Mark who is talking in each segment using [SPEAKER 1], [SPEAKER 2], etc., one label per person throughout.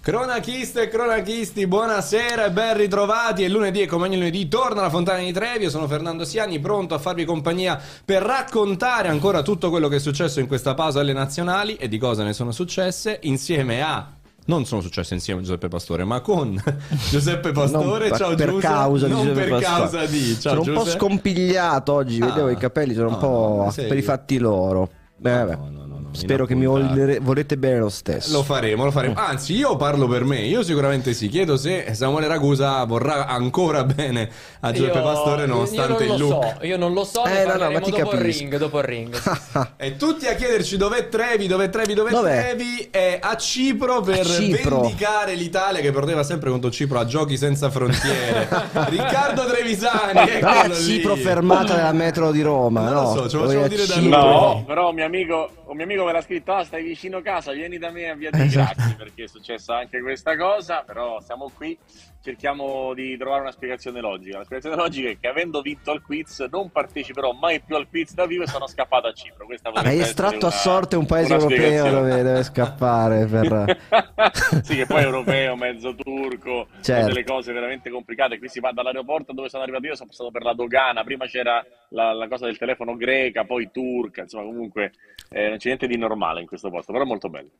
[SPEAKER 1] Cronachiste e cronachisti, buonasera e ben ritrovati. È lunedì e come ogni lunedì torna la Fontana di Trevi. Io sono Fernando Siani, pronto a farvi compagnia per raccontare ancora tutto quello che è successo in questa pausa alle nazionali e di cosa ne sono successe insieme a. Non sono successe insieme a Giuseppe Pastore, ma con Giuseppe Pastore.
[SPEAKER 2] Non
[SPEAKER 1] ciao
[SPEAKER 2] per
[SPEAKER 1] Giuseppe.
[SPEAKER 2] causa di
[SPEAKER 1] non
[SPEAKER 2] Giuseppe
[SPEAKER 1] per
[SPEAKER 2] Pastore.
[SPEAKER 1] causa di. Ciao
[SPEAKER 2] sono un po'
[SPEAKER 1] Giuseppe.
[SPEAKER 2] scompigliato oggi,
[SPEAKER 1] Ah.
[SPEAKER 2] vedevo i capelli, sono
[SPEAKER 1] No,
[SPEAKER 2] un po'
[SPEAKER 1] no, sei-
[SPEAKER 2] per i fatti loro. Eh,
[SPEAKER 1] No,
[SPEAKER 2] vabbè.
[SPEAKER 1] no, no, no, no,
[SPEAKER 2] Spero che mi
[SPEAKER 1] inappuntabile.
[SPEAKER 2] volere- volete bene lo stesso.
[SPEAKER 1] Lo faremo, lo
[SPEAKER 2] Eh.
[SPEAKER 1] faremo. Anzi, io parlo per me. Io sicuramente sì. Chiedo se Samuele Ragusa vorrà ancora bene a Giuseppe
[SPEAKER 3] Io-
[SPEAKER 1] Pastore, nonostante
[SPEAKER 3] io non
[SPEAKER 1] il
[SPEAKER 3] lo
[SPEAKER 1] look.
[SPEAKER 3] So, io non lo so,
[SPEAKER 2] Eh,
[SPEAKER 3] ne
[SPEAKER 2] no, no,
[SPEAKER 3] parleremo
[SPEAKER 2] ma ti
[SPEAKER 3] dopo il
[SPEAKER 2] capisco.
[SPEAKER 3] ring, dopo il ring.
[SPEAKER 1] E tutti a chiederci dov'è Trevi, dov'è Trevi, dov'è,
[SPEAKER 2] Dov'è?
[SPEAKER 1] Trevi è a Cipro per
[SPEAKER 2] Cipro.
[SPEAKER 1] vendicare l'Italia che perdeva sempre contro Cipro a giochi senza frontiere. Riccardo Trevisani,
[SPEAKER 2] No,
[SPEAKER 1] eccolo
[SPEAKER 2] a
[SPEAKER 1] lì.
[SPEAKER 2] Cipro fermata Ah, della metro di Roma.
[SPEAKER 1] Non
[SPEAKER 2] no,
[SPEAKER 1] lo so, ce lo
[SPEAKER 2] Voi
[SPEAKER 1] facciamo
[SPEAKER 2] a
[SPEAKER 1] dire da
[SPEAKER 2] Cipro.
[SPEAKER 1] lui.
[SPEAKER 4] No, però un mio amico, un mio amico me l'ha scritto, ah, stai vicino casa, vieni da me a Via dei
[SPEAKER 2] Esatto.
[SPEAKER 4] Grassi, perché è successa anche questa cosa, però siamo qui, cerchiamo di trovare una spiegazione logica. La spiegazione logica è che avendo vinto al quiz non parteciperò mai più al quiz da vivo e sono scappato a Cipro. Questa potrebbe
[SPEAKER 2] Hai
[SPEAKER 4] essere
[SPEAKER 2] estratto a
[SPEAKER 4] una-
[SPEAKER 2] sorte un paese
[SPEAKER 4] una
[SPEAKER 2] europeo
[SPEAKER 4] spiegazione.
[SPEAKER 2] dove deve scappare per... eh,
[SPEAKER 4] sì, che poi è europeo, mezzo turco, sono
[SPEAKER 2] Certo.
[SPEAKER 4] delle cose veramente complicate. Qui si va dall'aeroporto dove sono arrivato io, sono passato per la dogana, prima c'era la, la cosa del telefono greca, poi turca, insomma comunque eh, non c'è niente di normale in questo posto, però è molto bello.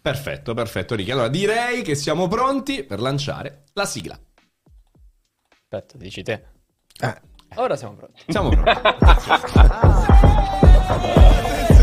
[SPEAKER 1] Perfetto, perfetto, Ricky. Allora direi che siamo pronti per lanciare la sigla.
[SPEAKER 3] Aspetta, dici te.
[SPEAKER 2] Eh.
[SPEAKER 3] Ora siamo pronti.
[SPEAKER 1] Siamo pronti.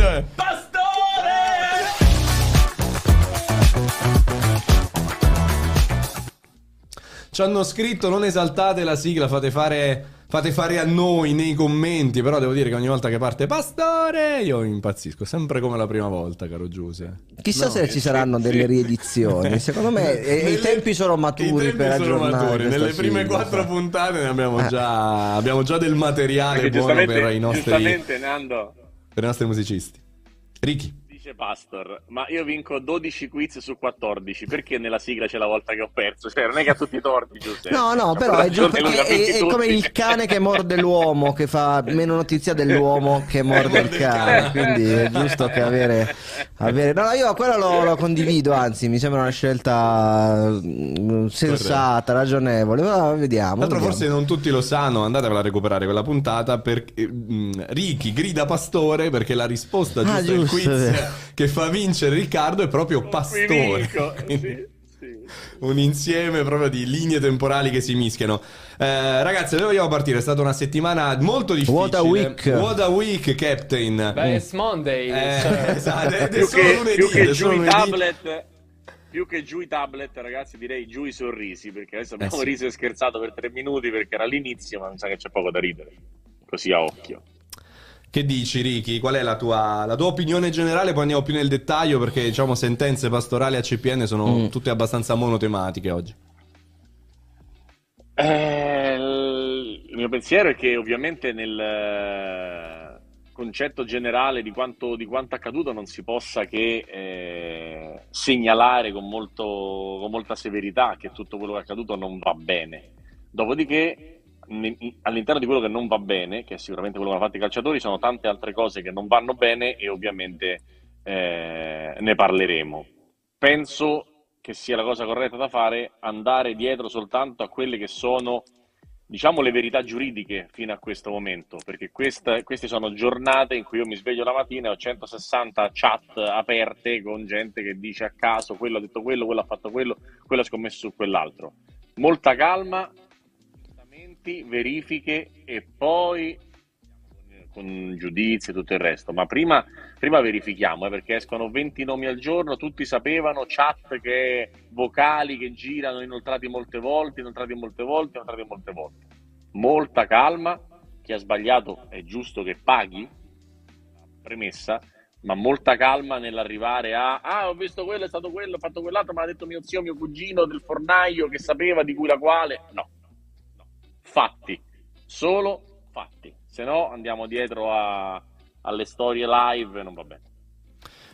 [SPEAKER 1] Ci hanno scritto non esaltate la sigla, fate fare, fate fare a noi nei commenti, però devo dire che ogni volta che parte Pastore io impazzisco, sempre come la prima volta, caro Giuse.
[SPEAKER 2] Chissà
[SPEAKER 1] No,
[SPEAKER 2] se ci saranno delle riedizioni. Secondo me eh,
[SPEAKER 1] Nelle-
[SPEAKER 2] i tempi sono maturi
[SPEAKER 1] i tempi
[SPEAKER 2] per
[SPEAKER 1] sono
[SPEAKER 2] aggiornare.
[SPEAKER 1] maturi.
[SPEAKER 2] questa
[SPEAKER 1] Nelle prime
[SPEAKER 2] sigla.
[SPEAKER 1] quattro puntate ne abbiamo già, abbiamo già del materiale
[SPEAKER 4] Perché
[SPEAKER 1] Ah, buono per
[SPEAKER 4] giustamente,
[SPEAKER 1] i, nostri,
[SPEAKER 4] giustamente Nando
[SPEAKER 1] per i nostri musicisti. Ricky.
[SPEAKER 4] dice Pastor, ma io vinco 12 quiz su 14, perché nella sigla c'è la volta che ho perso? Cioè non è che ha tutti i torti Giuseppe.
[SPEAKER 2] No, no,
[SPEAKER 4] Ma
[SPEAKER 2] però
[SPEAKER 4] quella
[SPEAKER 2] Certo. è, giusto
[SPEAKER 4] giornata
[SPEAKER 2] perché
[SPEAKER 4] lui la
[SPEAKER 2] è, è
[SPEAKER 4] vinci
[SPEAKER 2] come
[SPEAKER 4] tutti.
[SPEAKER 2] il cane che morde l'uomo, che fa meno notizia dell'uomo che morde il cane. Quindi è giusto che avere. avere- No, no, io quella lo, lo condivido, anzi, mi sembra una scelta mm, sensata, ragionevole. Ma vediamo.
[SPEAKER 1] Tra l'altro
[SPEAKER 2] vediamo.
[SPEAKER 1] forse non tutti lo sanno, andatevela a recuperare quella puntata perché mm, Ricky grida Pastore perché la risposta giusta
[SPEAKER 2] Ah,
[SPEAKER 1] del
[SPEAKER 2] giusto, è
[SPEAKER 1] quiz
[SPEAKER 2] vero.
[SPEAKER 1] che fa vincere Riccardo è proprio
[SPEAKER 4] Qui
[SPEAKER 1] Pastore.
[SPEAKER 4] vinco,
[SPEAKER 1] Quindi
[SPEAKER 4] sì, sì.
[SPEAKER 1] Un insieme proprio di linee temporali che si mischiano. Eh, ragazzi, dove vogliamo partire? È stata una settimana molto difficile.
[SPEAKER 2] What a week.
[SPEAKER 1] What a week, Captain.
[SPEAKER 2] Mm.
[SPEAKER 3] Beh, it's Monday.
[SPEAKER 1] Eh,
[SPEAKER 3] cioè,
[SPEAKER 1] esatto, ed è
[SPEAKER 4] più
[SPEAKER 1] solo
[SPEAKER 4] che,
[SPEAKER 1] lunedì,
[SPEAKER 4] più che
[SPEAKER 1] ed è
[SPEAKER 4] giù
[SPEAKER 1] solo
[SPEAKER 4] i
[SPEAKER 1] lunedì.
[SPEAKER 4] tablet più che giù i tablet ragazzi direi giù i sorrisi perché adesso abbiamo
[SPEAKER 1] Eh sì.
[SPEAKER 4] riso e scherzato per tre minuti perché era l'inizio ma mi sa che c'è poco da ridere così a occhio
[SPEAKER 1] Che dici, Ricky? Qual è la tua, la tua opinione generale? Poi andiamo più nel dettaglio perché, diciamo, sentenze pastorali a CPN sono
[SPEAKER 2] Mm.
[SPEAKER 1] tutte abbastanza monotematiche oggi.
[SPEAKER 4] Eh, il il mio pensiero è che ovviamente nel eh, concetto generale di quanto, di quanto accaduto non si possa che eh, segnalare con, molto, con molta severità che tutto quello che è accaduto non va bene. Dopodiché ne- all'interno di quello che non va bene, che è sicuramente quello che hanno fatto i calciatori, sono tante altre cose che non vanno bene e ovviamente eh, ne parleremo. Penso che sia la cosa corretta da fare andare dietro soltanto a quelle che sono diciamo le verità giuridiche fino a questo momento perché questa- queste sono giornate in cui io mi sveglio la mattina e ho 160 chat aperte con gente che dice a caso quello ha detto quello, quello ha fatto quello, quello ha scommesso su quell'altro molta calma appuntamenti, verifiche e poi con giudizi e tutto il resto ma prima, prima verifichiamo eh, perché escono 20 nomi al giorno tutti sapevano chat che vocali che girano inoltrati molte volte inoltrati molte volte inoltrati molte volte molta calma chi ha sbagliato è giusto che paghi premessa ma molta calma nell'arrivare a ah ho visto quello è stato quello ho fatto quell'altro ma ha detto mio zio mio cugino del fornaio che sapeva di cui la quale no, no. fatti solo fatti se no andiamo dietro a- alle storie live non va bene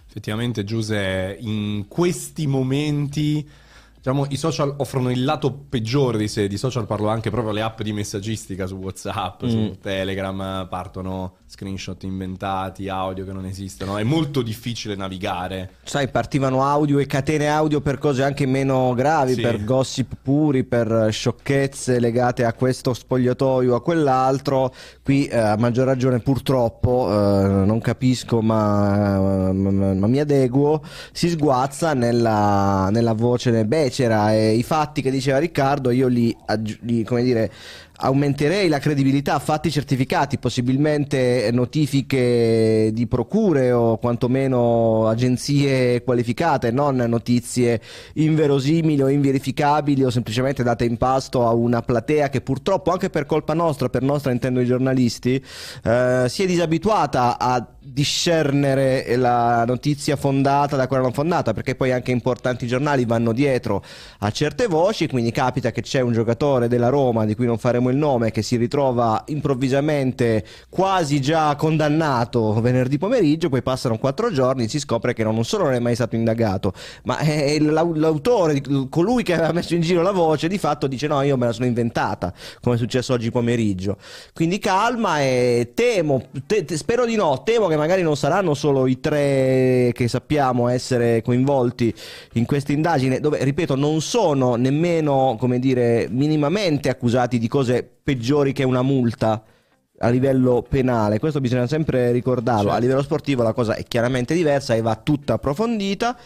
[SPEAKER 1] Effettivamente, Giuse, in questi momenti
[SPEAKER 5] diciamo, i social offrono il lato peggiore di sé. Di social parlo anche proprio le app di messaggistica su WhatsApp,
[SPEAKER 2] Mm.
[SPEAKER 5] su Telegram, partono screenshot inventati, audio che non esistono. È molto difficile navigare.
[SPEAKER 2] Sai, partivano audio e catene audio per cose anche meno gravi,
[SPEAKER 5] Sì.
[SPEAKER 2] per gossip puri, per eh, sciocchezze legate a questo spogliatoio, a quell'altro. Qui, eh, a maggior ragione, purtroppo, eh, non capisco, ma, ma- ma mi adeguo, si sguazza nella, nella voce becera e i fatti che diceva Riccardo, io li, aggi- li, come dire, aumenterei la credibilità a fatti certificati, possibilmente notifiche di procure o quantomeno agenzie qualificate, non notizie inverosimili o inverificabili o semplicemente date in pasto a una platea che purtroppo anche per colpa nostra, per nostra intendo i giornalisti, eh, si è disabituata a discernere la notizia fondata da quella non fondata, perché poi anche importanti giornali vanno dietro a certe voci, quindi capita che c'è un giocatore della Roma, di cui non faremo il nome, che si ritrova improvvisamente quasi già condannato venerdì pomeriggio, poi passano quattro giorni, si scopre che non solo non è mai stato indagato, ma è l'au- l'autore, di- colui che aveva messo in giro la voce, di fatto dice no, io me la sono inventata, come è successo oggi pomeriggio. Quindi calma e temo, te- te- spero di no, temo che magari non saranno solo i tre che sappiamo essere coinvolti in questa indagine, dove, ripeto, non sono nemmeno, come dire, minimamente accusati di cose peggiori che una multa a livello penale, questo bisogna sempre ricordarlo,
[SPEAKER 5] Certo.
[SPEAKER 2] a livello sportivo la cosa è chiaramente diversa e va tutta approfondita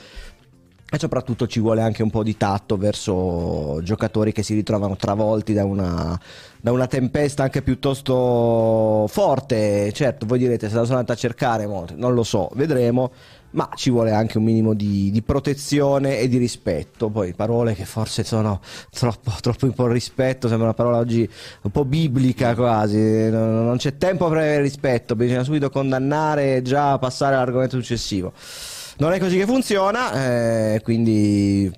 [SPEAKER 2] e soprattutto ci vuole anche un po' di tatto verso giocatori che si ritrovano travolti da una, da una tempesta anche piuttosto forte, certo voi direte se la sono andata a cercare, mo, non lo so, vedremo, ma ci vuole anche un minimo di, di protezione e di rispetto, poi parole che forse sono troppo, troppo un po' rispetto, sembra una parola oggi un po' biblica quasi, non non c'è tempo per avere rispetto, bisogna subito condannare e già passare all'argomento successivo. Non è così che funziona, eh, quindi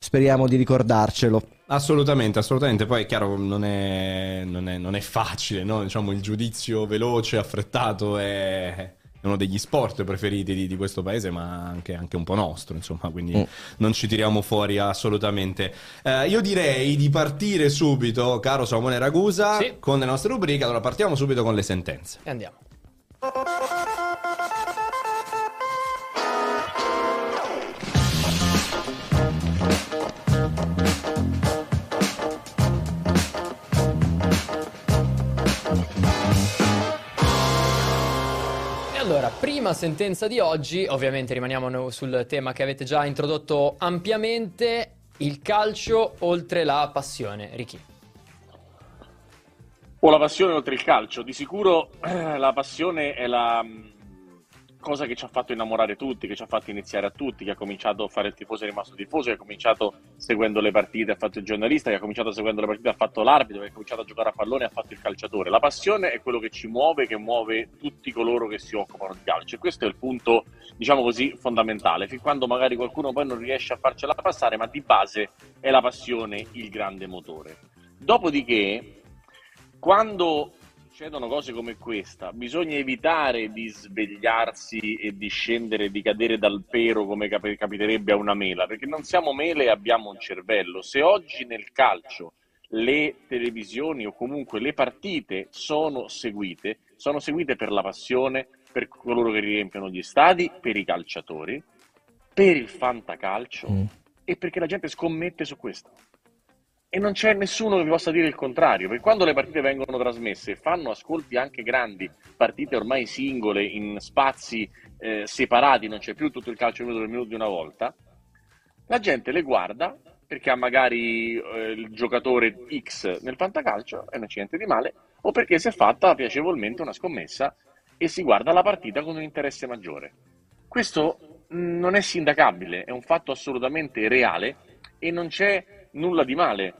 [SPEAKER 2] speriamo di ricordarcelo.
[SPEAKER 5] Assolutamente, assolutamente. Poi è chiaro, non è, non è- non è facile, no? Diciamo, il giudizio veloce, affrettato è è uno degli sport preferiti di, di questo paese, ma anche, anche un po' nostro, insomma, quindi
[SPEAKER 2] Mm.
[SPEAKER 5] non ci tiriamo fuori assolutamente. Eh, io direi di partire subito, caro Samuele Ragusa,
[SPEAKER 3] Sì.
[SPEAKER 5] con le nostre rubriche. Allora, partiamo subito con le sentenze.
[SPEAKER 3] E andiamo. E Allora, prima sentenza di oggi, ovviamente rimaniamo no- sul tema che avete già introdotto ampiamente, il calcio oltre la passione. Ricky.
[SPEAKER 4] O la passione oltre il calcio. Di sicuro eh, la passione è la mh, cosa che ci ha fatto innamorare tutti, che ci ha fatto iniziare a tutti, che ha cominciato a fare il tifoso e è rimasto tifoso, che ha cominciato seguendo le partite, ha fatto il giornalista, che ha cominciato seguendo le partite, ha fatto l'arbitro, che ha cominciato a giocare a pallone, ha fatto il calciatore. La passione è quello che ci muove, che muove tutti coloro che si occupano di calcio. E questo è il punto, diciamo così, fondamentale. Fin quando magari qualcuno poi non riesce a farcela passare, ma di base è la passione il grande motore. Dopodiché, quando succedono cose come questa, bisogna evitare di svegliarsi e di scendere, di cadere dal pero come cap- capiterebbe a una mela, perché non siamo mele e abbiamo un cervello. Se oggi nel calcio le televisioni o comunque le partite sono seguite, sono seguite per la passione, per coloro che riempiono gli stadi, per i calciatori, per il fantacalcio e perché la gente scommette su questo. E non c'è nessuno che vi possa dire il contrario, perché quando le partite vengono trasmesse e fanno ascolti anche grandi, partite ormai singole in spazi eh, separati, non c'è più tutto il calcio minuto per minuto di una volta, la gente le guarda perché ha magari eh, il giocatore X nel fantacalcio e non c'è niente di male, o perché si è fatta piacevolmente una scommessa e si guarda la partita con un interesse maggiore. Questo mh, non è sindacabile, è un fatto assolutamente reale e non c'è nulla di male,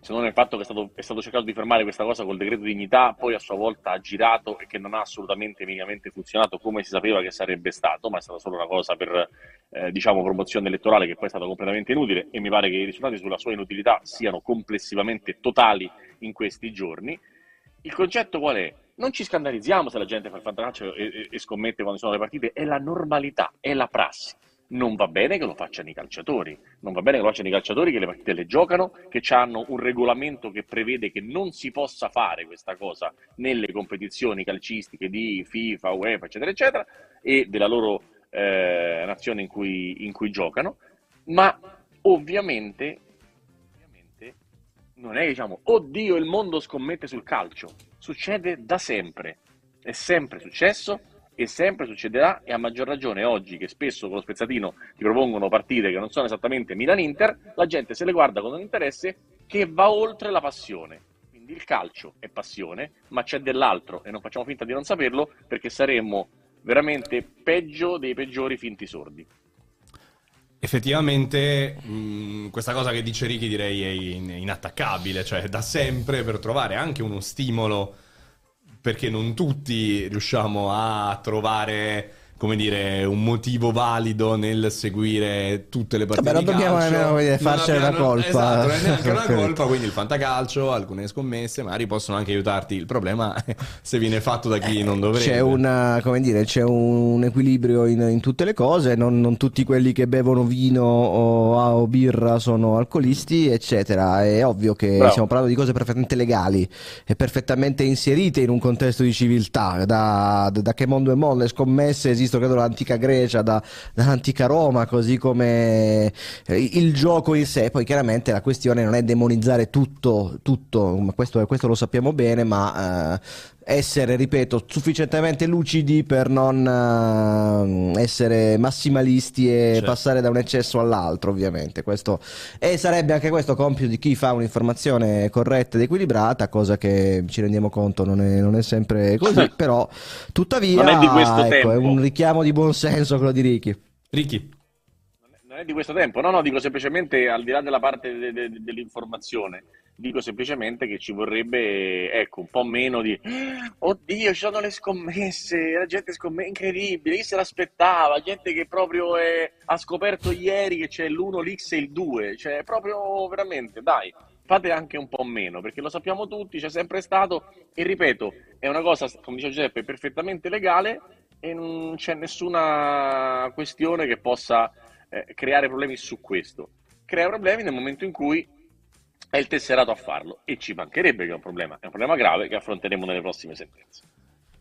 [SPEAKER 4] se non il fatto che è stato, è stato cercato di fermare questa cosa col decreto dignità, poi a sua volta ha girato e che non ha assolutamente minimamente funzionato come si sapeva che sarebbe stato, ma è stata solo una cosa per eh, diciamo promozione elettorale che poi è stata completamente inutile e mi pare che i risultati sulla sua inutilità siano complessivamente totali in questi giorni. Il concetto qual è? Non ci scandalizziamo se la gente fa il fantacalcio e, e- e scommette quando sono le partite, è la normalità, è la prassi. non va bene che lo facciano i calciatori, non va bene che lo facciano i calciatori che le partite le giocano, che hanno un regolamento che prevede che non si possa fare questa cosa nelle competizioni calcistiche di FIFA, UEFA, eccetera, eccetera, e della loro eh, nazione in cui, in cui giocano, ma ovviamente, ovviamente non è che diciamo, oddio, il mondo scommette sul calcio, succede da sempre, è sempre successo e sempre succederà e a maggior ragione oggi che spesso con lo spezzatino ti propongono partite che non sono esattamente Milan-Inter, la gente se le guarda con un interesse che va oltre la passione. Quindi il calcio è passione, ma c'è dell'altro e non facciamo finta di non saperlo perché saremmo veramente peggio dei peggiori finti sordi.
[SPEAKER 1] Effettivamente, mh, questa cosa che dice Ricky direi è in- inattaccabile, cioè da sempre per trovare anche uno stimolo, perché non tutti riusciamo a trovare, come dire, un motivo valido nel seguire tutte le partite
[SPEAKER 2] Vabbè, non
[SPEAKER 1] di
[SPEAKER 2] dobbiamo
[SPEAKER 1] calcio.
[SPEAKER 2] nemmeno, come dire,
[SPEAKER 1] Non
[SPEAKER 2] farcene una
[SPEAKER 1] abbiamo-
[SPEAKER 2] colpa.
[SPEAKER 1] Esatto, non è neanche una
[SPEAKER 2] Ok.
[SPEAKER 1] colpa, quindi il fantacalcio, alcune scommesse magari possono anche aiutarti. Il problema è se viene fatto da chi non dovrebbe.
[SPEAKER 2] Eh, C'è, una, come dire, c'è un equilibrio in, in tutte le cose, non, non tutti quelli che bevono vino o, o birra sono alcolisti, eccetera. È ovvio che
[SPEAKER 4] Bravo.
[SPEAKER 2] stiamo parlando di cose perfettamente legali e perfettamente inserite in un contesto di civiltà. Da, da che mondo è mondo? Le scommesse esistono, credo, dall'antica Grecia, da- dall'antica Roma, così come eh, il gioco in sé. Poi chiaramente la questione non è demonizzare tutto, tutto ma questo, questo lo sappiamo bene, ma... eh, essere, ripeto, sufficientemente lucidi per non ehm, essere massimalisti e
[SPEAKER 1] Certo.
[SPEAKER 2] passare da un eccesso all'altro, ovviamente. Questo, e sarebbe anche questo compito di chi fa un'informazione corretta ed equilibrata, cosa che ci rendiamo conto non è, non è sempre così, però tuttavia
[SPEAKER 4] Non è di questo
[SPEAKER 2] ecco,
[SPEAKER 4] tempo.
[SPEAKER 2] è un richiamo di buonsenso quello di Ricky.
[SPEAKER 1] Ricky.
[SPEAKER 4] Non è di questo tempo, no, no, dico semplicemente al di là della parte de- de- dell'informazione, dico semplicemente che ci vorrebbe, ecco, un po' meno di "Ah, oddio, ci sono le scommesse, la gente scommette, incredibile, chi se l'aspettava, gente che proprio eh, ha scoperto ieri che c'è l'1, l'X e il 2, cioè proprio veramente, dai, fate anche un po' meno, perché lo sappiamo tutti, c'è sempre stato e ripeto, è una cosa, come dice Giuseppe, perfettamente legale e non c'è nessuna questione che possa eh, creare problemi su questo. Crea problemi nel momento in cui è il tesserato a farlo e ci mancherebbe che è un problema, è un problema grave che affronteremo nelle prossime sentenze.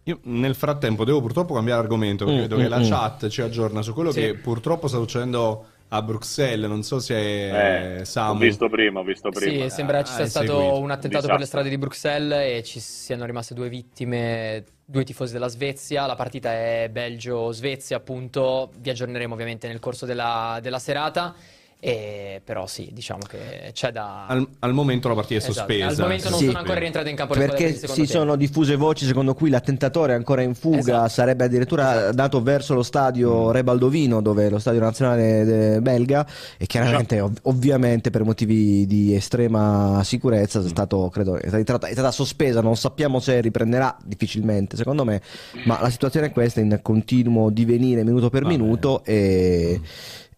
[SPEAKER 1] Io nel frattempo devo purtroppo cambiare argomento perché
[SPEAKER 2] Mm,
[SPEAKER 1] vedo
[SPEAKER 2] mm,
[SPEAKER 1] che la
[SPEAKER 2] mm.
[SPEAKER 1] chat ci aggiorna su quello
[SPEAKER 3] Sì.
[SPEAKER 1] che purtroppo sta succedendo a Bruxelles. Non so se
[SPEAKER 4] Eh,
[SPEAKER 1] Samu.
[SPEAKER 4] Ho visto prima, ho visto prima.
[SPEAKER 3] Sì, sembra ci
[SPEAKER 1] Ah,
[SPEAKER 3] sia
[SPEAKER 1] hai
[SPEAKER 3] stato
[SPEAKER 1] seguito.
[SPEAKER 3] un attentato per
[SPEAKER 4] Disastro.
[SPEAKER 3] le strade di Bruxelles e ci siano rimaste due vittime, due tifosi della Svezia. La partita è Belgio-Svezia, appunto. Vi aggiorneremo ovviamente nel corso della, della serata. E, però sì, diciamo che c'è da...
[SPEAKER 1] Al, al momento la partita è
[SPEAKER 3] Esatto.
[SPEAKER 1] sospesa.
[SPEAKER 3] Al momento non
[SPEAKER 2] Sì.
[SPEAKER 3] sono ancora rientrate in campo le squadre
[SPEAKER 2] Perché
[SPEAKER 3] del
[SPEAKER 2] si
[SPEAKER 3] secondo tempo.
[SPEAKER 2] sono diffuse voci secondo cui l'attentatore è ancora in fuga,
[SPEAKER 3] Esatto.
[SPEAKER 2] sarebbe addirittura
[SPEAKER 3] Esatto.
[SPEAKER 2] andato verso lo stadio Re Baldovino, dove è lo stadio nazionale de- belga, e chiaramente ov- ovviamente per motivi di estrema sicurezza è, stato, credo, è, stata, è stata sospesa, non sappiamo se riprenderà, difficilmente secondo me, ma la situazione è questa in continuo divenire minuto per
[SPEAKER 1] Va
[SPEAKER 2] minuto e,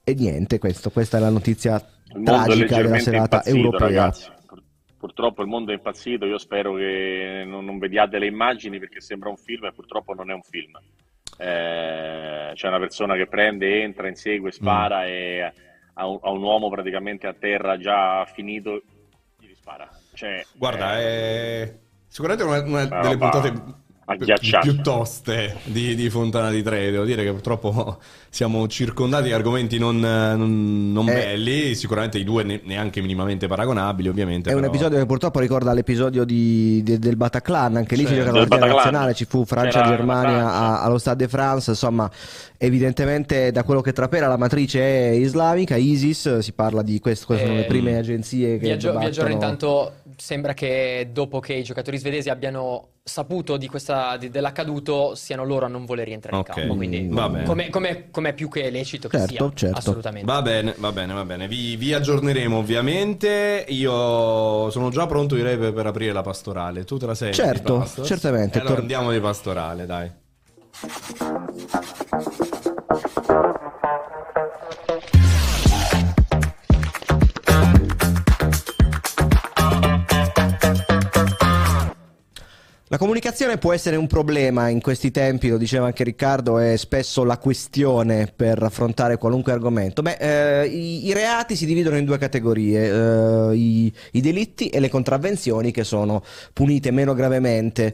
[SPEAKER 2] e niente, questo- questa è la notizia
[SPEAKER 4] Il mondo è
[SPEAKER 2] tragica della
[SPEAKER 4] leggermente
[SPEAKER 2] serata
[SPEAKER 4] impazzito,
[SPEAKER 2] europea.
[SPEAKER 4] ragazzi. Pur- Purtroppo il mondo è impazzito, io spero che non, non vediate le immagini perché sembra un film e purtroppo non è un film. Eh, c'è una persona che prende, entra, insegue, spara
[SPEAKER 2] Mm.
[SPEAKER 4] e a un, a un uomo praticamente a terra già finito gli spara. Cioè,
[SPEAKER 1] Guarda,
[SPEAKER 4] eh,
[SPEAKER 1] è sicuramente una, una
[SPEAKER 4] Una
[SPEAKER 1] delle
[SPEAKER 4] roba
[SPEAKER 1] puntate pi-
[SPEAKER 4] agghiacciante.
[SPEAKER 1] più toste di, di Fontana di Tre. Devo dire che purtroppo siamo circondati di argomenti non, non- non
[SPEAKER 2] Eh.
[SPEAKER 1] belli. Sicuramente i due ne- neanche minimamente paragonabili, ovviamente.
[SPEAKER 2] È un
[SPEAKER 1] però-
[SPEAKER 2] episodio che purtroppo ricorda l'episodio di- de- del Bataclan, anche lì si
[SPEAKER 1] Certo.
[SPEAKER 2] gioca la
[SPEAKER 4] Del
[SPEAKER 2] partita
[SPEAKER 4] Bataclan.
[SPEAKER 2] nazionale, ci fu
[SPEAKER 4] C'era la
[SPEAKER 2] Francia-Germania
[SPEAKER 4] Francia.
[SPEAKER 2] a- allo Stade de France, insomma evidentemente da quello che trapela la matrice è islamica, ISIS, si parla di questo, queste sono le
[SPEAKER 3] Eh,
[SPEAKER 2] prime agenzie
[SPEAKER 3] Vi
[SPEAKER 2] che
[SPEAKER 3] aggio- vi aggiorno
[SPEAKER 2] dibattono.
[SPEAKER 3] intanto, sembra che dopo che i giocatori svedesi abbiano saputo di questa, di- dell'accaduto, siano loro a non voler rientrare
[SPEAKER 1] Ok.
[SPEAKER 3] in campo. Quindi,
[SPEAKER 2] Mm,
[SPEAKER 1] va bene.
[SPEAKER 3] come, come- come più che lecito che
[SPEAKER 2] Certo,
[SPEAKER 3] sia,
[SPEAKER 2] certo.
[SPEAKER 3] assolutamente.
[SPEAKER 1] Va bene, va bene, va bene. Vi, vi aggiorneremo ovviamente. Io sono già pronto, direi, per, per aprire la pastorale. Tu te la sei?
[SPEAKER 2] Certo,
[SPEAKER 1] di Pastos?
[SPEAKER 2] certamente.
[SPEAKER 1] E allora
[SPEAKER 2] Tor-
[SPEAKER 1] andiamo di pastorale, dai.
[SPEAKER 2] La comunicazione può essere un problema in questi tempi, lo diceva anche Riccardo, è spesso la questione per affrontare qualunque argomento. Beh, eh, i, i, reati si dividono in due categorie, eh, i, i delitti e le contravvenzioni che sono punite meno gravemente.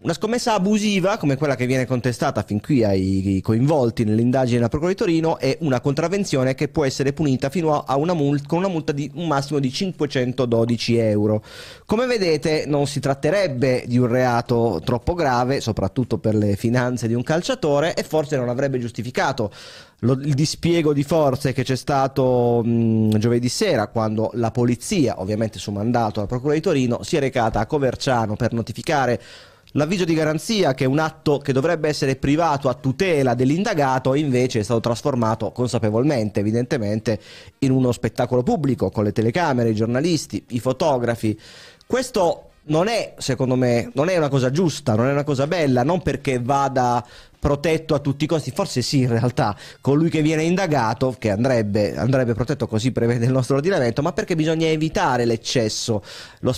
[SPEAKER 2] Una scommessa abusiva, come quella che viene contestata fin qui ai coinvolti nell'indagine della Procura di Torino, è una contravvenzione che può essere punita fino a una multa, con una multa di un massimo di 512 euro. Come vedete, non si tratterebbe di un reato troppo grave, soprattutto per le finanze di un calciatore, e forse non avrebbe giustificato lo, il dispiego di forze che c'è stato mh, giovedì sera quando la polizia, ovviamente su mandato della Procura di Torino, si è recata a Coverciano per notificare L'avviso di garanzia, che è un atto che dovrebbe essere privato a tutela dell'indagato, invece è stato trasformato consapevolmente, evidentemente, in uno spettacolo pubblico con le telecamere, i giornalisti, i fotografi. Questo non è, secondo me, non è una cosa giusta, non è una cosa bella, non perché vada protetto a tutti i costi, forse sì in realtà, colui che viene indagato, che andrebbe, andrebbe protetto così prevede il nostro ordinamento, ma perché bisogna evitare l'eccesso, lo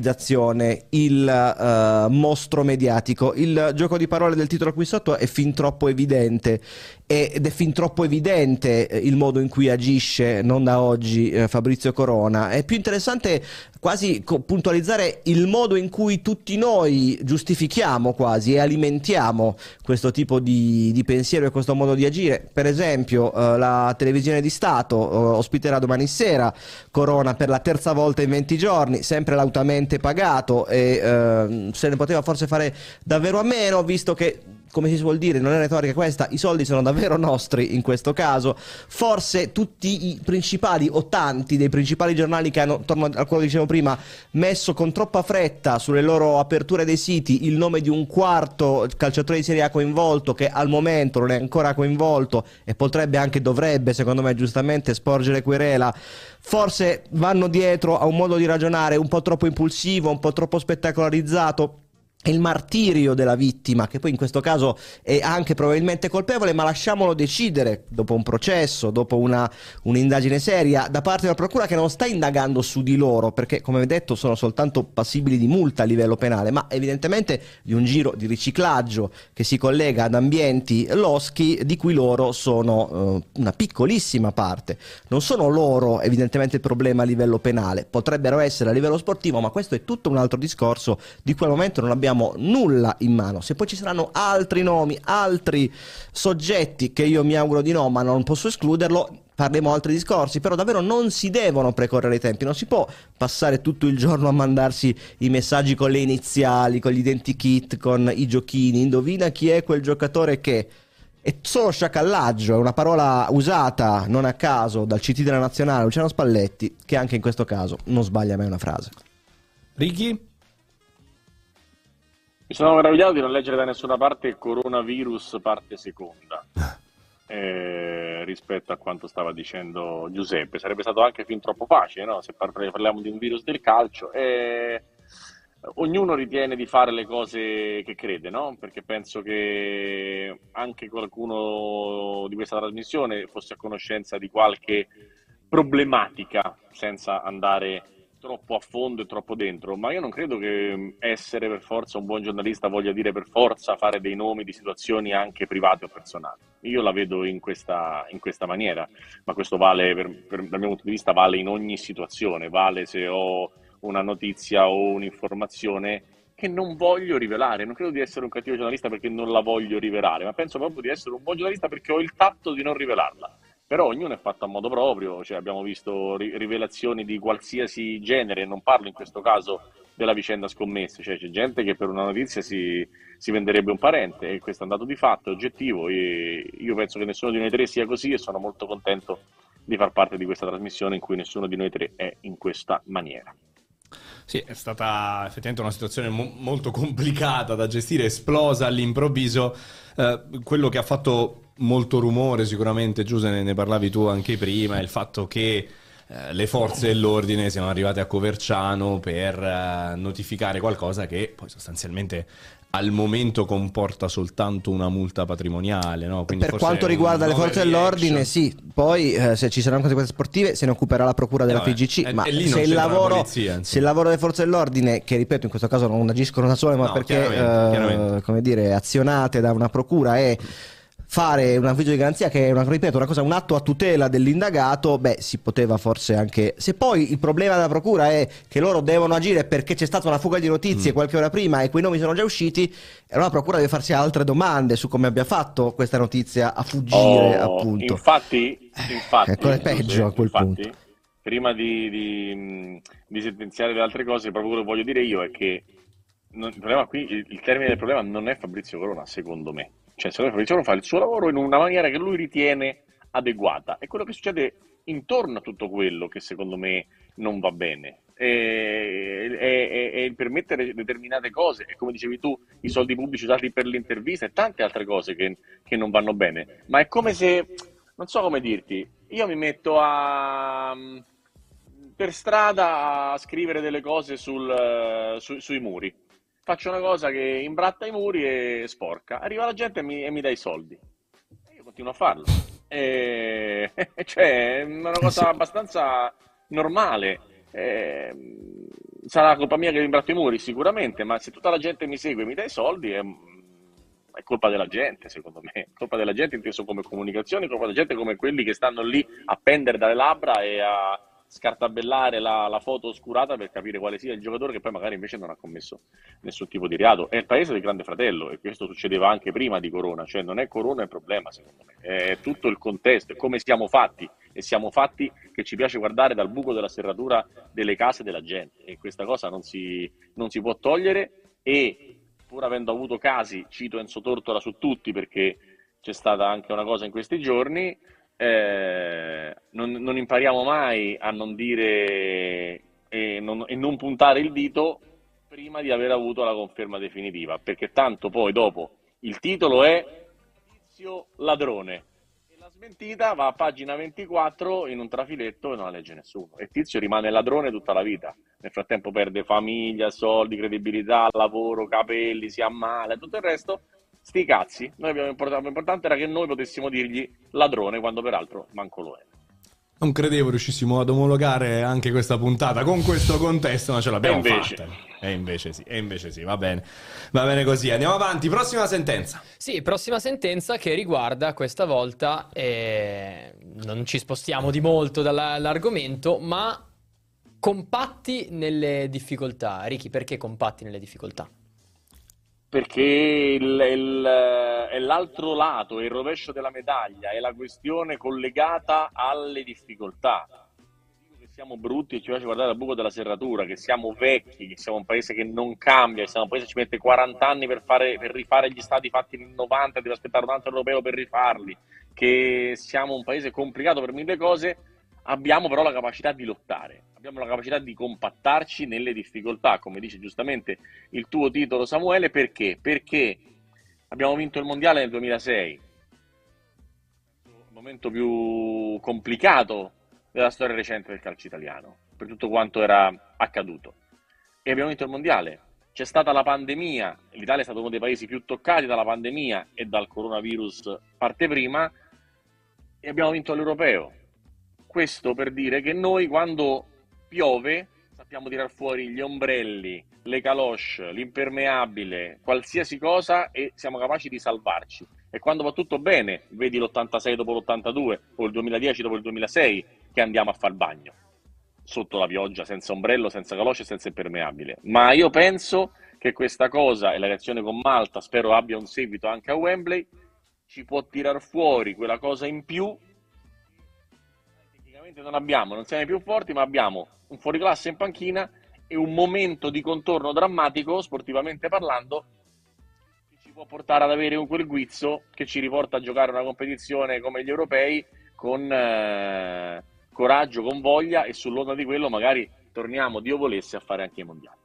[SPEAKER 2] spettacolarizzazione, il uh, mostro mediatico. Il gioco di parole del titolo qui sotto è fin troppo evidente ed è fin troppo evidente eh, il modo in cui agisce, non da oggi, eh, Fabrizio Corona. È più interessante quasi co- puntualizzare il modo in cui tutti noi giustifichiamo quasi e alimentiamo questo tipo di, di pensiero e questo modo di agire. Per esempio, eh, la televisione di Stato eh, ospiterà domani sera Corona per la terza volta in 20 giorni, sempre lautamente pagato e eh, se ne poteva forse fare davvero a meno, visto che come si suol dire, non è retorica questa, i soldi sono davvero nostri in questo caso. Forse tutti i principali o tanti dei principali giornali che hanno, torno a quello che dicevo prima, messo con troppa fretta sulle loro aperture dei siti il nome di un quarto calciatore di Serie A coinvolto che al momento non è ancora coinvolto e potrebbe anche dovrebbe, secondo me giustamente, sporgere querela. Forse vanno dietro a un modo di ragionare un po' troppo impulsivo, un po' troppo spettacolarizzato il martirio della vittima, che poi in questo caso è anche probabilmente colpevole, ma lasciamolo decidere dopo un processo, dopo una, un'indagine seria da parte della Procura che non sta indagando su di loro, perché come detto sono soltanto passibili di multa a livello penale, ma evidentemente di un giro di riciclaggio che si collega ad ambienti loschi di cui loro sono eh, una piccolissima parte. Non sono loro evidentemente il problema a livello penale, potrebbero essere a livello sportivo, ma questo è tutto un altro discorso di cui al momento non abbiamo nulla in mano. Se poi ci saranno altri nomi, altri soggetti che io mi auguro di no, ma non posso escluderlo, parleremo altri discorsi, però davvero non si devono precorrere i tempi, non si può passare tutto il giorno a mandarsi i messaggi con le iniziali, con gli identikit, con i giochini, indovina chi è quel giocatore che è solo sciacallaggio, è una parola usata non a caso dal CT della Nazionale Luciano Spalletti, che anche in questo caso non sbaglia mai una frase.
[SPEAKER 5] Ricky?
[SPEAKER 4] Mi sono meravigliato di non leggere da nessuna parte coronavirus parte seconda eh, rispetto a quanto stava dicendo Giuseppe. Sarebbe stato anche fin troppo facile, no? se parliamo di un virus del calcio. Eh, ognuno ritiene di fare le cose che crede, no? perché penso che anche qualcuno di questa trasmissione fosse a conoscenza di qualche problematica senza andare troppo a fondo e troppo dentro, ma io non credo che mm, essere per forza un buon giornalista voglia dire per forza fare dei nomi di situazioni anche private o personali. Io la vedo in questa, in questa maniera, ma questo vale, per, per, dal mio punto di vista, vale in ogni situazione, vale se ho una notizia o un'informazione che non voglio rivelare, non credo di essere un cattivo giornalista perché non la voglio rivelare, ma penso proprio di essere un buon giornalista perché ho il tatto di non rivelarla però ognuno è fatto a modo proprio, cioè, abbiamo visto ri- rivelazioni di qualsiasi genere, non parlo in questo caso della vicenda scommesse, cioè, c'è gente che per una notizia si, si, venderebbe un parente e questo è un dato di fatto, è oggettivo e io penso che nessuno di noi tre sia così e sono molto contento di far parte di questa trasmissione in cui nessuno di noi tre è in questa maniera.
[SPEAKER 5] Sì, è stata effettivamente una situazione mo- molto complicata da gestire, esplosa all'improvviso. Eh, quello che ha fatto molto rumore sicuramente, Giuseppe, ne, parlavi tu anche prima, il fatto che eh, le forze dell'ordine siano arrivate a Coverciano per eh, notificare qualcosa che poi sostanzialmente al momento comporta soltanto una multa patrimoniale. No? Quindi
[SPEAKER 2] per
[SPEAKER 5] forse
[SPEAKER 2] quanto
[SPEAKER 5] è un
[SPEAKER 2] riguarda le forze
[SPEAKER 5] overreaction.
[SPEAKER 2] dell'ordine, sì. Poi eh, se ci saranno conseguenze sportive se ne occuperà la procura della
[SPEAKER 5] vabbè,
[SPEAKER 2] FIGC.
[SPEAKER 5] e-
[SPEAKER 2] ma
[SPEAKER 5] eh, e lì non
[SPEAKER 2] se, il
[SPEAKER 5] c'entra la
[SPEAKER 2] lavoro,
[SPEAKER 5] polizia, insomma.
[SPEAKER 2] se il lavoro delle forze dell'ordine, che ripeto in questo caso non agiscono da sole, ma
[SPEAKER 5] No,
[SPEAKER 2] perché
[SPEAKER 5] chiaramente,
[SPEAKER 2] eh,
[SPEAKER 5] chiaramente.
[SPEAKER 2] come dire, azionate da una procura e fare un avviso di garanzia che è una, ripeto, una cosa, un atto a tutela dell'indagato, beh, si poteva forse anche... Se poi il problema della procura è che loro devono agire perché c'è stata una fuga di notizie
[SPEAKER 5] Mm.
[SPEAKER 2] qualche ora prima e quei nomi sono già usciti, allora la procura deve farsi altre domande su come abbia fatto questa notizia a fuggire,
[SPEAKER 4] Oh,
[SPEAKER 2] appunto.
[SPEAKER 4] Infatti, infatti
[SPEAKER 2] Ecco, è peggio a quel
[SPEAKER 4] infatti, Prima di, di, mh, di sentenziare le altre cose, proprio quello che voglio dire io è che non- il, problema qui, il, il termine del problema non è Fabrizio Corona, secondo me. Cioè, secondo me Fabrizio Corona fa il suo lavoro in una maniera che lui ritiene adeguata. È quello che succede intorno a tutto quello che secondo me non va bene. E, e- e- e il permettere determinate cose, e come dicevi tu, i soldi pubblici usati per l'intervista e tante altre cose che, che non vanno bene. Ma è come se, non so come dirti, io mi metto a mm, per strada a scrivere delle cose sul, eh, su- sui muri. Faccio una cosa che imbratta i muri e sporca. Arriva la gente e mi, e mi dà i soldi. E io continuo a farlo. E... cioè, è una cosa
[SPEAKER 2] sì.
[SPEAKER 4] abbastanza normale. Eh, sarà colpa mia che imbratto i muri, sicuramente, ma se tutta la gente mi segue e mi dà i soldi è, è colpa della gente, secondo me. È colpa della gente inteso come comunicazione, colpa della gente come quelli che stanno lì a pendere dalle labbra e a scartabellare la, la foto oscurata per capire quale sia il giocatore che poi magari invece non ha commesso nessun tipo di reato. È il paese del grande fratello e questo succedeva anche prima di Corona, cioè non è Corona il problema secondo me, è tutto il contesto, è come siamo fatti e siamo fatti che ci piace guardare dal buco della serratura delle case della gente e questa cosa non si, non si può togliere e pur avendo avuto casi, cito Enzo Tortora su tutti perché c'è stata anche una cosa in questi giorni, eh, non, non impariamo mai a non dire e non, e non puntare il dito prima di aver avuto la conferma definitiva, perché tanto poi dopo il titolo è Tizio ladrone e la smentita va a pagina 24 in un trafiletto e non la legge nessuno e Tizio rimane ladrone tutta la vita. Nel frattempo perde famiglia, soldi, credibilità, lavoro, capelli, si ammala, tutto il resto. Sti cazzi, noi abbiamo import- l'importante era che noi potessimo dirgli ladrone quando peraltro manco lo è.
[SPEAKER 5] Non credevo riuscissimo ad omologare anche questa puntata con questo contesto, ma ce l'abbiamo
[SPEAKER 4] E invece.
[SPEAKER 5] fatta. E invece sì, e invece sì, va bene. Va bene così, andiamo avanti. Prossima sentenza.
[SPEAKER 3] Sì, prossima sentenza che riguarda questa volta, eh, non ci spostiamo di molto dalla- dall'argomento, ma compatti nelle difficoltà. Ricky, perché compatti nelle difficoltà?
[SPEAKER 4] Perché il- il- eh, è l'altro lato, è il rovescio della medaglia, è la questione collegata alle difficoltà. Dico Che siamo brutti e ci piace guardare al buco della serratura, che siamo vecchi, che siamo un paese che non cambia, che siamo un paese che ci mette 40 anni per, fare- per rifare gli stati fatti nel 90, deve aspettare un altro europeo per rifarli, che siamo un paese complicato per mille cose, abbiamo però la capacità di lottare, abbiamo la capacità di compattarci nelle difficoltà, come dice giustamente il tuo titolo, Samuele, perché? Perché abbiamo vinto il mondiale nel 2006, il momento più complicato della storia recente del calcio italiano, per tutto quanto era accaduto. E abbiamo vinto il mondiale. C'è stata la pandemia, l'Italia è stato uno dei paesi più toccati dalla pandemia e dal coronavirus parte prima, e abbiamo vinto l'europeo. Questo per dire che noi quando piove sappiamo tirar fuori gli ombrelli, le caloche, l'impermeabile, qualsiasi cosa e siamo capaci di salvarci. E quando va tutto bene, vedi l'86 dopo l'82 o il 2010 dopo il 2006 che andiamo a far bagno sotto la pioggia, senza ombrello, senza caloce, senza impermeabile. Ma io penso che questa cosa e la reazione con Malta spero abbia un seguito anche a Wembley ci può tirar fuori quella cosa in più tecnicamente non abbiamo, non siamo i più forti, ma abbiamo un fuoriclasse in panchina e un momento di contorno drammatico, sportivamente parlando, che ci può portare ad avere un- quel guizzo che ci riporta a giocare una competizione come gli europei con eh, coraggio, con voglia e sull'onda di quello magari torniamo, Dio volesse, a fare anche i mondiali.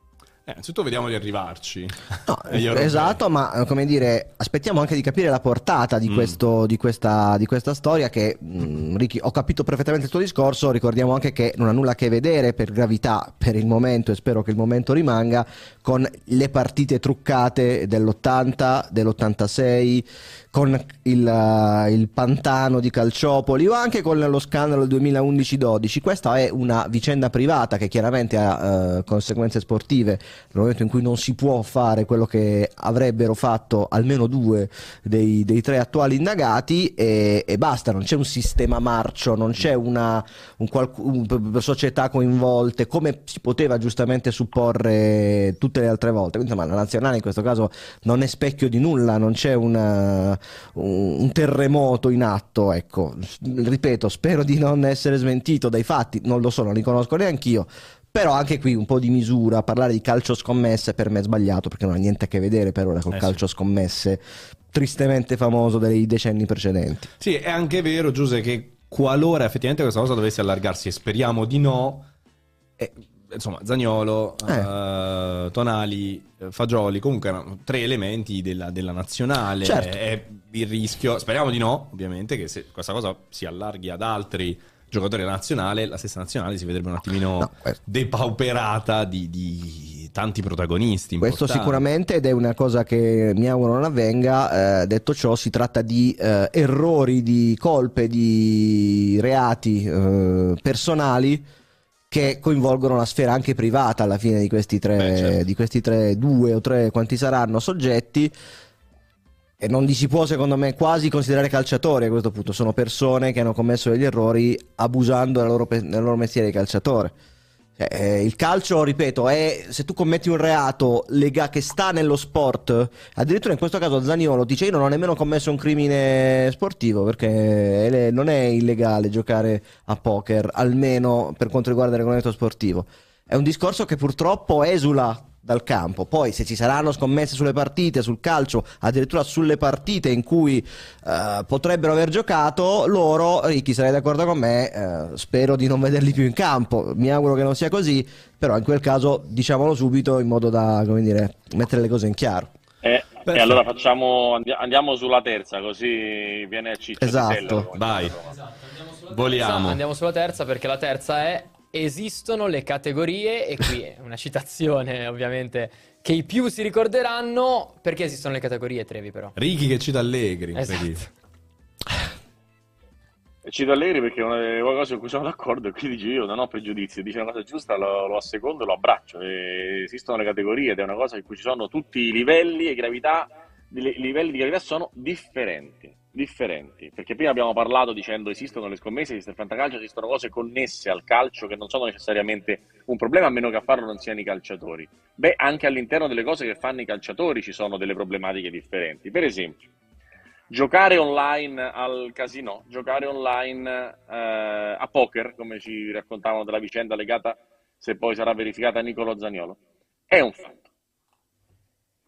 [SPEAKER 5] Eh, innanzitutto vediamo di arrivarci.
[SPEAKER 2] No,
[SPEAKER 5] Agli europei.
[SPEAKER 2] esatto, ma eh, come dire, aspettiamo anche di capire la portata di,
[SPEAKER 5] Mm.
[SPEAKER 2] questo- di questa, di questa storia che, mm, Ricky, ho capito perfettamente il tuo discorso, ricordiamo anche che non ha nulla a che vedere per gravità per il momento e spero che il momento rimanga con le partite truccate dell'80, dell'86, con il, eh, il pantano di Calciopoli o anche con lo scandalo del 2011-12. Questa è una vicenda privata che chiaramente ha eh, conseguenze sportive nel momento in cui non si può fare quello che avrebbero fatto almeno due dei, dei tre attuali indagati e, e basta, non c'è un sistema marcio, non c'è una un qualc- un- p- p- società coinvolte come si poteva giustamente supporre tutte le altre volte. Quindi, insomma, la nazionale in questo caso non è specchio di nulla, non c'è una- un, un terremoto in atto. Ecco, S- ripeto, spero di non essere smentito dai fatti, non lo so, non li conosco neanch'io. Però anche qui un po' di misura, parlare di calcio scommesse per me è sbagliato perché non ha niente a che vedere per ora col
[SPEAKER 5] Eh sì.
[SPEAKER 2] calcio scommesse tristemente famoso dei decenni precedenti.
[SPEAKER 5] Sì, è anche vero, Giuse, che qualora effettivamente questa cosa dovesse allargarsi, e speriamo di no, eh, insomma, Zagnolo,
[SPEAKER 2] Eh.
[SPEAKER 5] Tonali, eh, Fagioli, comunque erano tre elementi della, della nazionale.
[SPEAKER 2] Certo.
[SPEAKER 5] È il rischio, speriamo di no, ovviamente, che se questa cosa si allarghi ad altri giocatori della nazionale, la stessa nazionale si vedrebbe un attimino
[SPEAKER 2] No, eh, questo-
[SPEAKER 5] depauperata di, di tanti protagonisti.
[SPEAKER 2] Questo
[SPEAKER 5] importanti.
[SPEAKER 2] sicuramente ed è una cosa che mi auguro non avvenga. eh, detto ciò, si tratta di eh, errori, di colpe, di reati eh, personali che coinvolgono la sfera anche privata alla fine di questi tre,
[SPEAKER 5] Eh. Beh, certo.
[SPEAKER 2] di questi tre, due o tre, quanti saranno soggetti. E non li si può, secondo me, quasi considerare calciatori a questo punto. Sono persone che hanno commesso degli errori abusando della loro pe- del loro, mestiere di calciatore. Cioè, eh, il calcio, ripeto, è se tu commetti un reato lega- che sta nello sport, addirittura in questo caso Zaniolo dice: Io non ho nemmeno commesso un crimine sportivo perché è le- non è illegale giocare a poker, almeno per quanto riguarda il regolamento sportivo. È un discorso che purtroppo esula dal campo. Poi, se ci saranno scommesse sulle partite, sul calcio, addirittura sulle partite in cui eh, potrebbero aver giocato, loro, Ricky, sarei d'accordo con me, eh, spero di non vederli più in campo. Mi auguro che non sia così, però in quel caso diciamolo subito in modo da, come dire, mettere le cose in chiaro.
[SPEAKER 4] Eh, E,
[SPEAKER 5] Perfetto.
[SPEAKER 4] allora facciamo, andi- andiamo sulla terza, così viene a Ciccio.
[SPEAKER 2] Esatto.
[SPEAKER 4] Vitello, come
[SPEAKER 5] Vai.
[SPEAKER 4] dice la Roma.
[SPEAKER 3] Esatto, andiamo sulla
[SPEAKER 5] Voliamo.
[SPEAKER 3] terza. Andiamo sulla terza perché la terza è esistono le categorie e qui è una citazione ovviamente che i più si ricorderanno perché esistono le categorie Trevi però.
[SPEAKER 5] Ricky che cita Allegri.
[SPEAKER 3] Esatto.
[SPEAKER 5] vedi.
[SPEAKER 4] E Cito Allegri perché è una delle poche cose con cui sono d'accordo e quindi dice io non ho pregiudizi, dice una cosa giusta, lo, lo assecondo e lo abbraccio. E esistono le categorie ed è una cosa in cui ci sono tutti i livelli e gravità, i li- livelli di gravità sono differenti, differenti. Perché prima abbiamo parlato dicendo esistono le scommesse, esiste il fantacalcio, esistono cose connesse al calcio che non sono necessariamente un problema a meno che a farlo non siano i calciatori. Beh, anche all'interno delle cose che fanno i calciatori ci sono delle problematiche differenti. Per esempio, giocare online al casino, giocare online eh, a poker, come ci raccontavano della vicenda legata, se poi sarà verificata, a Nicolo Zaniolo, è un fatto.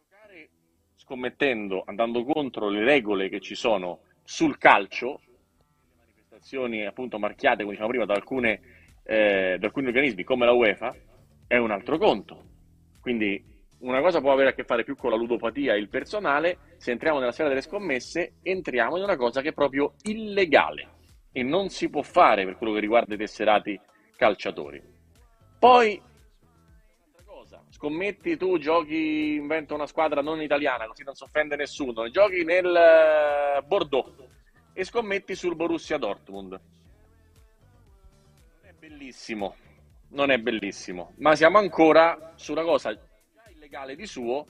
[SPEAKER 4] Giocare scommettendo, andando contro le regole che ci sono sul calcio, le manifestazioni appunto marchiate, come dicevamo prima, da, alcune, eh, da alcuni organismi come la UEFA, è un altro conto. Quindi una cosa può avere a che fare più con la ludopatia e il personale, se entriamo nella sfera delle scommesse, entriamo in una cosa che è proprio illegale e non si può fare per quello che riguarda i tesserati calciatori. Poi, un'altra cosa, scommetti tu, giochi, invento una squadra non italiana, così non si offende nessuno, giochi nel eh, Bordeaux e scommetti sul Borussia Dortmund. Non è bellissimo, non è bellissimo, ma siamo ancora su una cosa già illegale di suo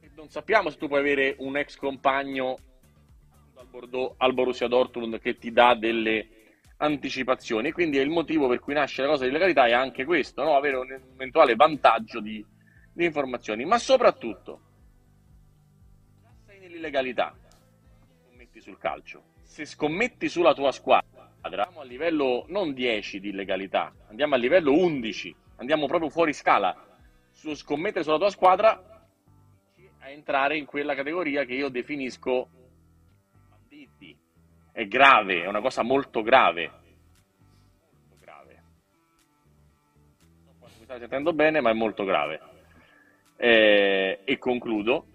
[SPEAKER 4] e non sappiamo se tu puoi avere un ex compagno dal Bordeaux al Borussia Dortmund che ti dà delle anticipazioni. Quindi è il motivo per cui nasce la cosa di legalità è anche questo, no? avere un eventuale vantaggio di, di informazioni, ma soprattutto già sei nell'illegalità, scommetti sul calcio. Se scommetti sulla tua squadra, andiamo a livello non 10 di illegalità, andiamo a livello 11, andiamo proprio fuori scala. Su scommettere sulla tua squadra a entrare in quella categoria che io definisco banditi. È grave, è una cosa molto grave. Molto grave. Non so quanto mi state sentendo bene, ma è molto grave. eh, e concludo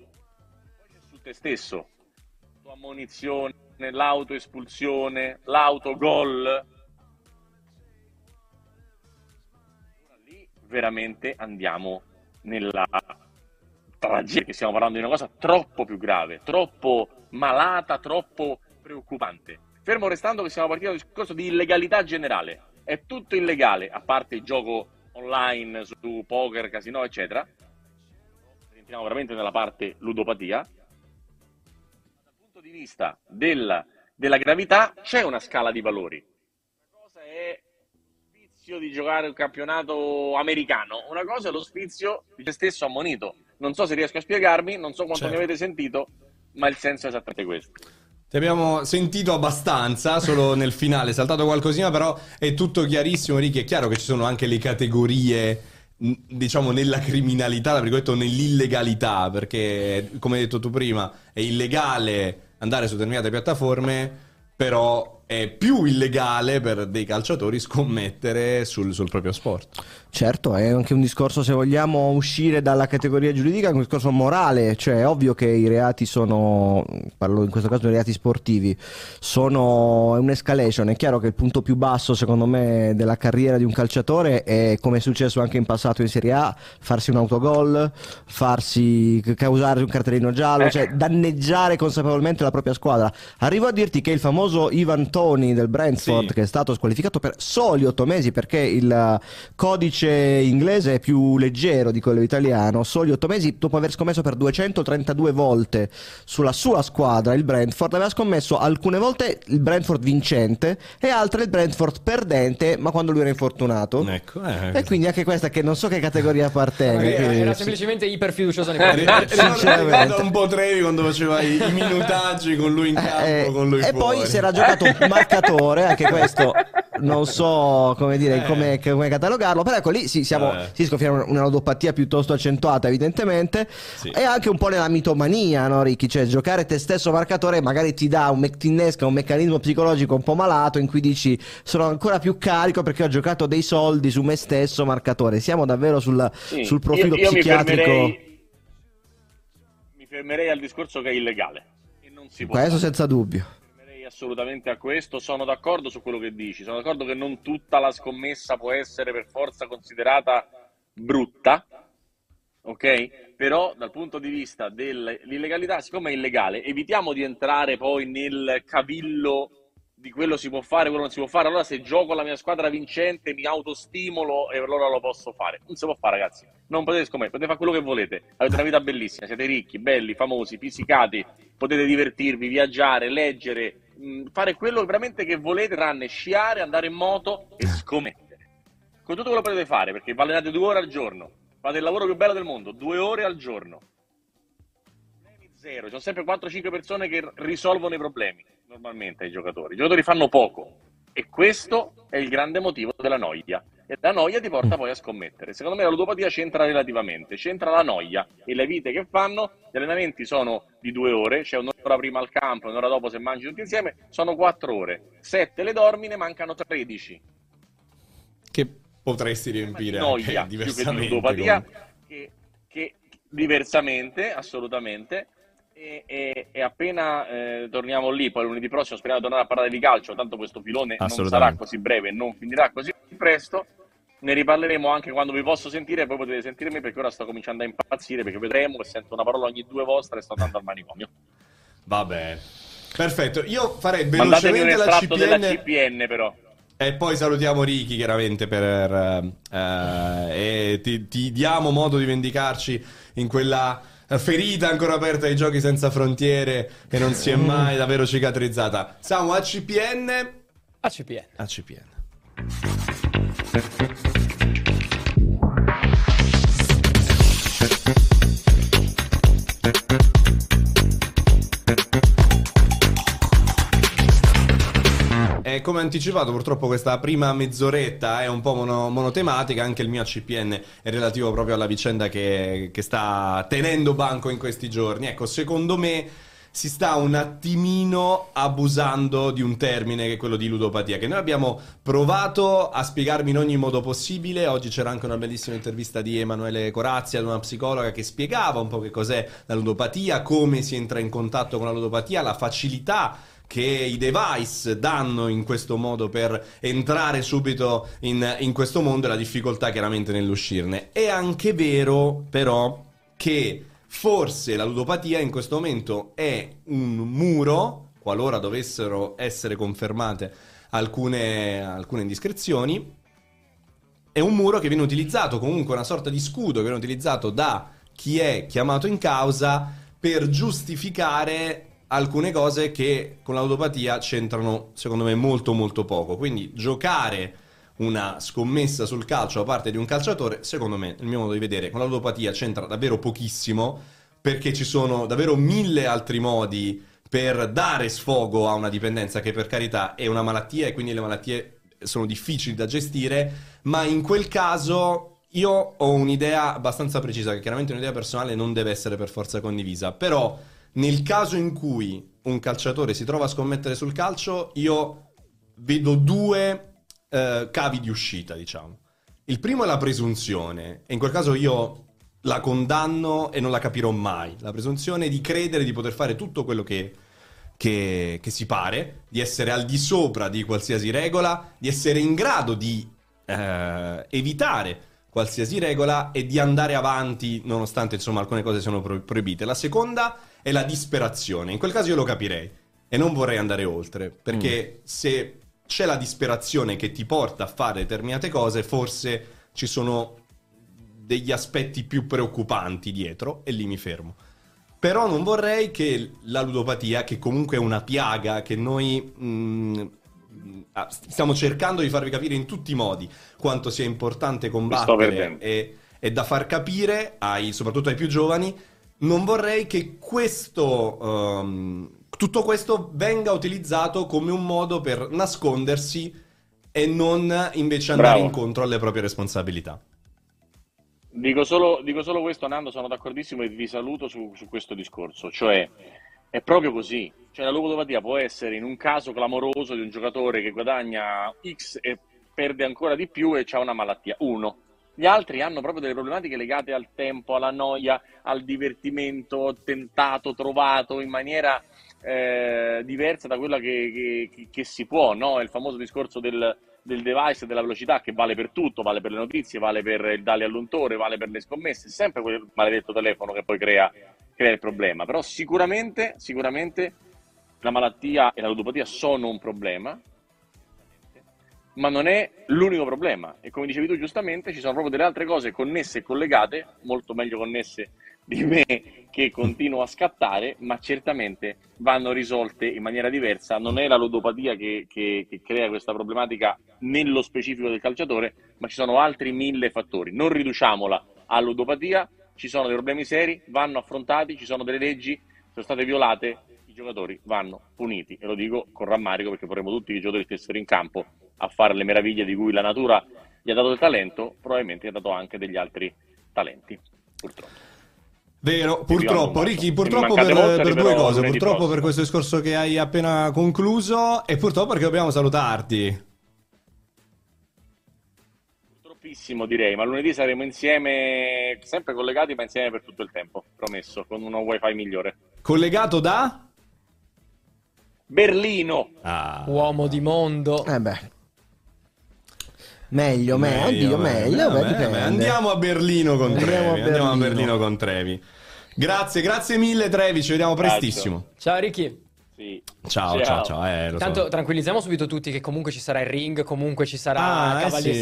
[SPEAKER 4] su te stesso tua ammonizione l'autoespulsione l'autogol lì veramente andiamo nella tragedia che stiamo parlando di una cosa troppo più grave troppo malata troppo preoccupante fermo restando che siamo partiti dal discorso di illegalità generale è tutto illegale a parte il gioco online su poker casino eccetera entriamo veramente nella parte ludopatia, dal punto di vista della, della gravità c'è una scala di valori. Una cosa è lo sfizio di giocare un campionato americano, una cosa è lo sfizio di te stesso ammonito. Non so se riesco a spiegarmi, non so quanto
[SPEAKER 1] Certo.
[SPEAKER 4] mi avete sentito, ma il senso è esattamente questo.
[SPEAKER 1] Ti abbiamo sentito abbastanza, solo nel finale è saltato qualcosina, però è tutto chiarissimo, Ricky. È chiaro che ci sono anche le categorie, mh, diciamo, nella criminalità, tra virgolette, o nell'illegalità, perché, come hai detto tu prima, è illegale andare su determinate piattaforme, però è più illegale per dei calciatori scommettere sul, sul proprio sport.
[SPEAKER 2] Certo, è anche un discorso, se vogliamo uscire dalla categoria giuridica, è un discorso morale, cioè è ovvio che i reati sono, parlo in questo caso di reati sportivi, sono è un'escalation, è chiaro che il punto più basso secondo me della carriera di un calciatore è come è successo anche in passato in Serie A, farsi un autogol, farsi causare un cartellino giallo,
[SPEAKER 4] Eh.
[SPEAKER 2] cioè danneggiare consapevolmente la propria squadra. Arrivo a dirti che il famoso Ivan Toni del Brentford,
[SPEAKER 1] Sì.
[SPEAKER 2] che è stato squalificato per soli otto mesi perché il codice inglese è più leggero di quello italiano, soli otto mesi dopo aver scommesso per 232 volte sulla sua squadra, il Brentford, aveva scommesso alcune volte il Brentford vincente e altre il Brentford perdente, ma quando lui era infortunato.
[SPEAKER 1] Ecco, eh,
[SPEAKER 2] E quindi anche questa che non so che categoria appartenga. Eh,
[SPEAKER 1] Magari
[SPEAKER 2] quindi-
[SPEAKER 3] Era, era semplicemente iperfiducioso nei
[SPEAKER 1] Ri-
[SPEAKER 3] confronti.
[SPEAKER 1] ri- ricorda
[SPEAKER 2] Eh, Sinceramente.
[SPEAKER 1] eh, un po' Trevi quando faceva i, i minutaggi con lui in campo,
[SPEAKER 2] Eh, eh,
[SPEAKER 1] con lui
[SPEAKER 2] e
[SPEAKER 1] fuori.
[SPEAKER 2] poi si era giocato un marcatore, anche questo non so come dire come, come catalogarlo, però ecco lì sì, siamo,
[SPEAKER 1] Eh.
[SPEAKER 2] si scoffia una, una ludopatia piuttosto accentuata evidentemente
[SPEAKER 1] Sì.
[SPEAKER 2] e anche un po' nella mitomania, no Ricky? Cioè giocare te stesso marcatore magari ti dà un, mec- ti innesca un meccanismo psicologico un po' malato in cui dici sono ancora più carico perché ho giocato dei soldi su me stesso marcatore, siamo davvero sul,
[SPEAKER 4] Sì,
[SPEAKER 2] sul profilo
[SPEAKER 4] io- io mi
[SPEAKER 2] psichiatrico.
[SPEAKER 4] fermerei- mi fermerei al discorso che è illegale e non si può.
[SPEAKER 2] Questo
[SPEAKER 4] fare.
[SPEAKER 2] senza dubbio.
[SPEAKER 4] Fermerei assolutamente a questo, sono d'accordo su quello che dici, sono d'accordo che non tutta la scommessa può essere per forza considerata brutta, ok? Però dal punto di vista dell'illegalità, siccome è illegale, evitiamo di entrare poi nel cavillo di quello si può fare, quello non si può fare, allora se gioco la mia squadra vincente mi autostimolo e allora lo posso fare. Non si può fare ragazzi, non potete scommettere, potete fare quello che volete, avete una vita bellissima, siete ricchi, belli, famosi, fisicati, potete divertirvi, viaggiare, leggere, mh, fare quello veramente che volete, tranne sciare, andare in moto e scommettere. Con tutto quello che potete fare, perché vi allenate due ore al giorno, fate il lavoro più bello del mondo, due ore al giorno. Problemi Zero, ci sono sempre 4-5 persone che risolvono i problemi, normalmente ai giocatori. I giocatori fanno poco e questo è il grande motivo della noia. E la noia ti porta poi a scommettere. Secondo me la ludopatia c'entra relativamente, c'entra la noia e le vite che fanno, gli allenamenti sono di due ore, c'è un'ora prima al campo, un'ora dopo se mangi tutti insieme, sono quattro ore. Sette le dormi, ne mancano 13
[SPEAKER 1] che potresti riempire anche
[SPEAKER 4] noia più che di
[SPEAKER 1] diversamente.
[SPEAKER 4] ludopatia
[SPEAKER 1] con-
[SPEAKER 4] che, che diversamente assolutamente e, e- e appena eh, torniamo lì poi lunedì prossimo speriamo di tornare a parlare di calcio tanto questo filone non
[SPEAKER 1] Assolutamente.
[SPEAKER 4] sarà così breve non finirà così presto ne riparleremo anche quando vi posso sentire e voi potete sentirmi perché ora sto cominciando a impazzire perché vedremo che sento una parola ogni due vostre e sto andando al manicomio
[SPEAKER 1] Va bene. Perfetto, io farei
[SPEAKER 4] mandatemi un
[SPEAKER 1] velocemente la
[SPEAKER 4] estratto
[SPEAKER 1] CPN,
[SPEAKER 4] della CPN però
[SPEAKER 1] e poi salutiamo Ricky chiaramente per, eh, e ti, ti diamo modo di vendicarci in quella ferita ancora aperta ai giochi senza frontiere che non si è mai davvero cicatrizzata. Siamo a CPN.
[SPEAKER 3] ACPN.
[SPEAKER 1] A CPN. E Eh, come anticipato, purtroppo questa prima mezz'oretta è un po' mono- monotematica, anche il mio ACPN è relativo proprio alla vicenda che, che sta tenendo banco in questi giorni. Ecco, secondo me si sta un attimino abusando di un termine che è quello di ludopatia, che noi abbiamo provato a spiegarvi in ogni modo possibile. Oggi c'era anche una bellissima intervista di Emanuele Corazzi ad una psicologa che spiegava un po' che cos'è la ludopatia, come si entra in contatto con la ludopatia, la facilità che i device danno in questo modo per entrare subito in, in questo mondo e la difficoltà chiaramente nell'uscirne. È anche vero però che forse la ludopatia in questo momento è un muro, qualora dovessero essere confermate alcune, alcune indiscrezioni, è un muro che viene utilizzato comunque una sorta di scudo che viene utilizzato da chi è chiamato in causa per giustificare alcune cose che con l'autopatia c'entrano secondo me molto molto poco. Quindi giocare una scommessa sul calcio da parte di un calciatore, secondo me, nel mio modo di vedere, con l'autopatia c'entra davvero pochissimo perché ci sono davvero mille altri modi per dare sfogo a una dipendenza che per carità è una malattia e quindi le malattie sono difficili da gestire, ma in quel caso io ho un'idea abbastanza precisa, che chiaramente è un'idea personale non deve essere per forza condivisa, però nel caso in cui un calciatore si trova a scommettere sul calcio, io vedo due eh, cavi di uscita, diciamo. Il primo è la presunzione, e in quel caso io la condanno e non la capirò mai. La presunzione di credere di poter fare tutto quello che, che, che si pare, di essere al di sopra di qualsiasi regola, di essere in grado di eh, evitare qualsiasi regola e di andare avanti nonostante insomma alcune cose siano pro- proibite. La seconda è la disperazione. In quel caso io lo capirei e non vorrei andare oltre, perché se c'è la disperazione che ti porta a fare determinate cose, forse ci sono degli aspetti più preoccupanti dietro e lì mi fermo. Però non vorrei che la ludopatia, che comunque è una piaga che noi mh, Ah, stiamo cercando di farvi capire in tutti i modi quanto sia importante combattere e, e da far capire, ai, soprattutto ai più giovani, non vorrei che questo, um, tutto questo venga utilizzato come un modo per nascondersi e non invece andare
[SPEAKER 4] Bravo.
[SPEAKER 1] incontro alle proprie responsabilità.
[SPEAKER 4] Dico solo, dico solo questo, Nando, sono d'accordissimo e vi saluto su, su questo discorso. Cioè, è proprio così. Cioè, la ludopatia può essere in un caso clamoroso di un giocatore che guadagna X e perde ancora di più e ha una malattia. Uno. Gli altri hanno proprio delle problematiche legate al tempo, alla noia, al divertimento tentato, trovato in maniera eh, diversa da quella che, che- che- che si può, no? È il famoso discorso del, del device e della velocità che vale per tutto, vale per le notizie, vale per il dale all'untore, vale per le scommesse, è sempre quel maledetto telefono che poi crea, crea il problema. Però sicuramente, sicuramente la malattia e la ludopatia sono un problema, ma non è l'unico problema. E come dicevi tu giustamente, ci sono proprio delle altre cose connesse e collegate, molto meglio connesse di me, che continuo a scattare, ma certamente vanno risolte in maniera diversa. Non è la ludopatia che, che- che crea questa problematica nello specifico del calciatore, ma ci sono altri mille fattori. Non riduciamola a ludopatia, ci sono dei problemi seri, vanno affrontati, ci sono delle leggi, sono state violate, i giocatori vanno puniti. E lo dico con rammarico perché vorremmo tutti che i giocatori stessero in campo a fare le meraviglie di cui la natura gli ha dato del talento, probabilmente gli ha dato anche degli altri talenti, purtroppo.
[SPEAKER 1] Vero,
[SPEAKER 4] Arriviamo,
[SPEAKER 1] purtroppo,
[SPEAKER 4] Marco.
[SPEAKER 1] Ricky,
[SPEAKER 4] Ne
[SPEAKER 1] purtroppo
[SPEAKER 4] mancate
[SPEAKER 1] per,
[SPEAKER 4] molte,
[SPEAKER 1] per due
[SPEAKER 4] arriverò
[SPEAKER 1] cose,
[SPEAKER 4] lunedì
[SPEAKER 1] purtroppo per
[SPEAKER 4] prossimo.
[SPEAKER 1] questo discorso che hai appena concluso e purtroppo perché dobbiamo salutarti.
[SPEAKER 4] Purtroppissimo direi, ma lunedì saremo insieme, sempre collegati, ma insieme per tutto il tempo, promesso, con uno wifi migliore.
[SPEAKER 1] Collegato da...
[SPEAKER 4] Berlino!
[SPEAKER 1] Ah.
[SPEAKER 3] Uomo di mondo.
[SPEAKER 2] Eh beh. Meglio, meglio, oddio, meglio, beh,
[SPEAKER 1] meglio,
[SPEAKER 2] dipende.
[SPEAKER 1] Andiamo a Berlino con
[SPEAKER 2] Andiamo
[SPEAKER 1] Trevi.
[SPEAKER 2] a
[SPEAKER 1] Andiamo a
[SPEAKER 2] Berlino.
[SPEAKER 1] Berlino con Trevi. Grazie, grazie mille Trevi, ci vediamo
[SPEAKER 4] Grazie.
[SPEAKER 1] prestissimo.
[SPEAKER 3] Ciao Ricky.
[SPEAKER 4] Sì.
[SPEAKER 1] Ciao, ciao, ciao. eh, lo so.
[SPEAKER 3] Intanto tranquillizziamo subito tutti che comunque ci sarà il ring, comunque ci sarà
[SPEAKER 1] Ah, eh
[SPEAKER 3] Cavaliere
[SPEAKER 1] sì.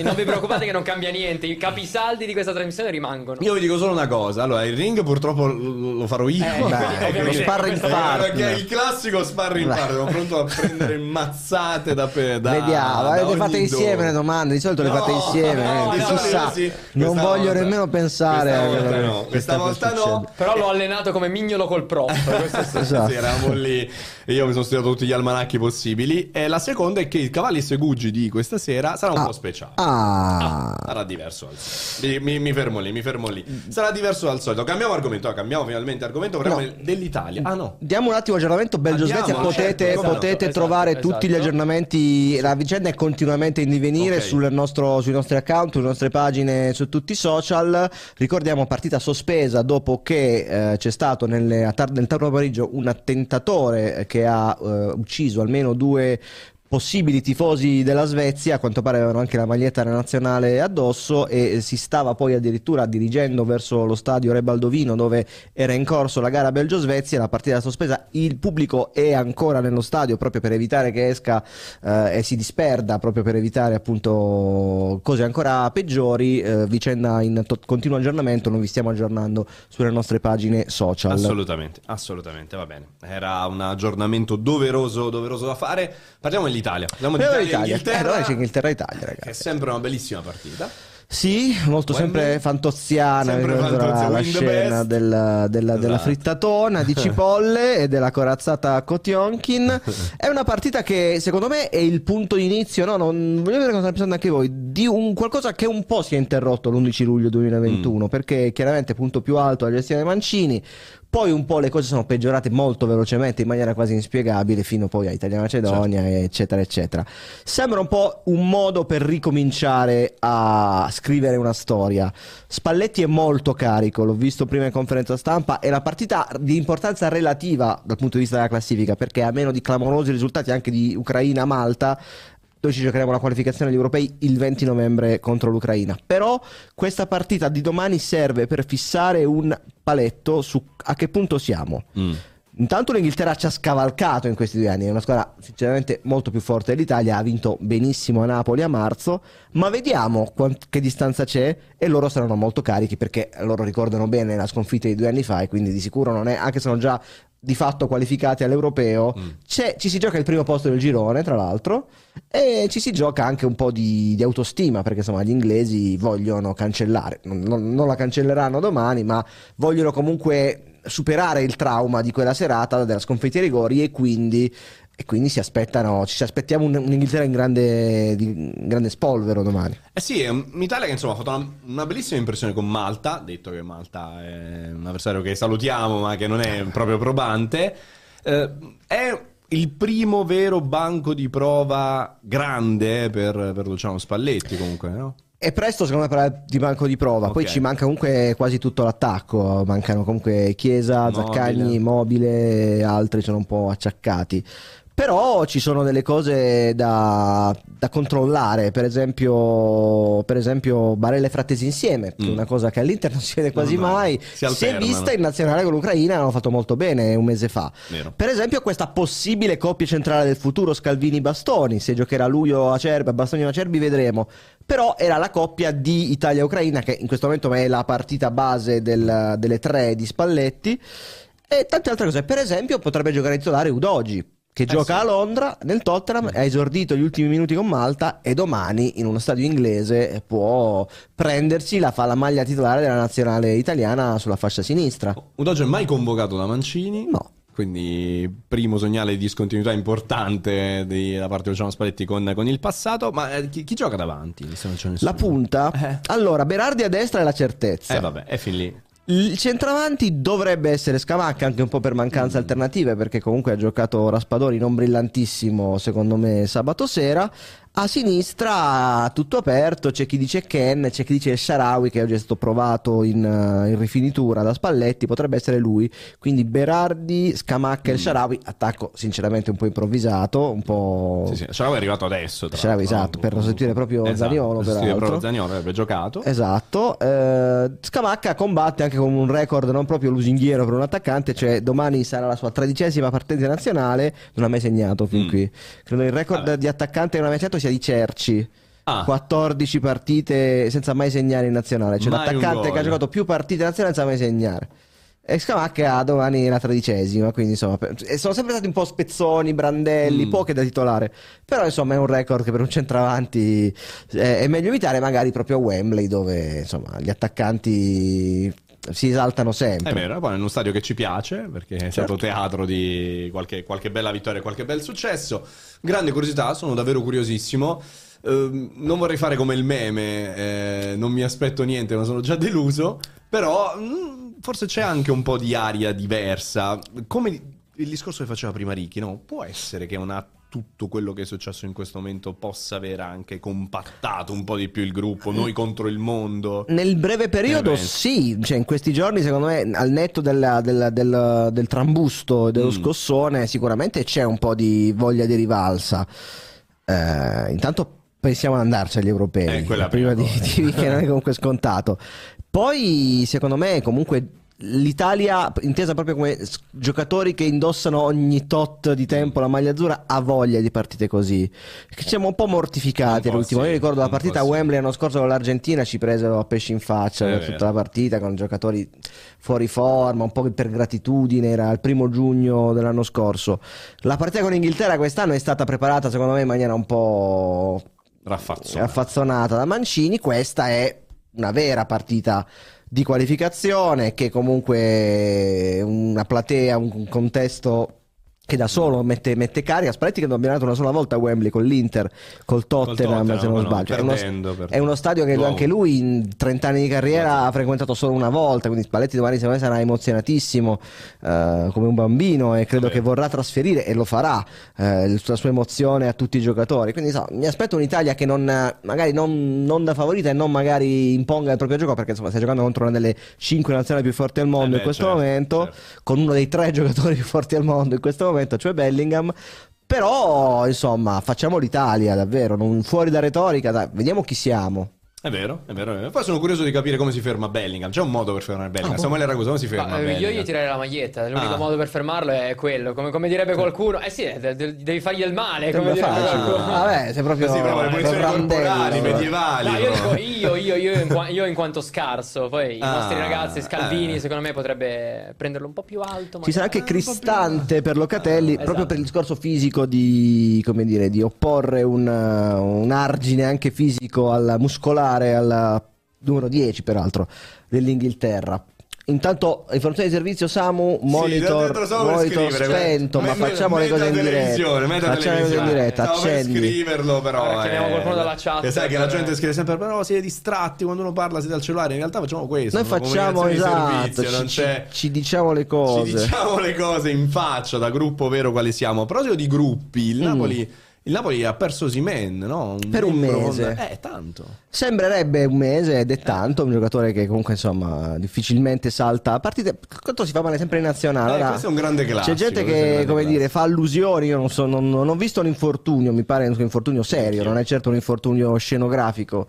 [SPEAKER 3] Non vi preoccupate che non cambia niente, i capisaldi di questa trasmissione rimangono.
[SPEAKER 1] Io vi dico solo una cosa, allora il ring purtroppo l- lo farò io.
[SPEAKER 3] Eh,
[SPEAKER 1] Ecco,
[SPEAKER 3] dai,
[SPEAKER 1] perché-
[SPEAKER 3] lo sparring
[SPEAKER 1] perché-
[SPEAKER 2] partner.
[SPEAKER 1] Eh, perché è il classico sparring
[SPEAKER 2] Dai.
[SPEAKER 1] partner, sono pronto a prendere mazzate da pe- da-
[SPEAKER 2] Vediamo,
[SPEAKER 1] da
[SPEAKER 2] le
[SPEAKER 1] ogni
[SPEAKER 2] fate insieme
[SPEAKER 1] dove.
[SPEAKER 2] le domande, di solito le
[SPEAKER 1] No,
[SPEAKER 2] fate insieme,
[SPEAKER 1] no,
[SPEAKER 2] eh,
[SPEAKER 1] no,
[SPEAKER 2] si
[SPEAKER 1] no,
[SPEAKER 2] sa.
[SPEAKER 1] sì.
[SPEAKER 2] Non
[SPEAKER 1] Questa
[SPEAKER 2] voglio
[SPEAKER 1] volta-
[SPEAKER 2] nemmeno pensare
[SPEAKER 1] Questa
[SPEAKER 2] a quello
[SPEAKER 1] volta
[SPEAKER 2] che-
[SPEAKER 1] no,
[SPEAKER 2] che
[SPEAKER 1] questa
[SPEAKER 2] sta per
[SPEAKER 1] volta no.
[SPEAKER 2] succedere.
[SPEAKER 3] Però l'ho allenato come mignolo col prop. questo sì.
[SPEAKER 1] Sì,
[SPEAKER 2] Esatto.
[SPEAKER 1] eravamo lì, quindi io mi sono studiato tutti gli almanacchi possibili. E la seconda è che il Cavalli Segugi di questa sera sarà un
[SPEAKER 2] Ah.
[SPEAKER 1] po' speciale.
[SPEAKER 2] Ah,
[SPEAKER 1] Ah, sarà diverso al solito. Mi, mi- mi fermo lì, mi fermo lì. Sarà diverso al solito. Cambiamo argomento, ah, cambiamo finalmente argomento. Parliamo
[SPEAKER 2] No.
[SPEAKER 1] dell'Italia. Ah no.
[SPEAKER 2] Diamo un attimo aggiornamento Belgio-Svezia,
[SPEAKER 1] Andiamo,
[SPEAKER 2] potete,
[SPEAKER 1] certo, esatto,
[SPEAKER 2] potete
[SPEAKER 3] esatto,
[SPEAKER 2] trovare
[SPEAKER 3] esatto.
[SPEAKER 2] tutti gli aggiornamenti, la vicenda è continuamente in divenire
[SPEAKER 1] Ok.
[SPEAKER 2] sul nostro- sui nostri account, sulle nostre pagine, su tutti i social. Ricordiamo partita sospesa dopo che eh, c'è stato nelle- a tar- nel tardo pomeriggio un attentatore che ha eh, ucciso almeno due possibili tifosi della Svezia, a quanto pare avevano anche la maglietta della nazionale addosso e si stava poi addirittura dirigendo verso lo stadio Re Baldovino dove era in corso la gara Belgio-Svezia, la partita era sospesa, il pubblico è ancora nello stadio proprio per evitare che esca eh, e si disperda, proprio per evitare appunto cose ancora peggiori, eh, vicenda in to- continuo aggiornamento, non vi stiamo aggiornando sulle nostre pagine social.
[SPEAKER 1] Assolutamente, assolutamente, va bene. Era un aggiornamento doveroso, doveroso da fare. Parliamo dell'Italia. Parliamo
[SPEAKER 2] Però
[SPEAKER 1] dell'Italia,
[SPEAKER 2] l'Italia, eh, allora
[SPEAKER 1] Inghilterra,
[SPEAKER 2] c'è Inghilterra-Italia
[SPEAKER 1] che è
[SPEAKER 2] ragazzi.
[SPEAKER 1] sempre una bellissima partita.
[SPEAKER 2] Sì, molto
[SPEAKER 1] Wembley.
[SPEAKER 2] sempre fantoziana,
[SPEAKER 1] Sempre
[SPEAKER 2] mi ricordo la-
[SPEAKER 1] fantozia,
[SPEAKER 2] la
[SPEAKER 1] win the
[SPEAKER 2] scena
[SPEAKER 1] best.
[SPEAKER 2] della, della- della
[SPEAKER 1] Esatto.
[SPEAKER 2] frittatona di cipolle e della corazzata Kotionkin. È una partita che secondo me è il punto di inizio, no, non voglio vedere cosa ne pensate anche voi, di un qualcosa che un po' si è interrotto l'11 luglio
[SPEAKER 1] Mm.
[SPEAKER 2] 2021, perché chiaramente punto più alto la gestione Mancini, poi un po' le cose sono peggiorate molto velocemente in maniera quasi inspiegabile fino poi a Italia-Macedonia, eccetera, eccetera. Sembra un po' un modo per ricominciare a scrivere una storia. Spalletti è molto carico, l'ho visto prima in conferenza stampa, è la partita di importanza relativa dal punto di vista della classifica, perché a meno di clamorosi risultati anche di Ucraina-Malta, noi ci giocheremo la qualificazione agli europei il 20 novembre contro l'Ucraina. Però questa partita di domani serve per fissare un paletto su a che punto siamo. Intanto l'Inghilterra ci ha scavalcato in questi due anni, è una squadra sinceramente molto più forte dell'Italia, ha vinto benissimo a Napoli a marzo, ma vediamo quant- che distanza c'è e loro saranno molto carichi perché loro ricordano bene la sconfitta di due anni fa e quindi di sicuro non è, anche se sono già di fatto qualificati all'europeo,
[SPEAKER 1] Mm.
[SPEAKER 2] c'è- ci si gioca il primo posto del girone tra l'altro e ci si gioca anche un po' di, di autostima perché insomma gli inglesi vogliono cancellare, non- non- non la cancelleranno domani ma vogliono comunque superare il trauma di quella serata della sconfitta ai rigori e quindi, e quindi si aspettano, ci aspettiamo un- un'Inghilterra in grande, di- in grande spolvero domani.
[SPEAKER 1] Eh sì, è un- un'Italia che insomma ha fatto una, una bellissima impressione con Malta, detto che Malta è un avversario che salutiamo ma che non è proprio probante. Eh, è il primo vero banco di prova grande per, per Luciano Spalletti comunque, no?
[SPEAKER 2] È presto secondo me parlare di banco di prova, poi
[SPEAKER 1] Ok.
[SPEAKER 2] ci manca comunque quasi tutto l'attacco, mancano comunque Chiesa,
[SPEAKER 1] Mobile.
[SPEAKER 2] Zaccagni, Mobile, altri sono un po' acciaccati. Però ci sono delle cose da, da controllare, per esempio, per esempio Barella e Frattesi insieme, che è
[SPEAKER 1] Mm.
[SPEAKER 2] una cosa che all'Inter non si vede quasi
[SPEAKER 1] No, no,
[SPEAKER 2] mai.
[SPEAKER 1] si
[SPEAKER 2] Si, è
[SPEAKER 1] alternano.
[SPEAKER 2] vista in nazionale con l'Ucraina, l'hanno fatto molto bene un mese fa.
[SPEAKER 1] Vero.
[SPEAKER 2] Per esempio questa possibile coppia centrale del futuro Scalvini-Bastoni, se giocherà lui o Acerbi, Bastoni o Acerbi vedremo, però era la coppia di Italia-Ucraina che in questo momento è la partita base del- delle tre di Spalletti e tante altre cose, per esempio potrebbe giocare titolare Udogi che gioca a Londra nel Tottenham, ha esordito gli ultimi minuti con Malta e domani in uno stadio inglese può prendersi la, fa- la maglia titolare della nazionale italiana sulla fascia sinistra.
[SPEAKER 1] Udoge è mai convocato da Mancini?
[SPEAKER 2] No.
[SPEAKER 1] Quindi primo segnale di discontinuità importante di- da parte di Luciano Spalletti con, con il passato, ma eh, chi, chi gioca davanti? Se non c'è nessuno.
[SPEAKER 2] La punta?
[SPEAKER 1] Eh.
[SPEAKER 2] Allora, Berardi a destra è la certezza.
[SPEAKER 1] Eh vabbè, è fin lì.
[SPEAKER 2] Il centravanti dovrebbe essere Scamacca anche un po' per
[SPEAKER 1] Mm.
[SPEAKER 2] mancanza alternative perché comunque ha giocato Raspadori non brillantissimo secondo me sabato sera. A sinistra tutto aperto, c'è chi dice Ken, c'è chi dice Sharawi che oggi è stato provato in, eh, in rifinitura da Spalletti, potrebbe essere lui. Quindi Berardi, Scamacca
[SPEAKER 1] Mm.
[SPEAKER 2] e Sharawi, attacco sinceramente un po' improvvisato, un po'...
[SPEAKER 1] Sì, sì. Sharawi è arrivato adesso. tra
[SPEAKER 2] Sharawi,
[SPEAKER 1] l'altro,
[SPEAKER 2] esatto,
[SPEAKER 1] no?
[SPEAKER 2] per sostituire proprio
[SPEAKER 1] Esatto,
[SPEAKER 2] Zaniolo,
[SPEAKER 1] Per sostituire proprio
[SPEAKER 2] peraltro.
[SPEAKER 1] Zaniolo avrebbe giocato.
[SPEAKER 2] Esatto, eh, Scamacca combatte anche con un record non proprio lusinghiero per un attaccante, cioè domani sarà la sua tredicesima partenza nazionale, non ha mai segnato fin
[SPEAKER 1] Mm.
[SPEAKER 2] qui. Credo il record
[SPEAKER 1] Vabbè.
[SPEAKER 2] di attaccante che non ha mai segnato sia di Cerci.
[SPEAKER 1] Ah,
[SPEAKER 2] 14 partite senza mai segnare in nazionale, cioè
[SPEAKER 1] Mai un
[SPEAKER 2] l'attaccante che ha
[SPEAKER 1] gol.
[SPEAKER 2] giocato più partite in nazionale senza mai segnare. E Scamacca domani è la tredicesima, quindi insomma, per- e sono sempre stati un po' spezzoni, brandelli,
[SPEAKER 1] Mm.
[SPEAKER 2] poche da titolare, però insomma è un record che per un centravanti eh, è meglio evitare magari proprio a Wembley dove insomma gli attaccanti si esaltano sempre.
[SPEAKER 1] È vero, poi è uno stadio che ci piace perché è stato teatro di qualche, qualche bella vittoria, qualche bel successo. Grande curiosità, sono davvero curiosissimo. Ehm, non vorrei fare come il meme, eh, non mi aspetto niente, ma sono già deluso. Però mm, forse c'è anche un po' di aria diversa. Come il discorso che faceva prima Ricky, no? Può essere che una- tutto quello che è successo in questo momento possa aver anche compattato un po' di più il gruppo, noi contro il mondo.
[SPEAKER 2] Nel breve periodo
[SPEAKER 1] Nel breve.
[SPEAKER 2] sì, cioè in questi giorni secondo me al netto della- della- del, del trambusto e dello
[SPEAKER 1] Mm.
[SPEAKER 2] scossone sicuramente c'è un po' di voglia di rivalsa. Eh, intanto pensiamo ad andarci agli europei,
[SPEAKER 1] Eh, quella è la
[SPEAKER 2] prima
[SPEAKER 1] prima
[SPEAKER 2] di,
[SPEAKER 1] cosa.
[SPEAKER 2] di- che non è comunque scontato. Poi secondo me comunque l'Italia, intesa proprio come s- giocatori che indossano ogni tot di tempo la maglia azzurra, ha voglia di partite così. Che siamo un po'
[SPEAKER 1] Un
[SPEAKER 2] mortificati
[SPEAKER 1] po'
[SPEAKER 2] all'ultimo.
[SPEAKER 1] sì,
[SPEAKER 2] Io ricordo la
[SPEAKER 1] un po'
[SPEAKER 2] partita a
[SPEAKER 1] sì.
[SPEAKER 2] Wembley l'anno scorso con l'Argentina, ci presero a pesci in faccia
[SPEAKER 1] È
[SPEAKER 2] per
[SPEAKER 1] vero.
[SPEAKER 2] tutta la partita con giocatori fuori forma, un po' per gratitudine, era il primo giugno dell'anno scorso. La partita con l'Inghilterra quest'anno è stata preparata secondo me in maniera un po'
[SPEAKER 1] Raffazzo.
[SPEAKER 2] affazzonata da Mancini, questa è una vera partita di qualificazione che comunque è una platea, un contesto che da solo mette, mette carica. Spalletti che hanno abbinato una sola volta a Wembley con l'Inter,
[SPEAKER 1] Col
[SPEAKER 2] col Tottenham,
[SPEAKER 1] Tottenham,
[SPEAKER 2] se non
[SPEAKER 1] no,
[SPEAKER 2] sbaglio. È uno-
[SPEAKER 1] perdendo,
[SPEAKER 2] è uno stadio che
[SPEAKER 1] Wow.
[SPEAKER 2] anche lui in 30 anni di carriera ha frequentato solo una volta, quindi Spalletti domani secondo me sarà emozionatissimo eh, come un bambino e credo
[SPEAKER 1] Sì.
[SPEAKER 2] che vorrà trasferire e lo farà eh, il- la sua emozione a tutti i giocatori. Quindi so, mi aspetto un'Italia che non, eh, magari non, non da favorita e non magari imponga il proprio gioco perché insomma stai giocando contro una delle 5 nazionali più forti al mondo
[SPEAKER 1] Eh
[SPEAKER 2] in
[SPEAKER 1] beh,
[SPEAKER 2] questo
[SPEAKER 1] certo,
[SPEAKER 2] momento
[SPEAKER 1] certo.
[SPEAKER 2] con uno dei tre giocatori più forti al mondo in questo momento, cioè Bellingham. Però, insomma, facciamo l'Italia davvero, non fuori da retorica, dai, vediamo chi siamo.
[SPEAKER 1] È vero, è vero, è vero. Poi sono curioso di capire come si ferma Bellingham. C'è un modo per fermare Bellingham.
[SPEAKER 2] Ah, boh.
[SPEAKER 1] Samuele Ragusa, come si ferma
[SPEAKER 3] Ma, eh,
[SPEAKER 1] Bellingham?
[SPEAKER 3] io gli tirerei la maglietta, l'unico
[SPEAKER 1] Ah.
[SPEAKER 3] modo per fermarlo è quello, come, come direbbe qualcuno. Eh sì, de- de- devi fargli del male, come
[SPEAKER 2] Sembra
[SPEAKER 3] direbbe
[SPEAKER 2] facile.
[SPEAKER 3] qualcuno.
[SPEAKER 2] Ah, vabbè, sei proprio-
[SPEAKER 1] Sì, proprio le punizioni
[SPEAKER 2] proprio
[SPEAKER 1] corporali,
[SPEAKER 2] randello.
[SPEAKER 1] medievali.
[SPEAKER 3] No, io dico
[SPEAKER 1] proprio.
[SPEAKER 3] io, io, io, in, qua- io in quanto scarso, poi
[SPEAKER 1] Ah,
[SPEAKER 3] i nostri ragazzi Scalvini
[SPEAKER 1] eh.
[SPEAKER 3] secondo me potrebbe prenderlo un po' più alto.
[SPEAKER 2] Ci sarà
[SPEAKER 3] magari.
[SPEAKER 2] anche Cristante per Locatelli,
[SPEAKER 3] esatto.
[SPEAKER 2] proprio per il discorso fisico di, come dire, di opporre un, eh, un argine anche fisico al muscolare, al numero 10 peraltro, dell'Inghilterra. Intanto, informazioni di servizio Samu,
[SPEAKER 1] Sì, da
[SPEAKER 2] monitor,
[SPEAKER 1] dentro stavo per
[SPEAKER 2] monitor
[SPEAKER 1] scrivere,
[SPEAKER 2] spento,
[SPEAKER 1] guarda.
[SPEAKER 2] ma
[SPEAKER 1] Me-
[SPEAKER 2] facciamo le
[SPEAKER 1] meta
[SPEAKER 2] cose in
[SPEAKER 1] televisione,
[SPEAKER 2] diretta.
[SPEAKER 1] meta
[SPEAKER 2] Facciamo le cose in
[SPEAKER 1] televisione.
[SPEAKER 2] diretta,
[SPEAKER 1] Stavo per
[SPEAKER 2] accendi.
[SPEAKER 1] scriverlo però.
[SPEAKER 3] Allora, chiamiamo
[SPEAKER 1] eh.
[SPEAKER 3] qualcuno dalla chat eh.
[SPEAKER 1] Che sai che la
[SPEAKER 3] per-
[SPEAKER 1] gente scrive sempre però si è distratti quando uno parla si dà il cellulare, in realtà facciamo questo.
[SPEAKER 2] Noi
[SPEAKER 1] una
[SPEAKER 2] facciamo
[SPEAKER 1] comunicazione di
[SPEAKER 2] esatto,
[SPEAKER 1] servizio, non
[SPEAKER 2] ci,
[SPEAKER 1] c'è
[SPEAKER 2] ci- ci diciamo le cose.
[SPEAKER 1] Ci diciamo le cose in faccia da gruppo vero quali siamo. A proposito di gruppi, il
[SPEAKER 2] Mm.
[SPEAKER 1] Napoli, il Napoli ha perso Simen, no?
[SPEAKER 2] Per un
[SPEAKER 1] membro
[SPEAKER 2] mese.
[SPEAKER 1] Eh, tanto.
[SPEAKER 2] Sembrerebbe un mese ed è tanto, un giocatore che comunque insomma difficilmente salta a partite, quanto si fa male sempre in nazionale.
[SPEAKER 1] Eh,
[SPEAKER 2] Ora,
[SPEAKER 1] questo è un grande classico,
[SPEAKER 2] C'è gente
[SPEAKER 1] questo è un
[SPEAKER 2] che
[SPEAKER 1] grande
[SPEAKER 2] come
[SPEAKER 1] classico.
[SPEAKER 2] dire fa allusioni, io non, so, non, non ho visto l'infortunio, mi pare un infortunio serio, non è certo un infortunio scenografico.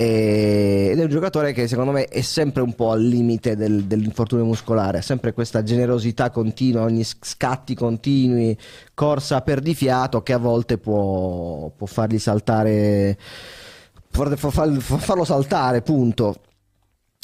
[SPEAKER 2] E- Ed è un giocatore che secondo me è sempre un po' al limite del- dell'infortunio muscolare, ha sempre questa generosità continua, ogni sc- scatti continui, corsa per di fiato che a volte può, può fargli saltare, può- può far- può farlo saltare, punto.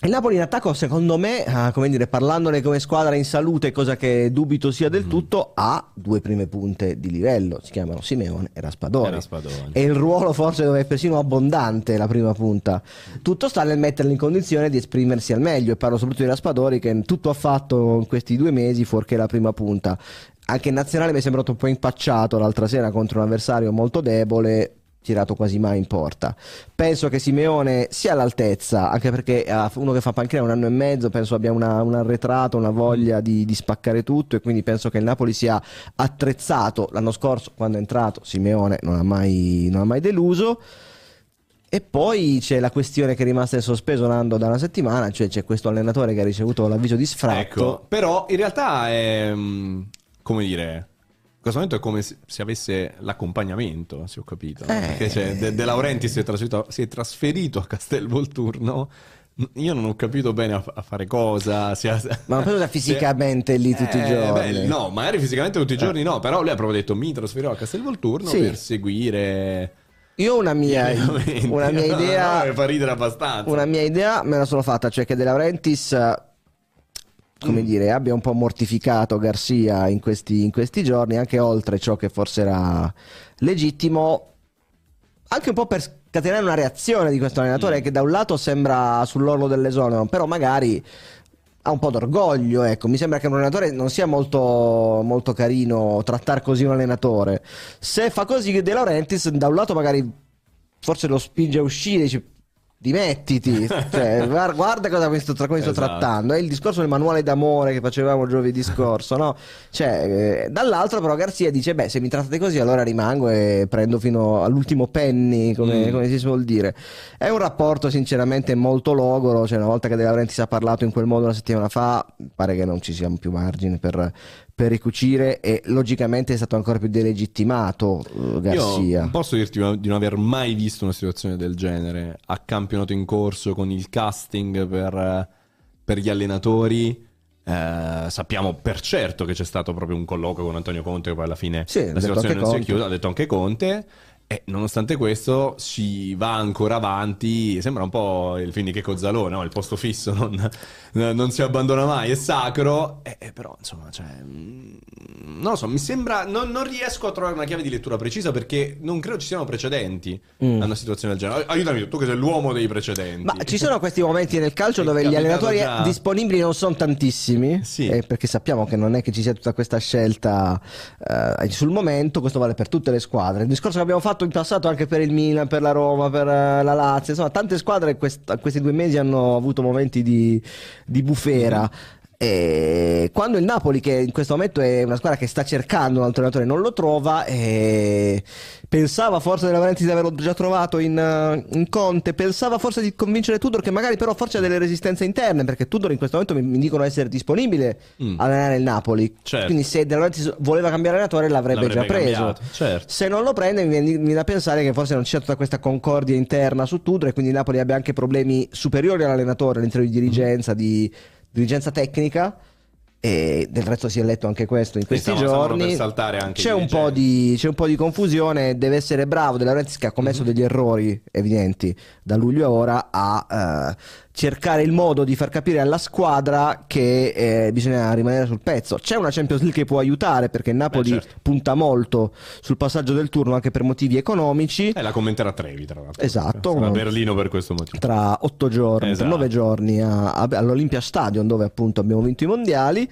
[SPEAKER 2] Il Napoli in attacco, secondo me, ah, come dire, parlandone come squadra in salute, cosa che dubito sia del tutto, ha due prime punte di livello, si chiamano Simeone e Raspadori.
[SPEAKER 1] Era Spadoni.
[SPEAKER 2] È il ruolo forse dove è persino abbondante la prima punta. Tutto sta nel metterli in condizione di esprimersi al meglio e parlo soprattutto di Raspadori che tutto ha fatto in questi due mesi fuorché la prima punta. Anche in nazionale mi è sembrato un po' impacciato l'altra sera contro un avversario molto debole, tirato quasi mai in porta. Penso che Simeone sia all'altezza, anche perché eh, uno che fa pancrea un anno e mezzo, penso abbia una, un arretrato, una voglia di, di spaccare tutto e quindi penso che il Napoli sia attrezzato. L'anno scorso, quando è entrato, Simeone non ha mai, non ha mai deluso. E poi c'è la questione che è rimasta in sospeso Nando da una settimana, cioè c'è questo allenatore che ha ricevuto l'avviso di sfratto.
[SPEAKER 1] Ecco, però in realtà è mh, come dire. In questo momento è come se se avesse l'accompagnamento, se ho capito.
[SPEAKER 2] Eh.
[SPEAKER 1] Perché c'è De, De Laurenti si è, trasferito, si è trasferito a Castelvolturno. N- Io non ho capito bene a, a fare cosa. sia-
[SPEAKER 2] Ma non penso sia fisicamente lì tutti i
[SPEAKER 1] Eh,
[SPEAKER 2] giorni.
[SPEAKER 1] beh, no, magari fisicamente tutti i giorni no. Però lui ha proprio detto: Mi trasferirò a Castelvolturno
[SPEAKER 2] Sì.
[SPEAKER 1] per seguire.
[SPEAKER 2] Io ho una mia,
[SPEAKER 1] gli allenamenti.
[SPEAKER 2] una mia
[SPEAKER 1] No,
[SPEAKER 2] idea.
[SPEAKER 1] no, mi fa ridere abbastanza.
[SPEAKER 2] Una mia idea me la sono fatta, cioè che De Laurentiis, eh,
[SPEAKER 1] Mm.
[SPEAKER 2] come dire, abbia un po' mortificato Garcia in questi, in questi giorni, anche oltre ciò che forse era legittimo, anche un po' per scatenare una reazione di questo allenatore che da un lato sembra sull'orlo dell'esonero, però magari ha un po' d'orgoglio, ecco. Mi sembra che un allenatore non sia molto, molto carino trattare così un allenatore. Se fa così De Laurentiis, da un lato magari forse lo spinge a uscire, dice dimettiti, cioè, guar- guarda cosa mi sto, tra- come sto
[SPEAKER 1] Esatto.
[SPEAKER 2] trattando. È il discorso del manuale d'amore che facevamo giovedì scorso, no? Cioè, eh, dall'altro però Garzia dice, beh, se mi trattate così allora rimango e prendo fino all'ultimo penny, come,
[SPEAKER 1] Mm.
[SPEAKER 2] come si suol dire. È un rapporto sinceramente molto logoro, cioè una volta che De Laurentiis ha parlato in quel modo una settimana fa, pare che non ci siano più margini per, per ricucire e logicamente è stato ancora più delegittimato eh,
[SPEAKER 1] Io
[SPEAKER 2] Garzia.
[SPEAKER 1] non posso dirti ma- di non aver mai visto una situazione del genere a campionato in corso con il casting per, per gli allenatori. Eh, sappiamo per certo che c'è stato proprio un colloquio con Antonio Conte, che poi alla fine
[SPEAKER 2] Sì, ha
[SPEAKER 1] la
[SPEAKER 2] detto
[SPEAKER 1] situazione
[SPEAKER 2] anche
[SPEAKER 1] non si è
[SPEAKER 2] Conte.
[SPEAKER 1] chiusa, ha detto anche Conte. E nonostante questo si va ancora avanti, sembra un po' il film di Checco Zalone, no? il posto fisso non, non si abbandona mai, è sacro, Eh, eh, però insomma, cioè, mm, non lo so, mi sembra, non, non riesco a trovare una chiave di lettura precisa perché non credo ci siano precedenti
[SPEAKER 2] Mm.
[SPEAKER 1] a una situazione del genere. Aiutami, tu che sei l'uomo dei precedenti.
[SPEAKER 2] Ma ci sono questi momenti nel calcio
[SPEAKER 1] È
[SPEAKER 2] dove gli
[SPEAKER 1] capitato
[SPEAKER 2] allenatori
[SPEAKER 1] già.
[SPEAKER 2] disponibili non sono tantissimi,
[SPEAKER 1] Sì.
[SPEAKER 2] eh, perché sappiamo che non è che ci sia tutta questa scelta eh, sul momento, questo vale per tutte le squadre. Il discorso che abbiamo fatto in passato anche per il Milan, per la Roma, per eh, la Lazio, insomma tante squadre quest- questi due mesi hanno avuto momenti di, di bufera.
[SPEAKER 1] Mm.
[SPEAKER 2] E Eh, quando il Napoli, che in questo momento è una squadra che sta cercando un altro allenatore, non lo trova, e pensava forse della Valentis di averlo già trovato in, eh, in Conte, pensava forse di convincere Tudor, che magari però forse ha delle resistenze interne, perché Tudor in questo momento mi, mi dicono essere disponibile
[SPEAKER 1] Mm.
[SPEAKER 2] a allenare il Napoli.
[SPEAKER 1] Certo.
[SPEAKER 2] Quindi se De Laurentiis voleva cambiare allenatore l'avrebbe,
[SPEAKER 1] L'avrebbe
[SPEAKER 2] già preso.
[SPEAKER 1] cambiato, certo.
[SPEAKER 2] Se non lo prende mi viene mi viene da pensare che forse non c'è tutta questa concordia interna su Tudor e quindi il Napoli abbia anche problemi superiori all'allenatore all'interno di dirigenza, di dirigenza tecnica e del resto si è letto anche questo in questi
[SPEAKER 1] stavano- stavano
[SPEAKER 2] giorni.
[SPEAKER 1] per saltare anche
[SPEAKER 2] c'è,
[SPEAKER 1] i
[SPEAKER 2] un po di, c'è un po' di confusione, deve essere bravo, De Laurentiis che ha commesso
[SPEAKER 1] Mhm.
[SPEAKER 2] degli errori evidenti da luglio a ora a eh, cercare il modo di far capire alla squadra che eh, bisogna rimanere sul pezzo. C'è una Champions League che può aiutare perché il Napoli
[SPEAKER 1] certo.
[SPEAKER 2] punta molto sul passaggio del turno anche per motivi economici.
[SPEAKER 1] E Eh, la commenterà Trevi, tra l'altro.
[SPEAKER 2] Esatto.
[SPEAKER 1] Sarà a Berlino per questo motivo.
[SPEAKER 2] Tra otto giorni,
[SPEAKER 1] Esatto.
[SPEAKER 2] nove giorni a- a- all'Olympia Stadium, dove appunto abbiamo vinto i mondiali.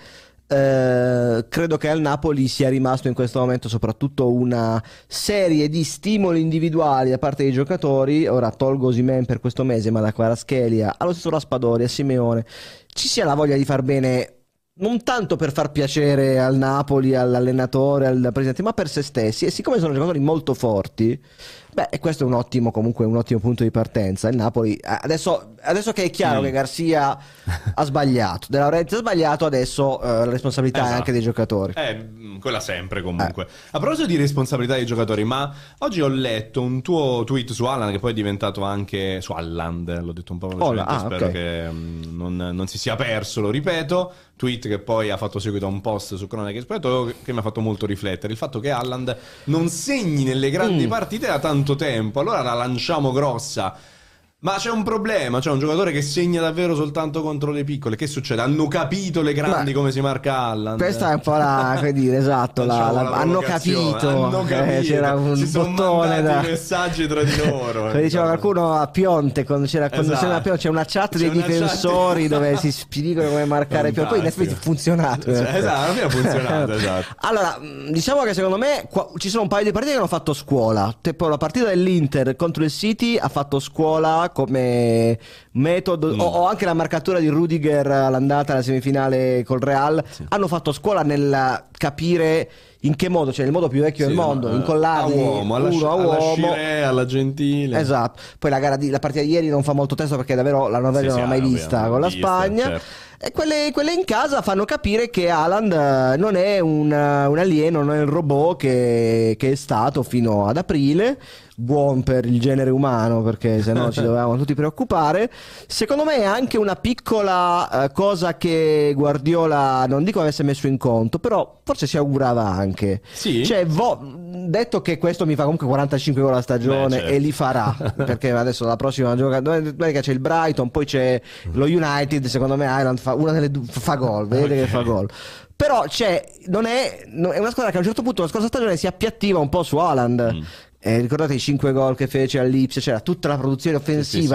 [SPEAKER 2] Eh, credo che al Napoli sia rimasto in questo momento soprattutto una serie di stimoli individuali da parte dei giocatori. Ora tolgo Osimen per questo mese, ma da Quaraschelia allo stesso Raspadori, a Simeone, ci sia la voglia di far bene. Non tanto per far piacere al Napoli, all'allenatore, al presidente, ma per se stessi. E siccome sono giocatori molto forti, beh, e questo è un ottimo, comunque, un ottimo punto di partenza. Il Napoli, eh, adesso, adesso che è chiaro
[SPEAKER 1] Mm.
[SPEAKER 2] che Garcia ha sbagliato, De Laurentiis ha sbagliato, adesso eh, la responsabilità è
[SPEAKER 1] Esatto.
[SPEAKER 2] anche dei giocatori. Eh.
[SPEAKER 1] Eh, mh, quella sempre comunque. A proposito di responsabilità dei giocatori, ma oggi ho letto un tuo tweet su Allan che poi è diventato anche su Alland, l'ho detto un po' velocemente,
[SPEAKER 2] ah,
[SPEAKER 1] spero
[SPEAKER 2] ok.
[SPEAKER 1] che mh, non, non si sia perso, lo ripeto, tweet che poi ha fatto seguito a un post su Cronache Esperto che mi ha fatto molto riflettere, il fatto che Alland non segni nelle grandi
[SPEAKER 2] Mm.
[SPEAKER 1] partite da tanto tempo, allora la lanciamo grossa. Ma c'è un problema, c'è un giocatore che segna davvero soltanto contro le piccole. Che succede? Hanno capito le grandi
[SPEAKER 2] Ma-
[SPEAKER 1] come si marca Alland?
[SPEAKER 2] Questa è un po' la, come dire, esatto, la-
[SPEAKER 1] Lanciamo
[SPEAKER 2] la-
[SPEAKER 1] Eh, la
[SPEAKER 2] hanno
[SPEAKER 1] provocazione,
[SPEAKER 2] capito,
[SPEAKER 1] hanno
[SPEAKER 2] eh,
[SPEAKER 1] capito.
[SPEAKER 2] c'era un
[SPEAKER 1] Si son
[SPEAKER 2] bottone
[SPEAKER 1] mandati
[SPEAKER 2] da...
[SPEAKER 1] i messaggi tra di loro, diciamo.
[SPEAKER 2] Come diceva
[SPEAKER 1] ricordo.
[SPEAKER 2] qualcuno a Pionte, quando c'era quando
[SPEAKER 1] Esatto.
[SPEAKER 2] c'era la Pionte, c'è una chat
[SPEAKER 1] C'è
[SPEAKER 2] dei
[SPEAKER 1] una chat-
[SPEAKER 2] difensori dove si spiegano come marcare Pionte, poi in
[SPEAKER 1] Fantastico.
[SPEAKER 2] effetti è funzionato. in
[SPEAKER 1] Cioè,
[SPEAKER 2] effetti.
[SPEAKER 1] esatto, alla fine ha funzionato, esatto.
[SPEAKER 2] Allora, mh, diciamo che secondo me qua- ci sono un paio di partite che hanno fatto scuola. Tipo la partita dell'Inter contro il City ha fatto scuola come metodo.
[SPEAKER 1] Mm.
[SPEAKER 2] O, o anche la marcatura di Rudiger all'andata alla semifinale col Real. Hanno fatto scuola nel capire in che modo, cioè nel modo più vecchio del
[SPEAKER 1] Sì,
[SPEAKER 2] mondo,
[SPEAKER 1] ma- eh,
[SPEAKER 2] incollati
[SPEAKER 1] a uomo, alla,
[SPEAKER 2] uno a
[SPEAKER 1] alla
[SPEAKER 2] uomo.
[SPEAKER 1] Scirè, alla Gentile.
[SPEAKER 2] Esatto, poi la, gara di, la partita di ieri non fa molto testo perché davvero la Norvegia
[SPEAKER 1] Sì,
[SPEAKER 2] non l'ha
[SPEAKER 1] sì,
[SPEAKER 2] mai
[SPEAKER 1] ovvio,
[SPEAKER 2] vista
[SPEAKER 1] non
[SPEAKER 2] con la
[SPEAKER 1] vista,
[SPEAKER 2] Spagna.
[SPEAKER 1] certo.
[SPEAKER 2] E quelle, quelle in casa fanno capire che Haaland eh, non è un, eh, un alieno, non è un robot che, che è stato fino ad aprile, buon per il genere umano perché se no ci dovevamo tutti preoccupare. Secondo me è anche una piccola eh, cosa che Guardiola non dico avesse messo in conto, però forse si augurava anche.
[SPEAKER 1] Sì.
[SPEAKER 2] Cioè, vo- detto che questo mi fa comunque 45 gol a stagione
[SPEAKER 1] Beh, certo.
[SPEAKER 2] e li farà, perché adesso la prossima gioca domen- domenica c'è il Brighton, poi c'è lo United, secondo me Island fa una delle due fa gol, vedete che fa gol. cioè, Però c'è, non è, non- è una squadra che a un certo punto la scorsa stagione si appiattiva un po' su Haaland.
[SPEAKER 1] Mm.
[SPEAKER 2] Eh, ricordate i 5 gol che fece all'Ipsia, c'era tutta la produzione offensiva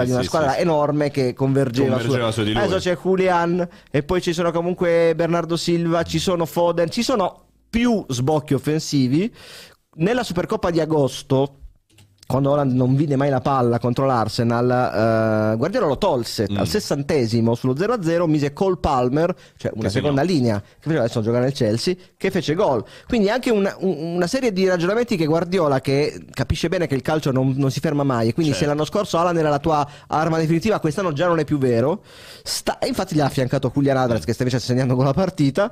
[SPEAKER 1] Sì, sì,
[SPEAKER 2] di una
[SPEAKER 1] sì,
[SPEAKER 2] squadra
[SPEAKER 1] sì, sì.
[SPEAKER 2] enorme che convergeva,
[SPEAKER 1] Convergeva su di lui.
[SPEAKER 2] Adesso c'è Julian e poi ci sono comunque Bernardo Silva, ci sono Foden, ci sono più sbocchi offensivi. Nella Supercoppa di agosto, quando Holland non vide mai la palla contro l'Arsenal, eh, Guardiola lo tolse
[SPEAKER 1] Mm.
[SPEAKER 2] al sessantesimo sullo 0-0, mise Cole Palmer, cioè una
[SPEAKER 1] Che
[SPEAKER 2] seconda linea, che faceva adesso giocare nel Chelsea, che fece gol. Quindi anche una, un- una serie di ragionamenti che Guardiola, che capisce bene che il calcio non, non si ferma mai, e quindi
[SPEAKER 1] Certo.
[SPEAKER 2] se l'anno scorso Alan era la tua arma definitiva, quest'anno già non è più vero, sta, e infatti gli ha affiancato Julian Adras che sta invece segnando con la partita,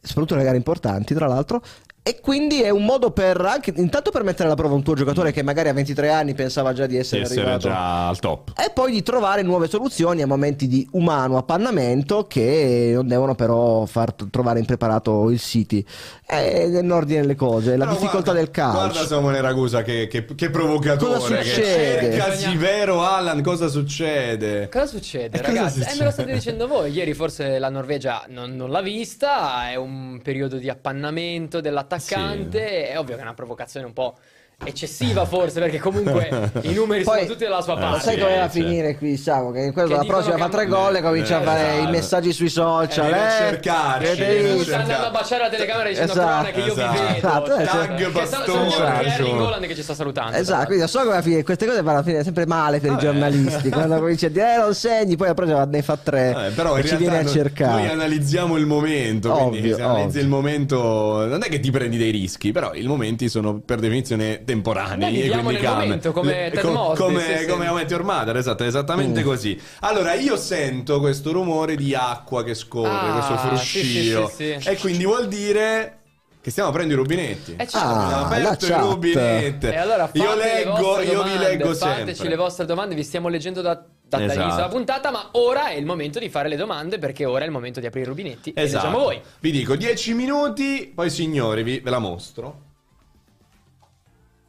[SPEAKER 2] soprattutto nelle gare importanti tra l'altro, e quindi è un modo per anche, intanto per mettere alla prova un tuo giocatore che magari a 23 anni pensava già di
[SPEAKER 1] Mm. Di
[SPEAKER 2] essere,
[SPEAKER 1] essere
[SPEAKER 2] arrivato
[SPEAKER 1] già al top.
[SPEAKER 2] e poi di trovare nuove soluzioni a momenti di umano appannamento che non devono però far t- trovare impreparato il City. È nell'ordine delle cose, è la
[SPEAKER 1] Però
[SPEAKER 2] difficoltà
[SPEAKER 1] guarda-
[SPEAKER 2] del calcio.
[SPEAKER 1] Guarda Samuele Ragusa che, che, che provocatore.
[SPEAKER 2] Cosa
[SPEAKER 1] che
[SPEAKER 2] succede?
[SPEAKER 1] cercasi vero Alan, cosa succede?
[SPEAKER 3] Cosa succede,
[SPEAKER 1] E cosa
[SPEAKER 3] ragazzi? Eh,
[SPEAKER 1] succede?
[SPEAKER 3] me lo state dicendo voi. Ieri forse la Norvegia non, non l'ha vista, è un periodo di appannamento dell'attaccante. È ovvio che è una provocazione un po' eccessiva, forse, perché comunque i numeri
[SPEAKER 2] Poi-
[SPEAKER 3] sono tutti dalla sua
[SPEAKER 1] eh,
[SPEAKER 2] Ma
[SPEAKER 3] parte.
[SPEAKER 2] sai come va a
[SPEAKER 1] sì, sì.
[SPEAKER 2] finire qui, Samu? Che,
[SPEAKER 3] Che
[SPEAKER 2] questo, la
[SPEAKER 3] dicono
[SPEAKER 2] prossima
[SPEAKER 3] che
[SPEAKER 2] fa tre
[SPEAKER 3] am-
[SPEAKER 2] gol e comincia
[SPEAKER 1] Eh,
[SPEAKER 2] a fare
[SPEAKER 1] esatto.
[SPEAKER 2] i messaggi sui social.
[SPEAKER 1] Eh, vieni a
[SPEAKER 2] eh,
[SPEAKER 1] cercarci,
[SPEAKER 2] vedete?
[SPEAKER 1] vieni a
[SPEAKER 3] Tu
[SPEAKER 1] cercarci.
[SPEAKER 3] stai andando a baciare la
[SPEAKER 1] Cioè,
[SPEAKER 3] telecamera dicendo
[SPEAKER 2] Esatto,
[SPEAKER 3] Crona che io
[SPEAKER 1] esatto.
[SPEAKER 3] vi vedo.
[SPEAKER 2] Esatto, eh,
[SPEAKER 1] tag
[SPEAKER 3] Che sta-
[SPEAKER 1] bastone,
[SPEAKER 3] sono proprio
[SPEAKER 1] ragione.
[SPEAKER 3] Erling Haaland che ci sta salutando.
[SPEAKER 2] Esatto, quindi non so come va a finire. Queste cose vanno a finire sempre male
[SPEAKER 1] Ah, eh.
[SPEAKER 2] per i giornalisti. Quando cominci a dire eh, non segni, poi la prossima ne fa tre
[SPEAKER 1] Eh, però
[SPEAKER 2] e
[SPEAKER 1] in
[SPEAKER 2] ci viene
[SPEAKER 1] realtà
[SPEAKER 2] a
[SPEAKER 1] no-
[SPEAKER 2] cercare.
[SPEAKER 1] noi analizziamo il momento, quindi
[SPEAKER 2] Ovvio,
[SPEAKER 1] se analizzi
[SPEAKER 2] ovvio.
[SPEAKER 1] il momento non è che ti prendi dei rischi, però i momenti sono per definizione temporanei.
[SPEAKER 3] Noi viviamo
[SPEAKER 1] quindi
[SPEAKER 3] nel
[SPEAKER 1] cam-
[SPEAKER 3] momento, come Ted Mosby,
[SPEAKER 1] come,
[SPEAKER 3] sì, sì.
[SPEAKER 1] come How I Met Your Mother, esatto, è
[SPEAKER 2] Mm.
[SPEAKER 1] esattamente così. Allora io sento questo rumore di acqua che scorre,
[SPEAKER 3] Ah,
[SPEAKER 1] questo
[SPEAKER 3] sì,
[SPEAKER 1] fruscio,
[SPEAKER 3] sì, sì, sì.
[SPEAKER 1] e quindi vuol dire che stiamo aprendo i rubinetti.
[SPEAKER 3] Eh, certo.
[SPEAKER 1] Abbiamo
[SPEAKER 2] Ah, la
[SPEAKER 1] aperto i
[SPEAKER 2] chat.
[SPEAKER 1] rubinetti.
[SPEAKER 3] E allora
[SPEAKER 1] io
[SPEAKER 3] fate le
[SPEAKER 1] leggo,
[SPEAKER 3] vostre
[SPEAKER 1] io vi
[SPEAKER 3] domande,
[SPEAKER 1] leggo
[SPEAKER 3] fateci
[SPEAKER 1] sempre.
[SPEAKER 3] le vostre domande, vi stiamo leggendo da, da- dall'inizio
[SPEAKER 1] Esatto.
[SPEAKER 3] della puntata, ma ora è il momento di fare le domande perché ora è il momento di aprire i rubinetti e
[SPEAKER 1] Esatto.
[SPEAKER 3] leggiamo diciamo voi.
[SPEAKER 1] Vi dico 10 minuti, poi signori, vi- ve la mostro.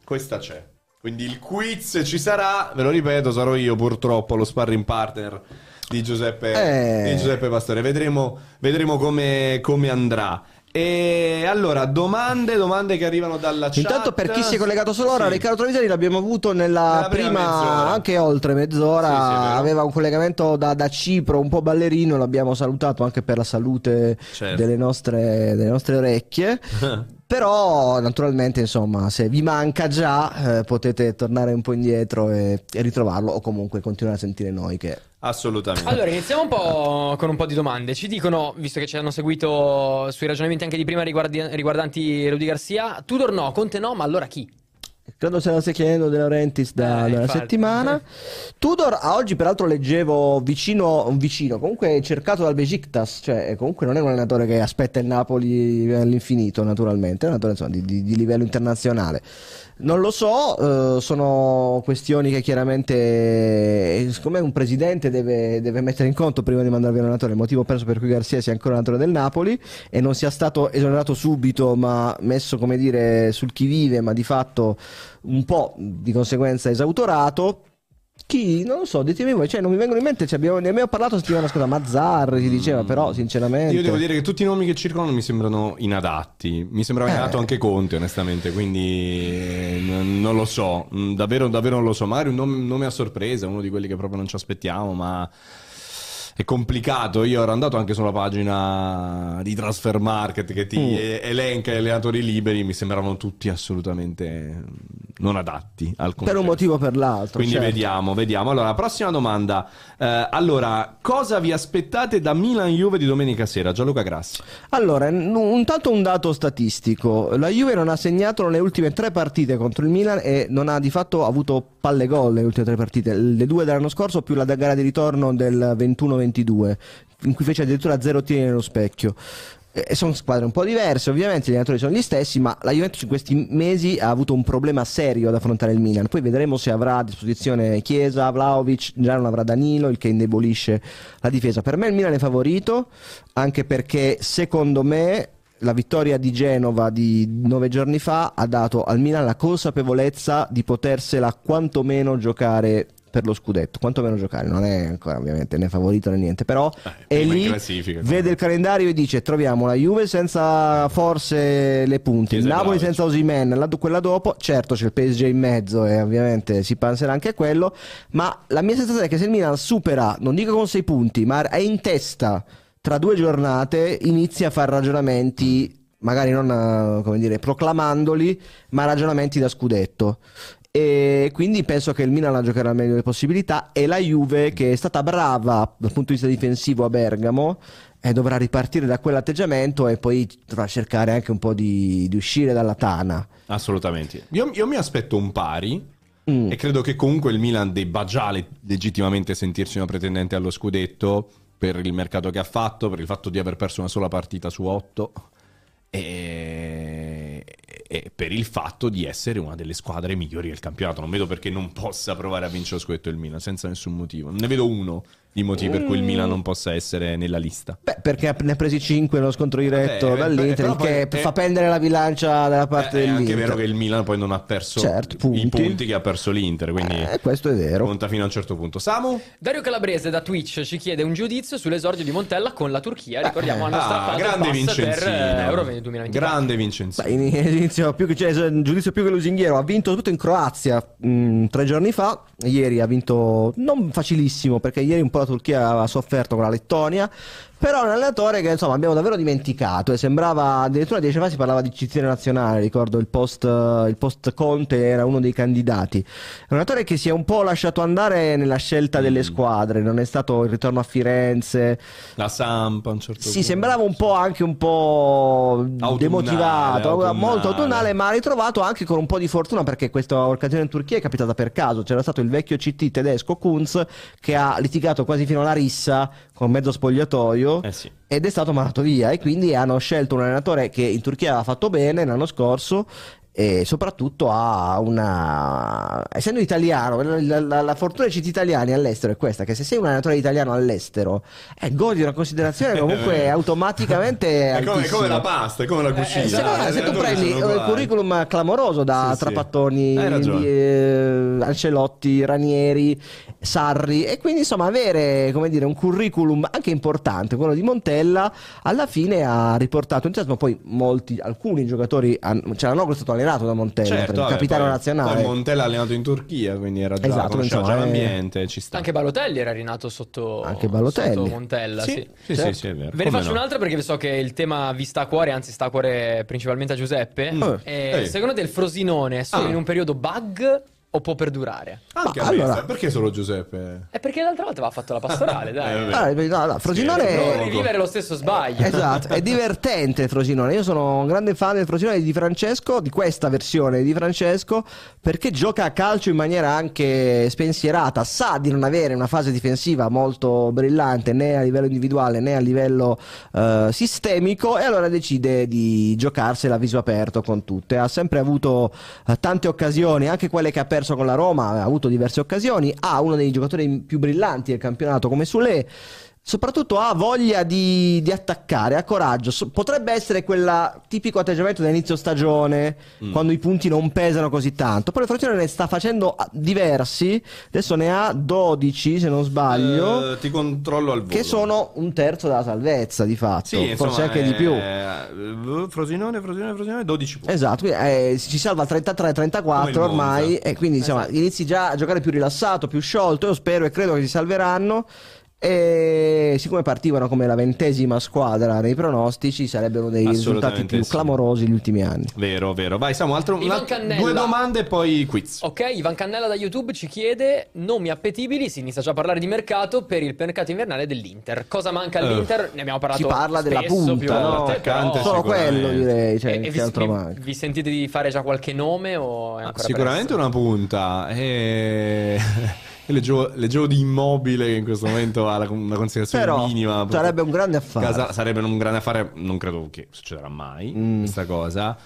[SPEAKER 1] Questa c'è. Quindi il quiz ci sarà, ve lo ripeto, sarò io purtroppo lo sparring partner di Giuseppe,
[SPEAKER 2] Eh.
[SPEAKER 1] di Giuseppe Pastore. Vedremo, vedremo come, come andrà. E allora, domande, domande che arrivano dalla chat.
[SPEAKER 2] Intanto per chi si è collegato solo ora,
[SPEAKER 1] Sì.
[SPEAKER 2] Riccardo Trovisani l'abbiamo avuto nella
[SPEAKER 1] Nella prima
[SPEAKER 2] prima,
[SPEAKER 1] mezz'ora.
[SPEAKER 2] anche oltre mezz'ora,
[SPEAKER 1] Sì, sì, è vero.
[SPEAKER 2] aveva un collegamento da, da Cipro, un po' ballerino, l'abbiamo salutato anche per la salute
[SPEAKER 1] Certo.
[SPEAKER 2] delle, nostre, delle nostre orecchie. Però naturalmente insomma se vi manca già eh, potete tornare un po' indietro e, e ritrovarlo o comunque continuare a sentire noi che...
[SPEAKER 1] Assolutamente.
[SPEAKER 3] Allora, iniziamo un po' con un po' di domande. Ci dicono, visto che ci hanno seguito sui ragionamenti anche di prima riguardi- riguardanti Rudy Garcia, Tudor no, Conte no, ma allora chi?
[SPEAKER 2] Credo se lo stia chiedendo De Laurentiis da,
[SPEAKER 3] Eh,
[SPEAKER 2] da una
[SPEAKER 3] infatti.
[SPEAKER 2] settimana. Tudor, a oggi peraltro leggevo vicino, un vicino, comunque cercato dal Besiktas, cioè comunque non è un allenatore che aspetta il Napoli all'infinito naturalmente, è un allenatore insomma, di, di- di livello internazionale. Non lo so, eh, sono questioni che chiaramente, eh, siccome un presidente deve, deve mettere in conto prima di mandare via un allenatore, il motivo penso per cui Garcia sia ancora allenatore del Napoli e non sia stato esonerato subito ma messo come dire sul chi vive, ma di fatto un po' di conseguenza esautorato. Chi, non lo so, ditemi voi, cioè non mi vengono in mente, cioè, abbiamo, ne abbiamo parlato settimana scorsa, Mazzarri si diceva, però sinceramente...
[SPEAKER 1] Mm. Io devo dire che tutti i nomi che circolano mi sembrano inadatti. Mi sembrava
[SPEAKER 2] Eh.
[SPEAKER 1] inatto anche Conte, onestamente, quindi eh, n- non lo so. Mm, Davvero, davvero non lo so. Magari un nom- nome, a sorpresa, uno di quelli che proprio non ci aspettiamo, ma. È complicato, io ero andato anche sulla pagina di Transfer Market che ti
[SPEAKER 2] Mm.
[SPEAKER 1] e- elenca gli allenatori liberi, mi sembravano tutti assolutamente mm, non adatti al
[SPEAKER 2] Per un
[SPEAKER 1] concetto.
[SPEAKER 2] motivo o per l'altro.
[SPEAKER 1] Quindi
[SPEAKER 2] certo.
[SPEAKER 1] vediamo, vediamo. Allora, prossima domanda. Eh, allora, cosa vi aspettate da Milan-Juve di domenica sera? Gianluca Grassi.
[SPEAKER 2] Allora, n- un tanto un dato statistico. La Juve non ha segnato nelle ultime tre partite contro il Milan e non ha di fatto avuto palle gol nelle ultime tre partite. Le due dell'anno scorso più la da- gara di ritorno del 21-22, in cui fece addirittura zero tiri nello specchio. E sono Eh, squadre un po' diverse, ovviamente gli allenatori sono gli stessi, ma la Juventus in questi mesi ha avuto un problema serio ad affrontare il Milan. Poi vedremo se avrà a disposizione Chiesa, Vlaovic, già non avrà Danilo, il che indebolisce la difesa. Per me il Milan è favorito, anche perché secondo me la vittoria di Genova di nove giorni fa ha dato al Milan la consapevolezza di potersela quantomeno giocare per lo scudetto, quantomeno giocare, non è ancora ovviamente né favorito né niente, però
[SPEAKER 1] Eh,
[SPEAKER 2] è
[SPEAKER 1] prima in
[SPEAKER 2] lì,
[SPEAKER 1] classifica,
[SPEAKER 2] vede il calendario e dice troviamo la Juve senza forse le punte, il
[SPEAKER 1] Chiesa e
[SPEAKER 2] Napoli
[SPEAKER 1] Vlahovic.
[SPEAKER 2] senza Osimen, la, quella dopo, certo c'è il PSG in mezzo e ovviamente si penserà anche a quello, ma la mia sensazione è che se il Milan supera, non dico con 6 punti, ma è in testa tra due giornate, inizia a fare ragionamenti, magari non eh, come dire, proclamandoli, ma ragionamenti da scudetto. E quindi penso che il Milan la giocherà al meglio delle possibilità e la Juve, che è stata brava dal punto di vista difensivo a Bergamo, eh, dovrà ripartire da quell'atteggiamento e poi dovrà cercare anche un po' di, di uscire dalla tana.
[SPEAKER 1] Assolutamente. Io, io mi aspetto un pari.
[SPEAKER 2] Mm.
[SPEAKER 1] E credo che comunque il Milan debba già le- legittimamente sentirsi una pretendente allo scudetto per il mercato che ha fatto, per il fatto di aver perso una sola partita su otto e, e per il fatto di essere una delle squadre migliori del campionato. Non vedo perché non possa provare a vincere lo scudetto il Milan senza nessun motivo. Non ne vedo uno di motivi per cui il Milan non possa essere nella lista.
[SPEAKER 2] Beh, perché ne ha presi 5 nello scontro diretto
[SPEAKER 1] Vabbè, beh,
[SPEAKER 2] dall'Inter,
[SPEAKER 1] però
[SPEAKER 2] il che
[SPEAKER 1] poi- eh,
[SPEAKER 2] fa pendere la bilancia dalla parte
[SPEAKER 1] Eh, è anche
[SPEAKER 2] dell'Inter.
[SPEAKER 1] vero che il Milan poi non ha perso
[SPEAKER 2] Certo,
[SPEAKER 1] i
[SPEAKER 2] punti.
[SPEAKER 1] punti che ha perso l'Inter, quindi
[SPEAKER 2] Eh, questo è vero.
[SPEAKER 1] conta fino a un certo punto. Samu?
[SPEAKER 3] Dario Calabrese da Twitch ci chiede un giudizio sull'esordio di Montella con la Turchia. Ricordiamo, hanno
[SPEAKER 1] Ah,
[SPEAKER 3] strappato il
[SPEAKER 1] grande
[SPEAKER 3] pass per eh,
[SPEAKER 1] Vincenzino.
[SPEAKER 3] Euro 2024.
[SPEAKER 1] Grande Vincenzino.
[SPEAKER 2] Beh, in- inizio più che, cioè, un giudizio più che lusinghiero. Ha vinto soprattutto in Croazia mh, tre giorni fa. Ieri ha vinto non facilissimo perché ieri un po' la Turchia aveva sofferto con la Lettonia. Però è un allenatore che insomma abbiamo davvero dimenticato. E sembrava addirittura dieci anni fa si parlava di cittadina nazionale. Ricordo il post, il post Conte era uno dei candidati. È un allenatore che si è un po' lasciato andare nella scelta delle squadre. Non è stato il ritorno a Firenze.
[SPEAKER 1] La Sampa a un certo
[SPEAKER 2] Sì,
[SPEAKER 1] punto.
[SPEAKER 2] sembrava un po' anche un po'
[SPEAKER 1] Autunnale,
[SPEAKER 2] demotivato,
[SPEAKER 1] autunnale.
[SPEAKER 2] molto autunnale, ma ha ritrovato anche con un po' di fortuna perché questa occasione in Turchia è capitata per caso. C'era stato il vecchio CT tedesco Kunz che ha litigato quasi fino alla rissa con mezzo spogliatoio
[SPEAKER 1] Eh sì.
[SPEAKER 2] ed è stato mandato via e quindi hanno scelto un allenatore che in Turchia aveva fatto bene l'anno scorso e soprattutto ha una essendo italiano la, la- la- la fortuna dei cittadini italiani all'estero è questa che se sei un allenatore italiano all'estero eh, godi una considerazione Eh, comunque automaticamente
[SPEAKER 1] Eh, È come, è come la
[SPEAKER 2] altissima.
[SPEAKER 1] pasta, è come la cucina.
[SPEAKER 2] Eh, se, no,
[SPEAKER 1] Eh,
[SPEAKER 2] se tu
[SPEAKER 1] dove
[SPEAKER 2] prendi
[SPEAKER 1] sono
[SPEAKER 2] un
[SPEAKER 1] uguali?
[SPEAKER 2] curriculum clamoroso da
[SPEAKER 1] Sì, sì.
[SPEAKER 2] Trapattoni,
[SPEAKER 1] Hai ragione.
[SPEAKER 2] di, eh, Ancelotti, Ranieri, Sarri e quindi insomma avere come dire, un curriculum anche importante, quello di Montella, alla fine ha riportato entusiasmo, poi molti, alcuni giocatori, hanno, cioè Anoglu è stato allenato da Montella,
[SPEAKER 1] Certo,
[SPEAKER 2] il
[SPEAKER 1] vabbè,
[SPEAKER 2] capitano
[SPEAKER 1] poi-
[SPEAKER 2] nazionale.
[SPEAKER 1] Poi Montella ha allenato in Turchia, quindi era già,
[SPEAKER 2] Esatto,
[SPEAKER 1] conosceva già
[SPEAKER 2] insomma, è-
[SPEAKER 1] l'ambiente, ci sta.
[SPEAKER 3] Anche Balotelli era rinato sotto,
[SPEAKER 2] Anche Balotelli.
[SPEAKER 3] sotto Montella.
[SPEAKER 1] sì,
[SPEAKER 3] sì.
[SPEAKER 1] sì,
[SPEAKER 2] Certo.
[SPEAKER 1] sì, sì, è vero.
[SPEAKER 3] Ve ne
[SPEAKER 1] Eh, Come
[SPEAKER 3] faccio
[SPEAKER 1] no?
[SPEAKER 3] un'altra perché so che il tema vi sta a cuore, anzi sta a cuore principalmente a Giuseppe.
[SPEAKER 2] Mm. Eh,
[SPEAKER 3] Eh,
[SPEAKER 1] Oh, ehi.
[SPEAKER 3] Secondo te il Frosinone è solo
[SPEAKER 1] Ah.
[SPEAKER 3] in un periodo bug o può perdurare?
[SPEAKER 1] Anche
[SPEAKER 2] Ma
[SPEAKER 1] a me,
[SPEAKER 2] allora-
[SPEAKER 1] sai, Perché solo Giuseppe?
[SPEAKER 3] È perché l'altra volta aveva fatto la pastorale,
[SPEAKER 1] Eh,
[SPEAKER 3] dai.
[SPEAKER 1] vabbè.
[SPEAKER 2] Ah, no, no, Frosinone
[SPEAKER 1] Sì,
[SPEAKER 2] è-
[SPEAKER 1] no,
[SPEAKER 3] non rivivere lo stesso sbaglio.
[SPEAKER 2] Esatto, è divertente il Frosinone. Io sono un grande fan del Frosinone di Francesco, di questa versione di Francesco, perché gioca a calcio in maniera anche spensierata. Sa di non avere una fase difensiva molto brillante né a livello individuale né a livello eh, sistemico, e allora decide di giocarsela a viso aperto con tutte. Ha sempre avuto eh, tante occasioni, anche quelle che ha perso con la Roma, ha avuto diverse occasioni. Ha uno dei giocatori più brillanti del campionato come Sule soprattutto ha voglia di, di attaccare, ha coraggio. So- potrebbe essere quel tipico atteggiamento dell'inizio stagione,
[SPEAKER 1] Mm.
[SPEAKER 2] quando i punti non pesano così tanto. Però il Frosinone ne sta facendo a- diversi, adesso ne ha 12 se non sbaglio,
[SPEAKER 1] Eh, ti controllo al volo.
[SPEAKER 2] che sono un terzo della salvezza di fatto,
[SPEAKER 1] sì, insomma,
[SPEAKER 2] forse anche di più.
[SPEAKER 1] eh, Frosinone, Frosinone, Frosinone, 12 punti.
[SPEAKER 2] Esatto, quindi, eh, si salva al 33-34
[SPEAKER 1] Come il Esatto. Monza.
[SPEAKER 2] ormai e quindi insomma inizi già a giocare più rilassato, più sciolto, io spero e credo che si salveranno e siccome partivano come la ventesima squadra nei pronostici sarebbero dei risultati
[SPEAKER 1] Assolutamente
[SPEAKER 2] più
[SPEAKER 1] sì.
[SPEAKER 2] clamorosi gli ultimi anni.
[SPEAKER 1] Vero, vero. Vai, Samu, altro,
[SPEAKER 3] Ivan
[SPEAKER 1] una-
[SPEAKER 3] Cannella.
[SPEAKER 1] due domande e poi quiz.
[SPEAKER 3] Ok, Ivan Cannella da YouTube ci chiede nomi appetibili, si inizia già a parlare di mercato per il mercato invernale dell'Inter. Cosa
[SPEAKER 1] Eh.
[SPEAKER 3] manca all'Inter? Ne abbiamo parlato
[SPEAKER 2] Si parla della
[SPEAKER 3] spesso,
[SPEAKER 2] punta,
[SPEAKER 3] più
[SPEAKER 2] no?
[SPEAKER 3] volte, però-
[SPEAKER 1] Attaccante,
[SPEAKER 2] Solo
[SPEAKER 1] sicuramente.
[SPEAKER 2] quello direi, cioè,
[SPEAKER 3] E- e
[SPEAKER 2] che
[SPEAKER 3] vi,
[SPEAKER 2] altro
[SPEAKER 3] vi-
[SPEAKER 2] manca.
[SPEAKER 3] vi sentite di fare già qualche nome o è ancora
[SPEAKER 1] Ah, Sicuramente
[SPEAKER 3] presto?
[SPEAKER 1] una punta. E... e leggevo, leggevo di immobile che in questo momento ha la- una considerazione
[SPEAKER 2] Però
[SPEAKER 1] minima.
[SPEAKER 2] sarebbe un grande affare.
[SPEAKER 1] Casa- sarebbe un grande affare, non credo che succederà mai
[SPEAKER 2] Mm.
[SPEAKER 1] questa cosa.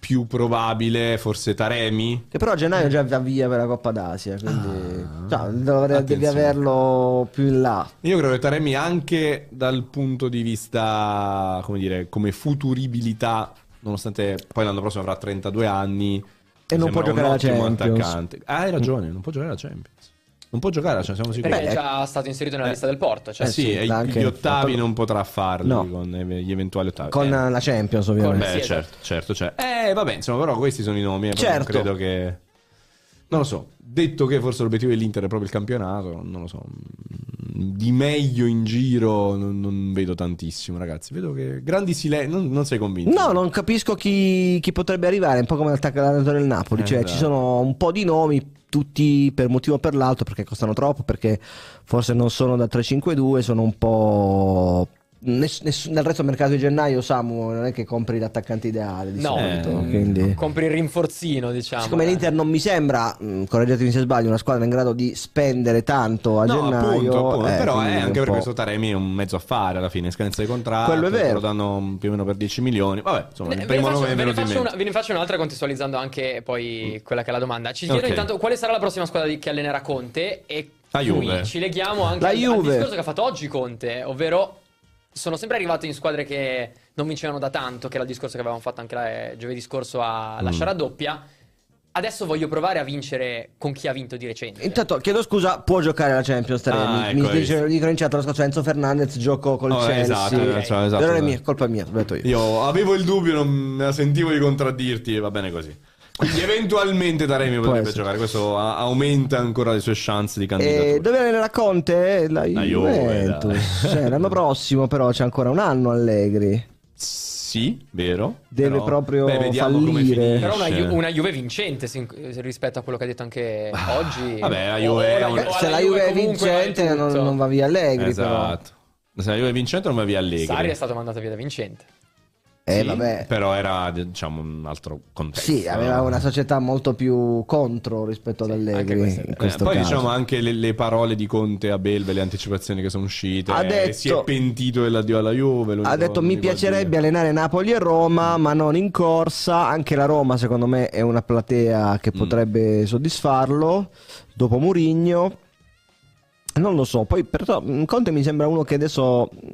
[SPEAKER 1] Più probabile forse Taremi.
[SPEAKER 2] Che però a gennaio già va via per la Coppa d'Asia, quindi
[SPEAKER 1] Ah.
[SPEAKER 2] cioè, dovre- devi
[SPEAKER 1] Attenzione.
[SPEAKER 2] averlo più in là.
[SPEAKER 1] Io credo che Taremi anche dal punto di vista, come dire, come futuribilità, nonostante poi l'anno prossimo avrà 32 anni
[SPEAKER 2] E non
[SPEAKER 1] mi sembra
[SPEAKER 2] può giocare
[SPEAKER 1] un
[SPEAKER 2] alla
[SPEAKER 1] ottimo
[SPEAKER 2] Champions.
[SPEAKER 1] attaccante. Ah, hai ragione, non può giocare alla Champions. Non può giocare, cioè, siamo sicuri.
[SPEAKER 3] Perché
[SPEAKER 2] Eh Beh,
[SPEAKER 3] è già stato inserito nella
[SPEAKER 1] eh.
[SPEAKER 3] lista del Porto. Cioè,
[SPEAKER 1] Eh sì,
[SPEAKER 2] sì,
[SPEAKER 1] e
[SPEAKER 2] anche-
[SPEAKER 1] gli ottavi non potrà farli
[SPEAKER 2] No.
[SPEAKER 1] con eh, gli eventuali ottavi.
[SPEAKER 2] Con
[SPEAKER 1] Eh.
[SPEAKER 2] eh, la Champions, ovviamente.
[SPEAKER 1] Beh,
[SPEAKER 3] Sì,
[SPEAKER 1] certo, certo, cioè. Eh, vabbè, insomma, però questi sono i nomi. eh, proprio non
[SPEAKER 2] Certo.
[SPEAKER 1] credo che. Non lo so. Detto che forse l'obiettivo dell'Inter è proprio il campionato, non lo so. mm, Di meglio in giro non, non vedo tantissimo, ragazzi. Vedo che grandi silenzi. Non, non sei convinto?
[SPEAKER 2] No, non capisco chi, chi potrebbe arrivare, è un po' come l'attaccatore del Napoli,
[SPEAKER 1] Eh,
[SPEAKER 2] cioè
[SPEAKER 1] bravo.
[SPEAKER 2] ci sono un po' di nomi, tutti per motivo o per l'altro, perché costano troppo, perché forse non sono da 3-5-2, sono un po'... Ness- ness- nel resto del mercato di gennaio, Samu, non è che compri l'attaccante ideale di
[SPEAKER 3] No,
[SPEAKER 2] solito,
[SPEAKER 1] eh,
[SPEAKER 2] quindi...
[SPEAKER 3] compri il rinforzino, diciamo.
[SPEAKER 2] Siccome
[SPEAKER 3] eh.
[SPEAKER 2] l'Inter non mi sembra, mh, correggetemi se sbaglio, una squadra in grado di spendere tanto a
[SPEAKER 1] No,
[SPEAKER 2] gennaio...
[SPEAKER 1] appunto, appunto.
[SPEAKER 2] eh,
[SPEAKER 1] però
[SPEAKER 2] quindi
[SPEAKER 1] è anche
[SPEAKER 2] un
[SPEAKER 1] per
[SPEAKER 2] po'.
[SPEAKER 1] questo Taremi è un mezzo affare alla fine, scadenza di contratto,
[SPEAKER 2] Quello è vero.
[SPEAKER 1] lo danno più o meno per 10 milioni. Vabbè, insomma,
[SPEAKER 3] Ne-
[SPEAKER 1] il
[SPEAKER 3] ve ne
[SPEAKER 1] primo
[SPEAKER 3] faccio-
[SPEAKER 1] nome è
[SPEAKER 3] ve ne
[SPEAKER 1] venuto in
[SPEAKER 3] faccio
[SPEAKER 1] mente. Mm.
[SPEAKER 3] una- ve ne faccio un'altra contestualizzando anche poi quella che è la domanda. Ci
[SPEAKER 1] Ok.
[SPEAKER 3] chiedo intanto quale sarà la prossima squadra di- che allenerà Conte e
[SPEAKER 1] La
[SPEAKER 3] qui
[SPEAKER 1] Juve.
[SPEAKER 3] ci leghiamo anche
[SPEAKER 2] La
[SPEAKER 3] al, al
[SPEAKER 2] Juve.
[SPEAKER 3] discorso che ha fatto oggi Conte, ovvero sono sempre arrivato in squadre che non vincevano da tanto, che era il discorso che avevamo fatto anche la- eh, giovedì scorso a
[SPEAKER 1] Mm.
[SPEAKER 3] lasciare a doppia. Adesso voglio provare a vincere con chi ha vinto di recente.
[SPEAKER 2] Intanto chiedo scusa, può giocare la Champions Taremi.
[SPEAKER 1] Ah,
[SPEAKER 2] mi
[SPEAKER 1] ecco, hai
[SPEAKER 2] dice, dicono in chat la scorsa Enzo Fernandez giocò col
[SPEAKER 1] Oh,
[SPEAKER 2] Chelsea.
[SPEAKER 1] esatto, esatto, esatto,
[SPEAKER 2] Errore
[SPEAKER 1] esatto.
[SPEAKER 2] mio, colpa mia, ho sbagliato io.
[SPEAKER 1] Io avevo il dubbio, non me la sentivo di contraddirti e va bene così. Quindi eventualmente Taremi
[SPEAKER 2] Può
[SPEAKER 1] potrebbe
[SPEAKER 2] essere.
[SPEAKER 1] giocare, questo a- aumenta ancora le sue chance di
[SPEAKER 2] E
[SPEAKER 1] candidatura.
[SPEAKER 2] Eh, dove era Conte? La
[SPEAKER 1] La Juve,
[SPEAKER 2] Juventus.
[SPEAKER 1] dai.
[SPEAKER 2] Cioè, l'anno prossimo però c'è ancora un anno Allegri.
[SPEAKER 1] Sì, vero.
[SPEAKER 2] Deve
[SPEAKER 1] però-
[SPEAKER 2] proprio
[SPEAKER 1] vediamo come
[SPEAKER 2] fallire.
[SPEAKER 1] finisce.
[SPEAKER 3] Però una, Ju- una Juve vincente sin- eh, rispetto a quello che ha detto anche oggi.
[SPEAKER 1] Ah, vabbè, la Juve
[SPEAKER 3] O
[SPEAKER 1] è
[SPEAKER 3] la-
[SPEAKER 1] un-
[SPEAKER 3] o
[SPEAKER 2] Beh, Eh, se la Juve è
[SPEAKER 3] comunque vale
[SPEAKER 2] vincente non,
[SPEAKER 3] tutto.
[SPEAKER 2] non va via Allegri però.
[SPEAKER 1] Esatto. Se la Juve è vincente non va via Allegri.
[SPEAKER 3] Sarri è stato mandato via da vincente.
[SPEAKER 2] Eh
[SPEAKER 1] Sì,
[SPEAKER 2] vabbè.
[SPEAKER 1] Però era diciamo un altro contesto.
[SPEAKER 2] Sì, aveva una società molto più contro rispetto ad
[SPEAKER 3] Sì, anche
[SPEAKER 2] Allegri
[SPEAKER 3] questo è
[SPEAKER 2] in
[SPEAKER 3] vero.
[SPEAKER 1] Eh,
[SPEAKER 2] questo
[SPEAKER 1] poi
[SPEAKER 2] caso.
[SPEAKER 1] diciamo anche le, le parole di Conte a Belve, le anticipazioni che sono uscite.
[SPEAKER 2] Ha
[SPEAKER 1] eh,
[SPEAKER 2] detto-
[SPEAKER 1] si è pentito dell'addio alla Juve. l'unico-
[SPEAKER 2] Ha detto mi
[SPEAKER 1] l'unico
[SPEAKER 2] piacerebbe
[SPEAKER 1] addio".
[SPEAKER 2] allenare Napoli e Roma, ma non in corsa. Anche la Roma, secondo me, è una platea che
[SPEAKER 1] Mm.
[SPEAKER 2] potrebbe soddisfarlo. Dopo Murigno. Non lo so, poi però mh, Conte mi sembra uno che adesso, mh,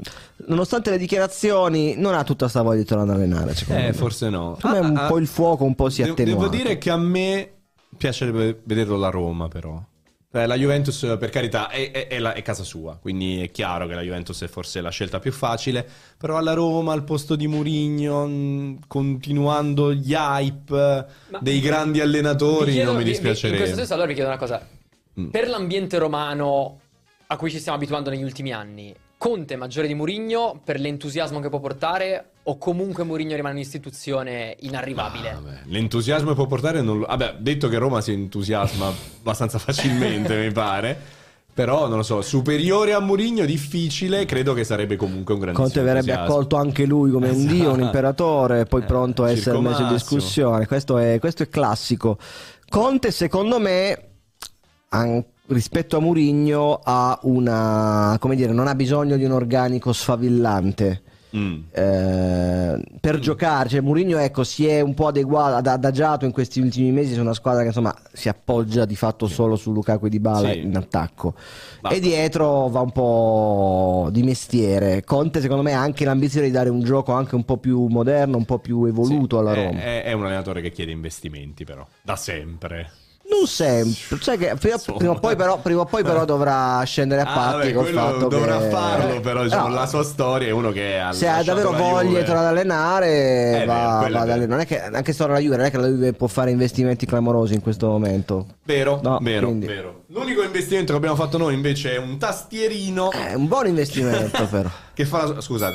[SPEAKER 2] nonostante le dichiarazioni, non ha tutta sta voglia di tornare ad allenare. Secondo
[SPEAKER 1] Eh,
[SPEAKER 2] me.
[SPEAKER 1] forse no.
[SPEAKER 2] Secondo me un po' il fuoco un po' si
[SPEAKER 1] de-
[SPEAKER 2] attenua.
[SPEAKER 1] Devo dire che a me piacerebbe vederlo la Roma, però. Eh, La Juventus, per carità, è, è- è la- è casa sua, quindi è chiaro che la Juventus è forse la scelta più facile, però alla Roma, al posto di Mourinho, mh, continuando gli hype
[SPEAKER 3] Ma-
[SPEAKER 1] dei grandi allenatori,
[SPEAKER 3] Vi chiedo-
[SPEAKER 1] non mi
[SPEAKER 3] vi- vi- In
[SPEAKER 1] dispiacerebbe.
[SPEAKER 3] questo senso, allora vi chiedo una cosa:
[SPEAKER 1] Mm.
[SPEAKER 3] per l'ambiente romano a cui ci stiamo abituando negli ultimi anni, Conte è maggiore di Murigno per l'entusiasmo che può portare, o comunque Murigno rimane un'istituzione
[SPEAKER 1] Ma,
[SPEAKER 3] inarrivabile?
[SPEAKER 1] Ah, vabbè, l'entusiasmo che può portare, non lo- vabbè, detto che Roma si entusiasma abbastanza facilmente, mi pare. Però non lo so, superiore a Mourinho difficile, credo che sarebbe comunque un grandissimo
[SPEAKER 2] Conte verrebbe
[SPEAKER 1] entusiasmo.
[SPEAKER 2] accolto anche lui come un
[SPEAKER 1] Esatto.
[SPEAKER 2] dio, un imperatore, poi
[SPEAKER 1] Eh,
[SPEAKER 2] pronto a essere messo in
[SPEAKER 1] circomassio.
[SPEAKER 2] discussione. Questo è, questo è classico. Conte, secondo me, an- rispetto a Murigno, ha una, come dire, non ha bisogno di un organico sfavillante.
[SPEAKER 1] Mm.
[SPEAKER 2] Eh, per giocare, cioè Mourinho ecco, si è un po' adeguato, ad- adagiato in questi ultimi mesi su una squadra che insomma si appoggia di fatto solo su Lukaku e Dybala
[SPEAKER 1] Sì.
[SPEAKER 2] in attacco
[SPEAKER 1] Ma-
[SPEAKER 2] e dietro va un po' di mestiere. Conte secondo me ha anche l'ambizione di dare un gioco anche un po' più moderno, un po' più
[SPEAKER 1] Sì,
[SPEAKER 2] evoluto
[SPEAKER 1] eh,
[SPEAKER 2] alla
[SPEAKER 1] è-
[SPEAKER 2] Roma.
[SPEAKER 1] È, è un allenatore che chiede investimenti, però. Da sempre.
[SPEAKER 2] Non sempre, sai che prima,
[SPEAKER 1] Insomma. Eh.
[SPEAKER 2] prima o poi però, prima o poi però dovrà scendere a
[SPEAKER 1] Ah,
[SPEAKER 2] patti
[SPEAKER 1] vabbè,
[SPEAKER 2] col
[SPEAKER 1] quello
[SPEAKER 2] fatto
[SPEAKER 1] dovrà
[SPEAKER 2] che-
[SPEAKER 1] farlo, però diciamo,
[SPEAKER 2] No,
[SPEAKER 1] la sua storia è uno che ha
[SPEAKER 2] se ha
[SPEAKER 1] lasciato
[SPEAKER 2] davvero
[SPEAKER 1] la
[SPEAKER 2] voglia
[SPEAKER 1] Juve.
[SPEAKER 2] di tornare ad allenare
[SPEAKER 1] Eh, vero,
[SPEAKER 2] va,
[SPEAKER 1] quello
[SPEAKER 2] va
[SPEAKER 1] è
[SPEAKER 2] ad
[SPEAKER 1] vero.
[SPEAKER 2] allenare. Non è che, anche se torna la Juve non è che la Juve può fare investimenti clamorosi in questo momento
[SPEAKER 1] Vero,
[SPEAKER 2] No,
[SPEAKER 1] vero,
[SPEAKER 2] quindi-
[SPEAKER 1] vero. L'unico investimento che abbiamo fatto noi invece è un tastierino
[SPEAKER 2] è un buon investimento però
[SPEAKER 1] che fa la... Scusate.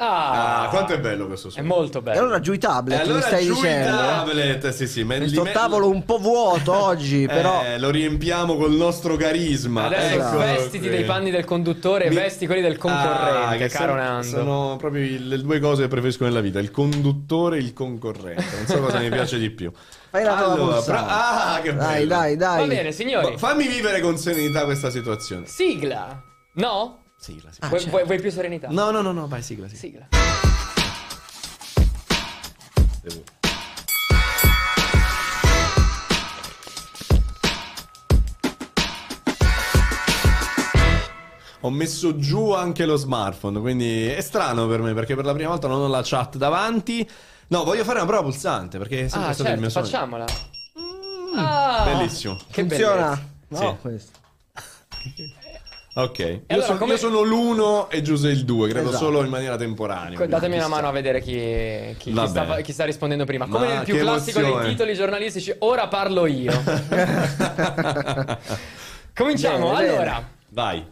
[SPEAKER 3] Ah,
[SPEAKER 1] Ah, quanto è bello questo
[SPEAKER 3] È
[SPEAKER 1] suono.
[SPEAKER 3] molto
[SPEAKER 2] e
[SPEAKER 3] bello.
[SPEAKER 2] allora giù i
[SPEAKER 1] E
[SPEAKER 2] tablet mi
[SPEAKER 1] allora
[SPEAKER 2] stai
[SPEAKER 1] giù il
[SPEAKER 2] dicendo eh?
[SPEAKER 1] tablet, sì sì. me-
[SPEAKER 2] questo
[SPEAKER 1] li me-
[SPEAKER 2] tavolo un po' vuoto oggi
[SPEAKER 1] Eh,
[SPEAKER 2] però
[SPEAKER 1] lo riempiamo col nostro carisma.
[SPEAKER 3] Adesso
[SPEAKER 1] Eccolo
[SPEAKER 3] vestiti
[SPEAKER 1] qui.
[SPEAKER 3] dei panni del conduttore e
[SPEAKER 1] Mi-
[SPEAKER 3] vesti quelli del
[SPEAKER 1] Ah,
[SPEAKER 3] concorrente,
[SPEAKER 1] che
[SPEAKER 3] caro
[SPEAKER 1] sono-
[SPEAKER 3] Nando.
[SPEAKER 1] Sono proprio il- le due cose che preferisco nella vita: il conduttore e il concorrente. Non so cosa mi piace di più.
[SPEAKER 2] fai la tua
[SPEAKER 1] Allora,
[SPEAKER 2] corsa.
[SPEAKER 1] bra- ah, che
[SPEAKER 2] dai
[SPEAKER 1] bello.
[SPEAKER 2] dai dai
[SPEAKER 3] Va bene, signori.
[SPEAKER 1] Ma Fammi vivere con serenità questa situazione.
[SPEAKER 3] Sigla. No?
[SPEAKER 1] Sì, la
[SPEAKER 2] Ah,
[SPEAKER 3] vuoi,
[SPEAKER 2] certo.
[SPEAKER 3] vuoi- vuoi più serenità?
[SPEAKER 1] No, no, no, no, vai, sigla. sigla.
[SPEAKER 3] Sigla.
[SPEAKER 1] Devo- Ho messo giù anche lo smartphone, quindi è strano per me perché per la prima volta non ho la chat davanti. No, voglio fare una prova pulsante perché è sempre
[SPEAKER 3] Ah,
[SPEAKER 1] stato il mio
[SPEAKER 3] certo,
[SPEAKER 1] sogno.
[SPEAKER 3] facciamola. Ah,
[SPEAKER 1] Bellissimo.
[SPEAKER 3] Che
[SPEAKER 2] Funziona.
[SPEAKER 3] bellezza.
[SPEAKER 2] No,
[SPEAKER 1] Sì.
[SPEAKER 2] questo.
[SPEAKER 1] Ok, io,
[SPEAKER 3] allora,
[SPEAKER 1] sono,
[SPEAKER 3] come-
[SPEAKER 1] io sono l'uno e Giuse il due, credo
[SPEAKER 2] Esatto.
[SPEAKER 1] solo in maniera temporanea.
[SPEAKER 3] Co-
[SPEAKER 1] quindi
[SPEAKER 3] Datemi una
[SPEAKER 1] chissà.
[SPEAKER 3] mano a vedere chi, chi- chi
[SPEAKER 1] Vabbè.
[SPEAKER 3] sta, chi sta rispondendo prima. Come
[SPEAKER 1] Ma
[SPEAKER 3] nel più
[SPEAKER 1] che
[SPEAKER 3] classico
[SPEAKER 1] emozione.
[SPEAKER 3] dei titoli giornalistici, ora parlo io. Cominciamo.
[SPEAKER 2] Bene, bene.
[SPEAKER 3] allora,
[SPEAKER 1] Vai.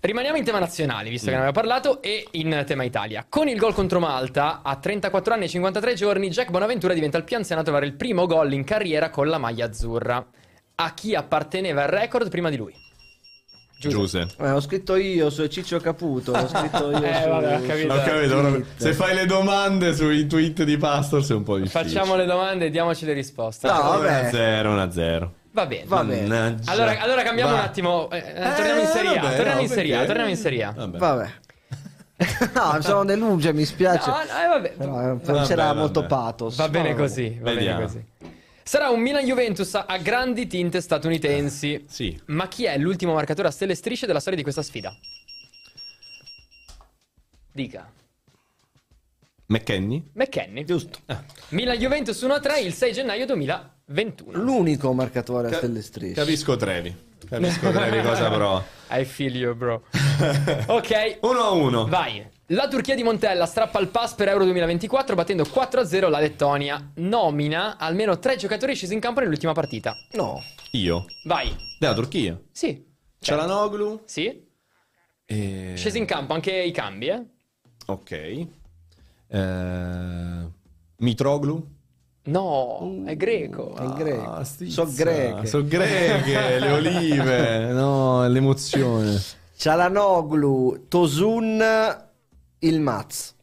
[SPEAKER 3] rimaniamo in tema nazionale, visto che ne abbiamo parlato, e in tema Italia. Con il gol contro Malta, a 34 anni e 53 giorni, Jack Bonaventura diventa il più anziano a trovare il primo gol in carriera con la maglia azzurra. A chi apparteneva il record prima di lui? Giuseppe.
[SPEAKER 1] Giuse.
[SPEAKER 2] Eh, ho scritto io su Ciccio Caputo, ho scritto io
[SPEAKER 3] Eh,
[SPEAKER 2] su...
[SPEAKER 3] vabbè, ho capito.
[SPEAKER 1] Ho capito, ora-
[SPEAKER 2] Twitter.
[SPEAKER 1] se fai le domande sui tweet di Pastor sei un po' difficile.
[SPEAKER 3] Facciamo le domande e diamoci le risposte.
[SPEAKER 2] No, vabbè.
[SPEAKER 1] 1-0, 1-0.
[SPEAKER 3] Va bene.
[SPEAKER 2] Va bene.
[SPEAKER 1] Mannaggia.
[SPEAKER 3] Allora, allora cambiamo
[SPEAKER 1] Va.
[SPEAKER 3] un attimo. eh, eh, torniamo in
[SPEAKER 1] Eh,
[SPEAKER 3] Serie A.
[SPEAKER 1] vabbè,
[SPEAKER 3] torniamo
[SPEAKER 1] no,
[SPEAKER 3] in Serie A.
[SPEAKER 1] perché-
[SPEAKER 3] Torniamo in Serie A.
[SPEAKER 1] Vabbè.
[SPEAKER 2] Vabbè. no, sono deluge, mi spiace.
[SPEAKER 3] No, no, eh, vabbè.
[SPEAKER 2] Però, eh,
[SPEAKER 1] Vabbè,
[SPEAKER 2] c'era
[SPEAKER 1] vabbè.
[SPEAKER 2] molto pathos.
[SPEAKER 3] Va bene
[SPEAKER 2] No,
[SPEAKER 3] così. Va bene
[SPEAKER 1] Vediamo.
[SPEAKER 3] così. Sarà un Milan Juventus a grandi tinte statunitensi.
[SPEAKER 1] Sì.
[SPEAKER 3] Ma chi è l'ultimo marcatore a stelle e strisce della storia di questa sfida? Dica.
[SPEAKER 1] McKenny?
[SPEAKER 3] McKenny.
[SPEAKER 2] Giusto.
[SPEAKER 1] Eh.
[SPEAKER 3] Milan Juventus 1-3 il 6 gennaio 2021.
[SPEAKER 2] L'unico marcatore a stelle e strisce.
[SPEAKER 1] Capisco Trevi. Capisco Trevi cosa però.
[SPEAKER 3] I feel you, bro. ok,
[SPEAKER 1] 1-1.
[SPEAKER 3] Vai. La Turchia di Montella strappa il pass per Euro 2024 battendo 4-0 la Lettonia. Nomina almeno tre giocatori scesi in campo nell'ultima partita.
[SPEAKER 2] No.
[SPEAKER 1] Io.
[SPEAKER 3] Vai.
[SPEAKER 1] Della Turchia.
[SPEAKER 3] Sì.
[SPEAKER 1] Cialanoglu.
[SPEAKER 3] Sì.
[SPEAKER 1] E...
[SPEAKER 3] Scesi in campo anche i cambi, eh?
[SPEAKER 1] Ok. Eh, Mitroglu.
[SPEAKER 3] No, Oh, Uh, è greco.
[SPEAKER 2] È greco.
[SPEAKER 1] Ah, stizza.
[SPEAKER 2] So greche.
[SPEAKER 1] So greche, le olive. No, l'emozione.
[SPEAKER 2] Cialanoglu, Tosun, il Maz.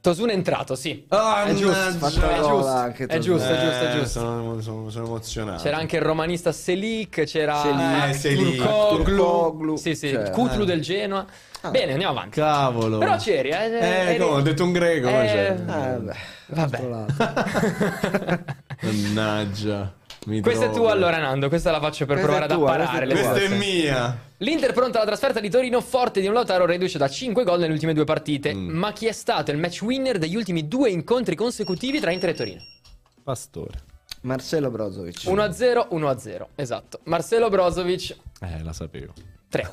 [SPEAKER 3] Tosun è entrato, sì.
[SPEAKER 1] Ah,
[SPEAKER 3] È giusto,
[SPEAKER 1] mannaggia.
[SPEAKER 2] fatto
[SPEAKER 3] è
[SPEAKER 2] gol
[SPEAKER 3] giusto,
[SPEAKER 2] anche
[SPEAKER 3] è
[SPEAKER 2] Tosun.
[SPEAKER 3] giusto, è giusto, è
[SPEAKER 1] Eh,
[SPEAKER 3] giusto.
[SPEAKER 1] Sono, sono- sono emozionato.
[SPEAKER 3] C'era anche il romanista Selic, c'era
[SPEAKER 2] Ah. Selic,
[SPEAKER 3] Ak-
[SPEAKER 1] eh, Selic,
[SPEAKER 3] Turkoglu.
[SPEAKER 2] Turkoglu.
[SPEAKER 3] Sì, sì,
[SPEAKER 2] Cioè, Ah.
[SPEAKER 3] Kutlu
[SPEAKER 1] eh.
[SPEAKER 3] del Genoa. Bene, andiamo avanti.
[SPEAKER 1] Cavolo.
[SPEAKER 3] Però c'eri, eh,
[SPEAKER 1] Eh,
[SPEAKER 3] eri-
[SPEAKER 1] come, ho detto un greco. ma
[SPEAKER 3] Eh,
[SPEAKER 1] c'era.
[SPEAKER 2] Eh, beh,
[SPEAKER 3] Vabbè.
[SPEAKER 2] altro lato.
[SPEAKER 1] Mannaggia. mi
[SPEAKER 3] Questa è
[SPEAKER 1] drogo.
[SPEAKER 3] tua allora Nando, questa la faccio per
[SPEAKER 2] Questa
[SPEAKER 3] provare
[SPEAKER 2] è
[SPEAKER 3] ad
[SPEAKER 2] tua,
[SPEAKER 3] apparare le
[SPEAKER 2] questa
[SPEAKER 1] Questa
[SPEAKER 3] cose.
[SPEAKER 1] è mia.
[SPEAKER 3] L'Inter pronta alla trasferta di Torino forte di un Lautaro reduce da 5 gol nelle ultime due partite,
[SPEAKER 1] Mm.
[SPEAKER 3] ma chi è stato il match winner degli ultimi due incontri consecutivi tra Inter e Torino?
[SPEAKER 1] Pastore.
[SPEAKER 2] Marcello Brozovic.
[SPEAKER 3] 1-0, 1-0, esatto. Marcelo Brozovic,
[SPEAKER 1] Eh, la sapevo.
[SPEAKER 3] 3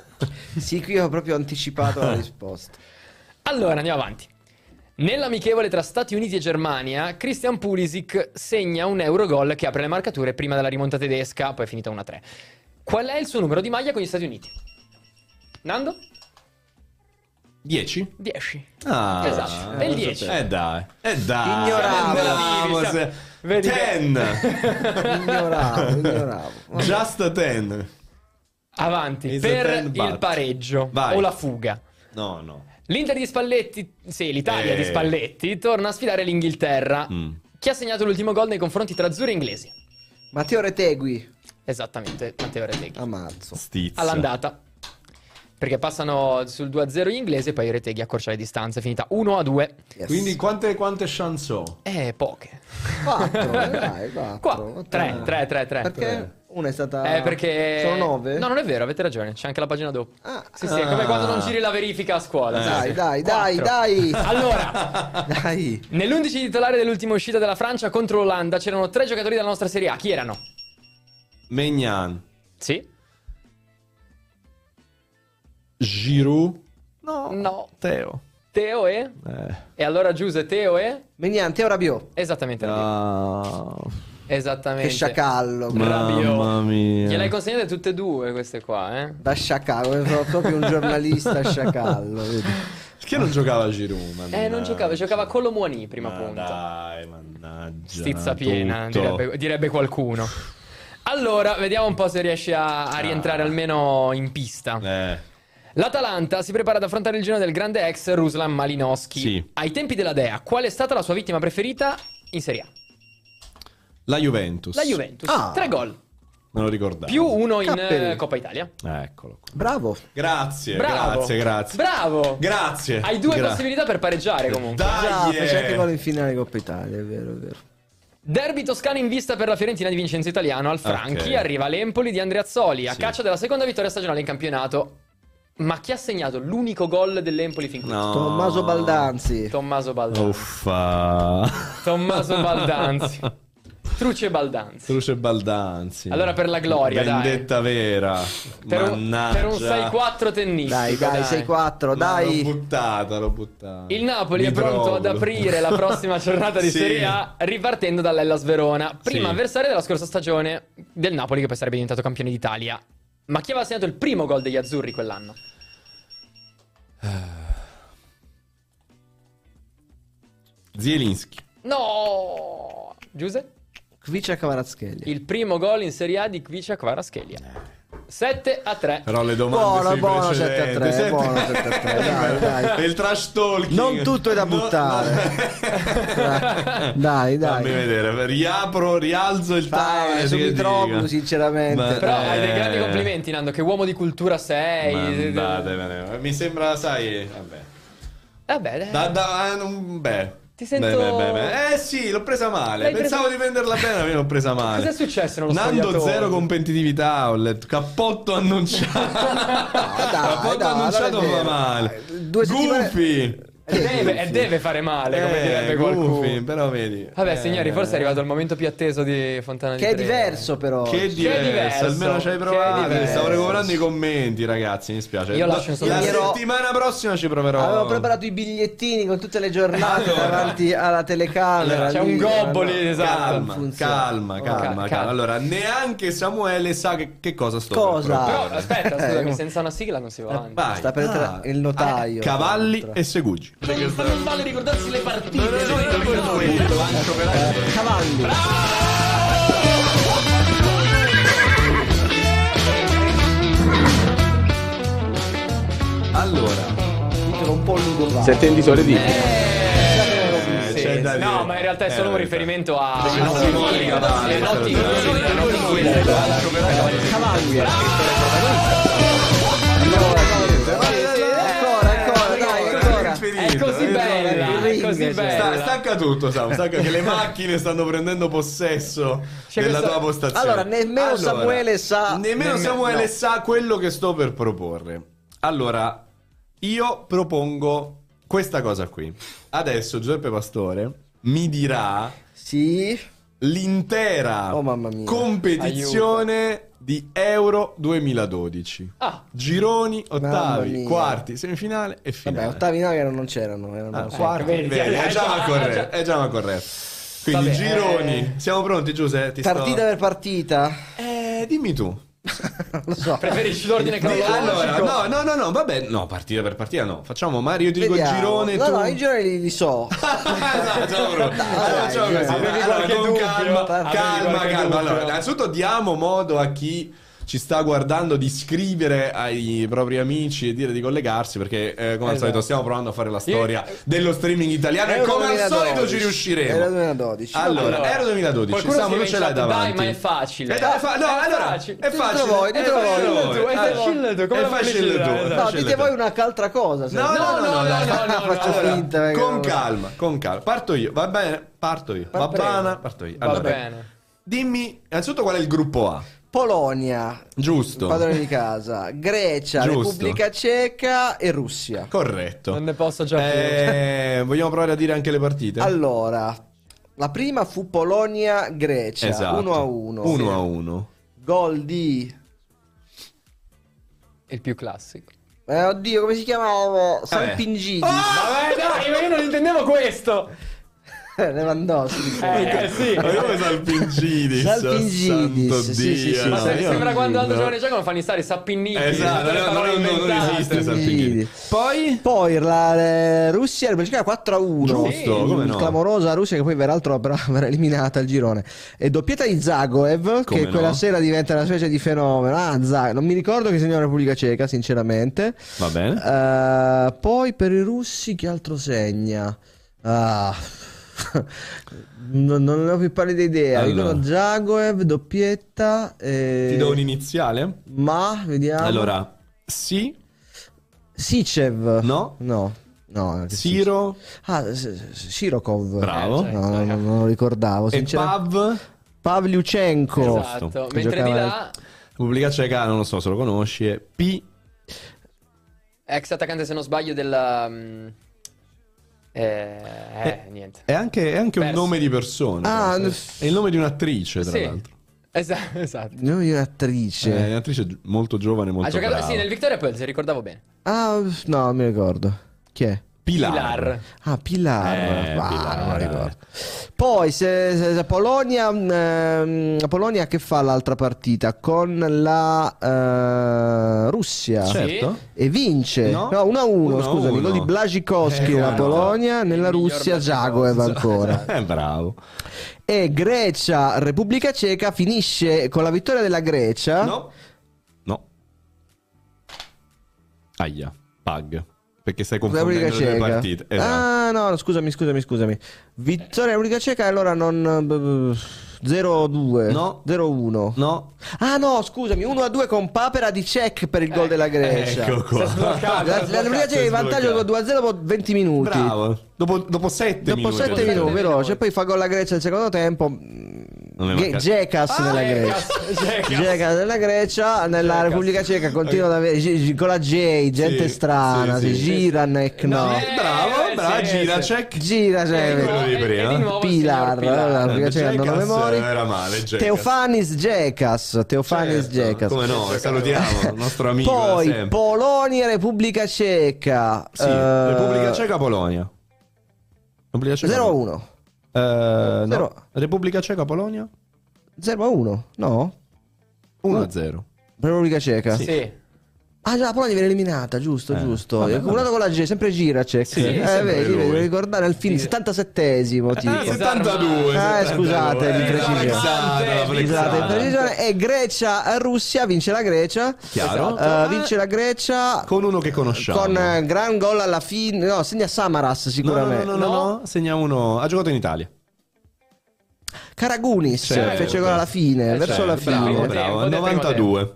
[SPEAKER 2] Sì, qui ho proprio anticipato la risposta.
[SPEAKER 3] Allora, andiamo avanti. Nell'amichevole tra Stati Uniti e Germania, Christian Pulisic segna un Eurogol che apre le marcature prima della rimonta tedesca, poi è finita 1-3. Qual è il suo numero di maglia con gli Stati Uniti? Nando?
[SPEAKER 1] 10?
[SPEAKER 3] 10.
[SPEAKER 1] Ah,
[SPEAKER 3] Esatto, è il 10.
[SPEAKER 1] Eh dai, eh dai.
[SPEAKER 2] Ignoravo.
[SPEAKER 1] Ignoravo, se-
[SPEAKER 3] Vedi che-
[SPEAKER 1] Ten.
[SPEAKER 2] Ignoravo, ignoravo. Vabbè.
[SPEAKER 1] Just ten.
[SPEAKER 3] Avanti
[SPEAKER 1] It's a
[SPEAKER 3] per
[SPEAKER 1] ten, but.
[SPEAKER 3] il pareggio
[SPEAKER 1] Vai.
[SPEAKER 3] o la fuga.
[SPEAKER 1] No, no.
[SPEAKER 3] L'Inter di Spalletti, sì, l'Italia
[SPEAKER 1] Eh.
[SPEAKER 3] di Spalletti torna a sfidare l'Inghilterra.
[SPEAKER 1] Mm.
[SPEAKER 3] Chi ha segnato l'ultimo gol nei confronti tra azzurri e inglesi?
[SPEAKER 2] Matteo Retegui
[SPEAKER 3] Esattamente, Matteo Reteghi.
[SPEAKER 2] a marzo.
[SPEAKER 1] Stizza.
[SPEAKER 3] All'andata. Perché passano sul 2-0 gli inglesi e poi Reteghi accorcia le distanze, finita 1-2.
[SPEAKER 2] Yes.
[SPEAKER 1] Quindi quante, quante chance ho?
[SPEAKER 3] Eh, poche.
[SPEAKER 2] Quattro, dai, quattro.
[SPEAKER 3] Qua, 3, 3, 3, 3.
[SPEAKER 2] Perché una è stata
[SPEAKER 3] Eh, perché...
[SPEAKER 2] sono nove?
[SPEAKER 3] No, non è vero, avete ragione, c'è anche la pagina dopo.
[SPEAKER 2] Ah,
[SPEAKER 3] Sì, sì, è
[SPEAKER 1] Ah.
[SPEAKER 3] come quando non giri la verifica a scuola.
[SPEAKER 1] Eh.
[SPEAKER 3] Sì,
[SPEAKER 2] dai,
[SPEAKER 3] sì.
[SPEAKER 2] dai, dai, dai.
[SPEAKER 3] Quattro. Allora,
[SPEAKER 2] Dai.
[SPEAKER 3] nell'11 titolare dell'ultima uscita della Francia contro l'Olanda c'erano tre giocatori della nostra Serie A. Chi erano?
[SPEAKER 1] Megnan,
[SPEAKER 3] Sì.
[SPEAKER 1] Giroud. No.
[SPEAKER 3] No.
[SPEAKER 1] Teo.
[SPEAKER 3] Teo e?
[SPEAKER 1] Eh.
[SPEAKER 3] E allora Giuse, Teo e?
[SPEAKER 2] Menian, Teo Rabiot.
[SPEAKER 3] Esattamente. Rabiot. Esattamente.
[SPEAKER 2] Ah. Che sciacallo.
[SPEAKER 3] Rabiot.
[SPEAKER 1] ah, Mamma mia.
[SPEAKER 3] Gliel'hai consegnate tutte e due queste qua, eh?
[SPEAKER 2] Da sciacallo, sono proprio un giornalista sciacallo. vedi.
[SPEAKER 1] Perché non giocava Giroud?
[SPEAKER 3] Eh, non giocava, giocava
[SPEAKER 1] con
[SPEAKER 3] Colomuani prima
[SPEAKER 2] Ah,
[SPEAKER 3] punta.
[SPEAKER 1] Dai, mannaggia.
[SPEAKER 3] Stizza piena,
[SPEAKER 1] tutto.
[SPEAKER 3] direbbe, direbbe qualcuno. Allora, vediamo un po' se riesci a, a rientrare
[SPEAKER 1] Ah.
[SPEAKER 3] almeno in pista.
[SPEAKER 1] Eh.
[SPEAKER 3] L'Atalanta si prepara ad affrontare il giro del grande ex Ruslan Malinowski.
[SPEAKER 1] Sì.
[SPEAKER 3] Ai tempi della Dea, qual è stata la sua vittima preferita in Serie A?
[SPEAKER 1] La Juventus.
[SPEAKER 3] La Juventus.
[SPEAKER 2] Ah.
[SPEAKER 3] Tre gol,
[SPEAKER 1] Me lo ricordavo.
[SPEAKER 3] più uno in
[SPEAKER 2] Cappelli.
[SPEAKER 3] eh, Coppa Italia.
[SPEAKER 1] Eh, Eccolo qua.
[SPEAKER 2] Bravo.
[SPEAKER 1] Grazie,
[SPEAKER 3] Bravo.
[SPEAKER 1] grazie, grazie.
[SPEAKER 3] Bravo.
[SPEAKER 1] Grazie.
[SPEAKER 3] Hai due
[SPEAKER 1] Gra-
[SPEAKER 3] possibilità per pareggiare comunque.
[SPEAKER 2] Già,
[SPEAKER 1] Dai, eh.
[SPEAKER 2] fece Esatto, anche gol in finale Coppa Italia, è vero, è vero.
[SPEAKER 3] Derby toscano in vista per la Fiorentina di Vincenzo Italiano. Al Franchi
[SPEAKER 1] Ok.
[SPEAKER 3] arriva l'Empoli di Andreazzoli a
[SPEAKER 1] Sì.
[SPEAKER 3] caccia della seconda vittoria stagionale in campionato. Ma chi ha segnato l'unico gol dell'Empoli fin qui?
[SPEAKER 1] No.
[SPEAKER 2] Tommaso Baldanzi.
[SPEAKER 1] Oh.
[SPEAKER 3] Tommaso Baldanzi.
[SPEAKER 1] Uffa.
[SPEAKER 3] Tommaso Baldanzi. Truce e Baldanzi.
[SPEAKER 1] Truce e Baldanzi.
[SPEAKER 3] Allora per la gloria, dai.
[SPEAKER 1] Vendetta vera.
[SPEAKER 3] Per un,
[SPEAKER 1] Mannaggia.
[SPEAKER 3] per un 6-4 tennistico.
[SPEAKER 2] Dai, dai, 6-4, dai.
[SPEAKER 1] No, L'ho buttata, l'ho buttata.
[SPEAKER 3] Il Napoli
[SPEAKER 1] Mi
[SPEAKER 3] è pronto
[SPEAKER 1] drogo.
[SPEAKER 3] ad aprire la prossima giornata di
[SPEAKER 1] Sì.
[SPEAKER 3] Serie A ripartendo dall'Ellas Verona, prima
[SPEAKER 1] Sì.
[SPEAKER 3] avversaria della scorsa stagione del Napoli che poi sarebbe diventato campione d'Italia. Ma chi aveva segnato il primo gol degli azzurri quell'anno?
[SPEAKER 1] Zielinski.
[SPEAKER 3] No! Giuse?
[SPEAKER 2] Kvicia Cavaraschelli.
[SPEAKER 3] Il primo gol in Serie A di Kvicia Kvaraschelia. 7 a 3.
[SPEAKER 1] Però le domande
[SPEAKER 2] Buono,
[SPEAKER 1] sui
[SPEAKER 2] buono,
[SPEAKER 1] precedenti.
[SPEAKER 2] 7 a 3,
[SPEAKER 1] Sette-
[SPEAKER 2] buono, 7 a 3, dai, dai.
[SPEAKER 1] Il trash talking.
[SPEAKER 2] Non tutto è da buttare.
[SPEAKER 1] No, no. Fammi
[SPEAKER 2] Dai, dai.
[SPEAKER 1] vedere, riapro, rialzo il
[SPEAKER 2] Dai,
[SPEAKER 1] tavolo.
[SPEAKER 2] su
[SPEAKER 1] eh, che
[SPEAKER 2] Mitroglou,
[SPEAKER 1] dica.
[SPEAKER 2] sinceramente.
[SPEAKER 1] Ma-
[SPEAKER 3] Però
[SPEAKER 1] Eh.
[SPEAKER 3] hai dei grandi complimenti, Nando, che uomo di cultura sei. eh,
[SPEAKER 1] Mandatevene. Mi sembra, sai, vabbè.
[SPEAKER 3] Vabbè, dai.
[SPEAKER 1] Da, da- eh, non- beh.
[SPEAKER 3] Ti sento-
[SPEAKER 1] Beh, beh, beh, beh. Eh sì, l'ho presa male.
[SPEAKER 3] L'hai
[SPEAKER 1] Pensavo
[SPEAKER 3] presa-
[SPEAKER 1] di prenderla bene, ma l'ho presa male.
[SPEAKER 3] Cos'è successo nello
[SPEAKER 1] Nando
[SPEAKER 3] spogliatoio?
[SPEAKER 1] zero competitività, ho letto. Cappotto annunciato.
[SPEAKER 2] dai,
[SPEAKER 1] Cappotto
[SPEAKER 2] dai,
[SPEAKER 1] annunciato
[SPEAKER 2] non è
[SPEAKER 1] fa
[SPEAKER 2] vero.
[SPEAKER 1] male.
[SPEAKER 2] Due settimane- Eh,
[SPEAKER 1] Goofy.
[SPEAKER 3] E Eh, deve, e deve fare male, come
[SPEAKER 1] Eh,
[SPEAKER 3] direbbe qualcuno.
[SPEAKER 1] Goofy, però vedi.
[SPEAKER 3] Vabbè,
[SPEAKER 1] Eh,
[SPEAKER 3] signori, forse è arrivato il momento più atteso di Fontana di
[SPEAKER 2] Che è
[SPEAKER 3] Trevi.
[SPEAKER 2] diverso però.
[SPEAKER 1] Che diverso,
[SPEAKER 3] diverso,
[SPEAKER 1] almeno ci hai
[SPEAKER 3] che
[SPEAKER 1] provato.
[SPEAKER 3] diverso.
[SPEAKER 1] Stavo recuperando i commenti, ragazzi. Mi spiace.
[SPEAKER 3] Io
[SPEAKER 1] La-
[SPEAKER 3] lascio solo-
[SPEAKER 1] La
[SPEAKER 2] Io ero-
[SPEAKER 1] settimana prossima ci proverò.
[SPEAKER 2] Avevo preparato i bigliettini con tutte le giornate davanti alla telecamera.
[SPEAKER 3] C'è un
[SPEAKER 2] lì,
[SPEAKER 3] gobbo lì,
[SPEAKER 2] no,
[SPEAKER 3] esatto.
[SPEAKER 1] Calma,
[SPEAKER 2] non funziona.
[SPEAKER 1] calma, calma, calma,
[SPEAKER 3] calma.
[SPEAKER 1] Allora, neanche Samuele sa che, che cosa sto
[SPEAKER 2] Cosa?
[SPEAKER 1] per
[SPEAKER 3] Però
[SPEAKER 1] proporre.
[SPEAKER 3] aspetta, scusami, senza una sigla non si va avanti.
[SPEAKER 1] Vai.
[SPEAKER 2] Sta per entrare il notaio.
[SPEAKER 1] Cavalli
[SPEAKER 2] tra l'altro.
[SPEAKER 1] e Eh, Segugi.
[SPEAKER 6] Non fa non vale ricordarsi le partite. noi
[SPEAKER 2] Eh, Cavalli.
[SPEAKER 1] Allora,
[SPEAKER 2] Titolo un po' ludovico.
[SPEAKER 7] Sentendo sole di
[SPEAKER 1] Eh,
[SPEAKER 3] Sì,
[SPEAKER 1] c'è
[SPEAKER 3] sì.
[SPEAKER 1] da dire.
[SPEAKER 3] no, ma in realtà è
[SPEAKER 1] Eh,
[SPEAKER 3] solo un
[SPEAKER 1] vabbè.
[SPEAKER 3] riferimento a
[SPEAKER 1] Perché non
[SPEAKER 3] a
[SPEAKER 1] si
[SPEAKER 3] Simone
[SPEAKER 1] vuole
[SPEAKER 3] Cavani,
[SPEAKER 1] cavare,
[SPEAKER 3] notti
[SPEAKER 1] però.
[SPEAKER 3] quelle, notti quelle.
[SPEAKER 2] Cavalli. Ancora, ancora, dai, ancora.
[SPEAKER 1] Infinito,
[SPEAKER 3] È così
[SPEAKER 1] eh,
[SPEAKER 3] bella, è
[SPEAKER 2] ring,
[SPEAKER 3] così
[SPEAKER 2] cioè.
[SPEAKER 1] Sta-
[SPEAKER 3] bella.
[SPEAKER 1] stacca tutto, Sam. Stacca che le macchine stanno prendendo possesso
[SPEAKER 3] C'è
[SPEAKER 1] della
[SPEAKER 3] questa-
[SPEAKER 1] tua postazione.
[SPEAKER 2] Allora, nemmeno Samuele sa-
[SPEAKER 1] Nemmeno
[SPEAKER 2] nemmeno-
[SPEAKER 1] Samuele
[SPEAKER 2] no.
[SPEAKER 1] sa quello che sto per proporre. Allora, io propongo questa cosa qui. Adesso Giuseppe Pastore mi dirà
[SPEAKER 2] Sì.
[SPEAKER 1] l'intera
[SPEAKER 2] Oh, mamma mia.
[SPEAKER 1] competizione di Euro 2012.
[SPEAKER 3] Ah,
[SPEAKER 1] Gironi, ottavi,
[SPEAKER 2] mia.
[SPEAKER 1] quarti, semifinale e finale.
[SPEAKER 2] Vabbè, ottavi no, erano non c'erano. erano
[SPEAKER 1] Ah,
[SPEAKER 2] solo-
[SPEAKER 1] quarti,
[SPEAKER 3] vedi,
[SPEAKER 1] vedi,
[SPEAKER 2] Eh,
[SPEAKER 3] già-
[SPEAKER 1] è già
[SPEAKER 3] già-
[SPEAKER 1] mal corretto, è già mal corretto. Quindi
[SPEAKER 3] Vabbè,
[SPEAKER 1] gironi,
[SPEAKER 3] eh.
[SPEAKER 1] siamo pronti Giuseppe? Ti sto-
[SPEAKER 2] Partita per partita.
[SPEAKER 1] Eh, dimmi tu.
[SPEAKER 2] Non lo so.
[SPEAKER 3] preferisci l'ordine
[SPEAKER 1] Di- allora,
[SPEAKER 3] cronologico?
[SPEAKER 1] no, no, no, no, vabbè, no, partita per partita no. Facciamo Mario, io ti dico
[SPEAKER 2] Vediamo.
[SPEAKER 1] girone
[SPEAKER 2] No,
[SPEAKER 1] tu.
[SPEAKER 2] no, i gironi li, li so.
[SPEAKER 1] no, facciamo proprio- Esatto, allora, facciamo
[SPEAKER 2] dai,
[SPEAKER 1] così.
[SPEAKER 2] avevi
[SPEAKER 1] Allora,
[SPEAKER 3] qualche
[SPEAKER 1] con
[SPEAKER 3] dubbio?
[SPEAKER 1] calma,
[SPEAKER 2] Avevi
[SPEAKER 1] calma,
[SPEAKER 3] qualche
[SPEAKER 1] calma.
[SPEAKER 3] dubbio?
[SPEAKER 1] Allora, innanzitutto diamo modo a chi ci sta guardando di scrivere ai propri amici e dire di collegarsi perché eh, come al solito
[SPEAKER 3] Esatto. Eh,
[SPEAKER 1] stiamo provando a fare la storia dello streaming italiano e
[SPEAKER 2] Euro
[SPEAKER 1] come al
[SPEAKER 2] 2012.
[SPEAKER 1] solito ci
[SPEAKER 2] Era
[SPEAKER 1] riusciremo.
[SPEAKER 2] 2012.
[SPEAKER 1] Allora,
[SPEAKER 3] Allora,
[SPEAKER 1] era 2012,
[SPEAKER 3] qualcuno
[SPEAKER 1] Samu,
[SPEAKER 3] scrive
[SPEAKER 1] tu
[SPEAKER 3] in
[SPEAKER 1] ce l'hai
[SPEAKER 3] chat, "Dai,
[SPEAKER 1] davanti.
[SPEAKER 3] ma è facile".
[SPEAKER 1] Eh, dai, è fa- no,
[SPEAKER 3] È
[SPEAKER 1] allora,
[SPEAKER 3] facile.
[SPEAKER 1] è
[SPEAKER 2] Ditelo
[SPEAKER 1] facile.
[SPEAKER 2] voi,
[SPEAKER 1] è
[SPEAKER 2] ditelo
[SPEAKER 1] facile
[SPEAKER 2] voi.
[SPEAKER 1] tu,
[SPEAKER 3] Tu, è
[SPEAKER 1] allora,
[SPEAKER 3] facile tu, come
[SPEAKER 1] è
[SPEAKER 3] la
[SPEAKER 1] facile tu,
[SPEAKER 3] pubblicità,
[SPEAKER 1] è
[SPEAKER 3] esatto.
[SPEAKER 2] No,
[SPEAKER 1] facile
[SPEAKER 2] dite
[SPEAKER 1] tu.
[SPEAKER 2] voi un'altra altra cosa. se-
[SPEAKER 1] No, no, no, no,
[SPEAKER 3] no,
[SPEAKER 1] dai.
[SPEAKER 3] no, no, no.
[SPEAKER 2] Faccio finta, perché
[SPEAKER 1] Con
[SPEAKER 2] non-
[SPEAKER 1] calma, con calma. Parto io, va bene? Parto io. Va
[SPEAKER 2] Parto io.
[SPEAKER 1] bene? Parto io.
[SPEAKER 3] Va
[SPEAKER 1] Allora,
[SPEAKER 3] bene.
[SPEAKER 1] dimmi innanzitutto qual è il gruppo A.
[SPEAKER 2] Polonia,
[SPEAKER 1] Giusto.
[SPEAKER 2] padrone di casa, Grecia,
[SPEAKER 1] Giusto.
[SPEAKER 2] Repubblica Ceca e Russia.
[SPEAKER 1] Corretto.
[SPEAKER 3] Non ne posso già più.
[SPEAKER 1] Eh, vogliamo provare a dire anche le partite?
[SPEAKER 2] Allora, la prima fu Polonia-Grecia, 1 a 1.
[SPEAKER 1] 1 Esatto. a 1.
[SPEAKER 2] Gol di
[SPEAKER 3] Il più classico.
[SPEAKER 2] eh, oddio, come si chiamava? Salpingidi.
[SPEAKER 1] Ah!
[SPEAKER 3] Vabbè, dai, ma io non intendevo questo.
[SPEAKER 2] Lewandowski.
[SPEAKER 3] Eh, sì.
[SPEAKER 1] Ecco. Ma io Salpingidis.
[SPEAKER 2] Salpingidis,
[SPEAKER 1] santo
[SPEAKER 2] sì, sì, sì,
[SPEAKER 1] Dio.
[SPEAKER 3] Ma
[SPEAKER 2] No,
[SPEAKER 3] se-
[SPEAKER 2] io
[SPEAKER 3] sembra
[SPEAKER 2] non
[SPEAKER 3] quando Aldo
[SPEAKER 1] no.
[SPEAKER 3] Giovane Giacomo fa stare Sappinnini.
[SPEAKER 1] Esatto, no, no, no, non esiste Salpingidis.
[SPEAKER 2] Poi? Poi la eh, Russia e la Belgica 4 a 1.
[SPEAKER 1] Giusto, come no.
[SPEAKER 2] Clamorosa Russia che poi peraltro però verrà eliminata al girone. E doppietta di
[SPEAKER 1] Come
[SPEAKER 2] Zagoev che
[SPEAKER 1] no.
[SPEAKER 2] quella sera diventa una specie di fenomeno. Ah, Zag- non mi ricordo che segnò la Repubblica Ceca, sinceramente.
[SPEAKER 1] Va bene.
[SPEAKER 2] Eh, poi per i russi che altro segna? Ah, non, non ne ho più pallida idea.
[SPEAKER 1] Allora.
[SPEAKER 2] Allora. Zagoev, doppietta. eh,
[SPEAKER 1] Ti do un iniziale?
[SPEAKER 2] Ma vediamo.
[SPEAKER 1] Allora, sì,
[SPEAKER 2] Sicev.
[SPEAKER 1] No.
[SPEAKER 2] No. No, che
[SPEAKER 1] Siro
[SPEAKER 2] Sicev. Ah, S- S- Sirokov.
[SPEAKER 1] Bravo.
[SPEAKER 2] No,
[SPEAKER 3] Esatto.
[SPEAKER 2] no, no, non lo ricordavo.
[SPEAKER 1] e
[SPEAKER 2] Sinceramente.
[SPEAKER 1] Pav.
[SPEAKER 2] Pavliuchenko.
[SPEAKER 3] Esatto,
[SPEAKER 2] Che
[SPEAKER 3] mentre di
[SPEAKER 2] giocava-
[SPEAKER 3] là,
[SPEAKER 1] Repubblica Ceca, non lo so se lo conosci, è P.
[SPEAKER 3] ex attaccante se non sbaglio della... mm, um, Eh, eh, niente.
[SPEAKER 1] È anche, è anche un
[SPEAKER 3] Perso.
[SPEAKER 1] nome di persona.
[SPEAKER 2] Ah,
[SPEAKER 1] guarda.
[SPEAKER 2] f-
[SPEAKER 1] è il nome di un'attrice, tra
[SPEAKER 3] Sì.
[SPEAKER 1] l'altro.
[SPEAKER 3] Esa- esatto.
[SPEAKER 2] Noi un'attrice.
[SPEAKER 1] È un'attrice gi- molto giovane, molto
[SPEAKER 3] Ha giocato
[SPEAKER 1] brava.
[SPEAKER 3] sì nel Victoria Pearls, ricordavo bene.
[SPEAKER 2] Ah, no, non mi ricordo. Chi è?
[SPEAKER 1] Pilar.
[SPEAKER 3] Pilar.
[SPEAKER 2] Ah, Pilar.
[SPEAKER 1] Eh,
[SPEAKER 2] Ah,
[SPEAKER 1] Pilar,
[SPEAKER 2] non la
[SPEAKER 1] eh.
[SPEAKER 2] ricordo. Poi se, se- se Polonia, ehm, Polonia che fa l'altra partita con la eh, Russia.
[SPEAKER 3] Sì.
[SPEAKER 1] Certo.
[SPEAKER 2] E vince
[SPEAKER 1] No?
[SPEAKER 2] 1 a 1,
[SPEAKER 1] Uno a
[SPEAKER 2] scusami,
[SPEAKER 1] uno.
[SPEAKER 2] gol di Blazikowski
[SPEAKER 1] Eh,
[SPEAKER 2] nella
[SPEAKER 1] no.
[SPEAKER 2] Polonia, nella
[SPEAKER 3] Il miglior
[SPEAKER 2] Russia
[SPEAKER 3] Blazikowski.
[SPEAKER 2] Zagoev ancora.
[SPEAKER 1] Eh, bravo.
[SPEAKER 2] e Grecia, Repubblica Ceca finisce con la vittoria della Grecia.
[SPEAKER 1] No. No. Aia, pag. Perché stai confondendo
[SPEAKER 2] Repubblica
[SPEAKER 1] le due
[SPEAKER 2] Ceca.
[SPEAKER 1] partite. Esatto.
[SPEAKER 2] Ah, no, scusami, scusami, scusami. Vittoria Repubblica Ceca, allora non 0-2.
[SPEAKER 1] No.
[SPEAKER 2] 0-1.
[SPEAKER 1] No.
[SPEAKER 2] Ah no, scusami, 1-2 con Papera di Cech per il gol della
[SPEAKER 3] Cioè,
[SPEAKER 2] Grecia.
[SPEAKER 1] Ecco qua.
[SPEAKER 2] La, la Repubblica Ceca è in vantaggio con 2-0 dopo 20 minuti.
[SPEAKER 1] Bravo. Dopo, dopo sette
[SPEAKER 2] Dopo
[SPEAKER 1] minuti.
[SPEAKER 2] 7
[SPEAKER 1] addirittura.
[SPEAKER 2] minuti,
[SPEAKER 3] minuti.
[SPEAKER 2] veloce, poi fa gol la Grecia al secondo tempo. mm,
[SPEAKER 1] Non è Ah,
[SPEAKER 2] Ge-
[SPEAKER 1] mancato.
[SPEAKER 2] Gekas
[SPEAKER 3] Ah,
[SPEAKER 1] eh,
[SPEAKER 2] nella
[SPEAKER 3] eh,
[SPEAKER 2] Grecia.
[SPEAKER 3] cioè,
[SPEAKER 2] Gekas della Grecia, nella
[SPEAKER 1] Gekas.
[SPEAKER 2] Repubblica Ceca continua ad avere gi- gi- con la J, gente
[SPEAKER 1] Sì,
[SPEAKER 2] strana,
[SPEAKER 1] sì,
[SPEAKER 2] si
[SPEAKER 1] sì.
[SPEAKER 2] giran e no.
[SPEAKER 1] No,
[SPEAKER 3] Eh,
[SPEAKER 1] bravo, bravo,
[SPEAKER 3] sì,
[SPEAKER 1] gira,
[SPEAKER 3] sì.
[SPEAKER 1] check.
[SPEAKER 2] Gira, cioè,
[SPEAKER 1] Eh, quello di
[SPEAKER 3] e- e
[SPEAKER 1] prima.
[SPEAKER 3] di nuovo il
[SPEAKER 2] Pilar,
[SPEAKER 3] signor Pilar.
[SPEAKER 2] la Repubblica
[SPEAKER 1] Eh,
[SPEAKER 2] Ceca hanno
[SPEAKER 1] Gekas
[SPEAKER 2] memoria.
[SPEAKER 1] era male, Gekas.
[SPEAKER 2] Teofanis Gekas, Teofanis
[SPEAKER 1] Certo,
[SPEAKER 2] Gekas.
[SPEAKER 1] Come no, salutiamo il nostro amico. da
[SPEAKER 2] Cioè, Poi
[SPEAKER 1] sempre.
[SPEAKER 2] Polonia, Repubblica Ceca.
[SPEAKER 1] Sì,
[SPEAKER 2] eh,
[SPEAKER 1] Repubblica Ceca Polonia. Repubblica Ceca
[SPEAKER 2] 0-1.
[SPEAKER 1] Eh, no.
[SPEAKER 2] Zero.
[SPEAKER 1] Repubblica Ceca Polonia
[SPEAKER 2] 0-1, no?
[SPEAKER 1] 1-0.
[SPEAKER 2] Repubblica Ceca.
[SPEAKER 3] Sì.
[SPEAKER 2] Ah già, la Polonia viene eliminata, giusto,
[SPEAKER 1] Eh,
[SPEAKER 2] giusto.
[SPEAKER 1] vabbè,
[SPEAKER 2] È comunicato con la G, sempre gira, Cech.
[SPEAKER 1] Sì,
[SPEAKER 2] eh,
[SPEAKER 1] sempre
[SPEAKER 2] vedi,
[SPEAKER 1] lui.
[SPEAKER 2] devi ricordare al film,
[SPEAKER 3] Sì.
[SPEAKER 2] 77esimo, tipo.
[SPEAKER 1] Ah, 72.
[SPEAKER 2] Eh,
[SPEAKER 1] 72.
[SPEAKER 2] scusate,
[SPEAKER 1] Eh,
[SPEAKER 2] l'imprecisione.
[SPEAKER 1] la flexata, la
[SPEAKER 2] Scusate,
[SPEAKER 1] flexata.
[SPEAKER 2] precisione. E Esatto, eh, Grecia, Russia, vince la Grecia.
[SPEAKER 1] Chiaro.
[SPEAKER 2] Eh, vince la Grecia
[SPEAKER 1] Con uno che conosciamo.
[SPEAKER 2] con eh, gran gol alla fine. No, segna Samaras
[SPEAKER 1] No, no,
[SPEAKER 2] sicuramente.
[SPEAKER 1] no, no, no, no, segna uno. Ha giocato in Italia.
[SPEAKER 2] Caragunis
[SPEAKER 1] Certo.
[SPEAKER 2] fece gol alla fine,
[SPEAKER 3] Eh,
[SPEAKER 2] verso
[SPEAKER 1] Cioè,
[SPEAKER 2] la
[SPEAKER 1] bravo,
[SPEAKER 2] fine.
[SPEAKER 3] Primo
[SPEAKER 1] bravo,
[SPEAKER 3] tempo,
[SPEAKER 1] 92.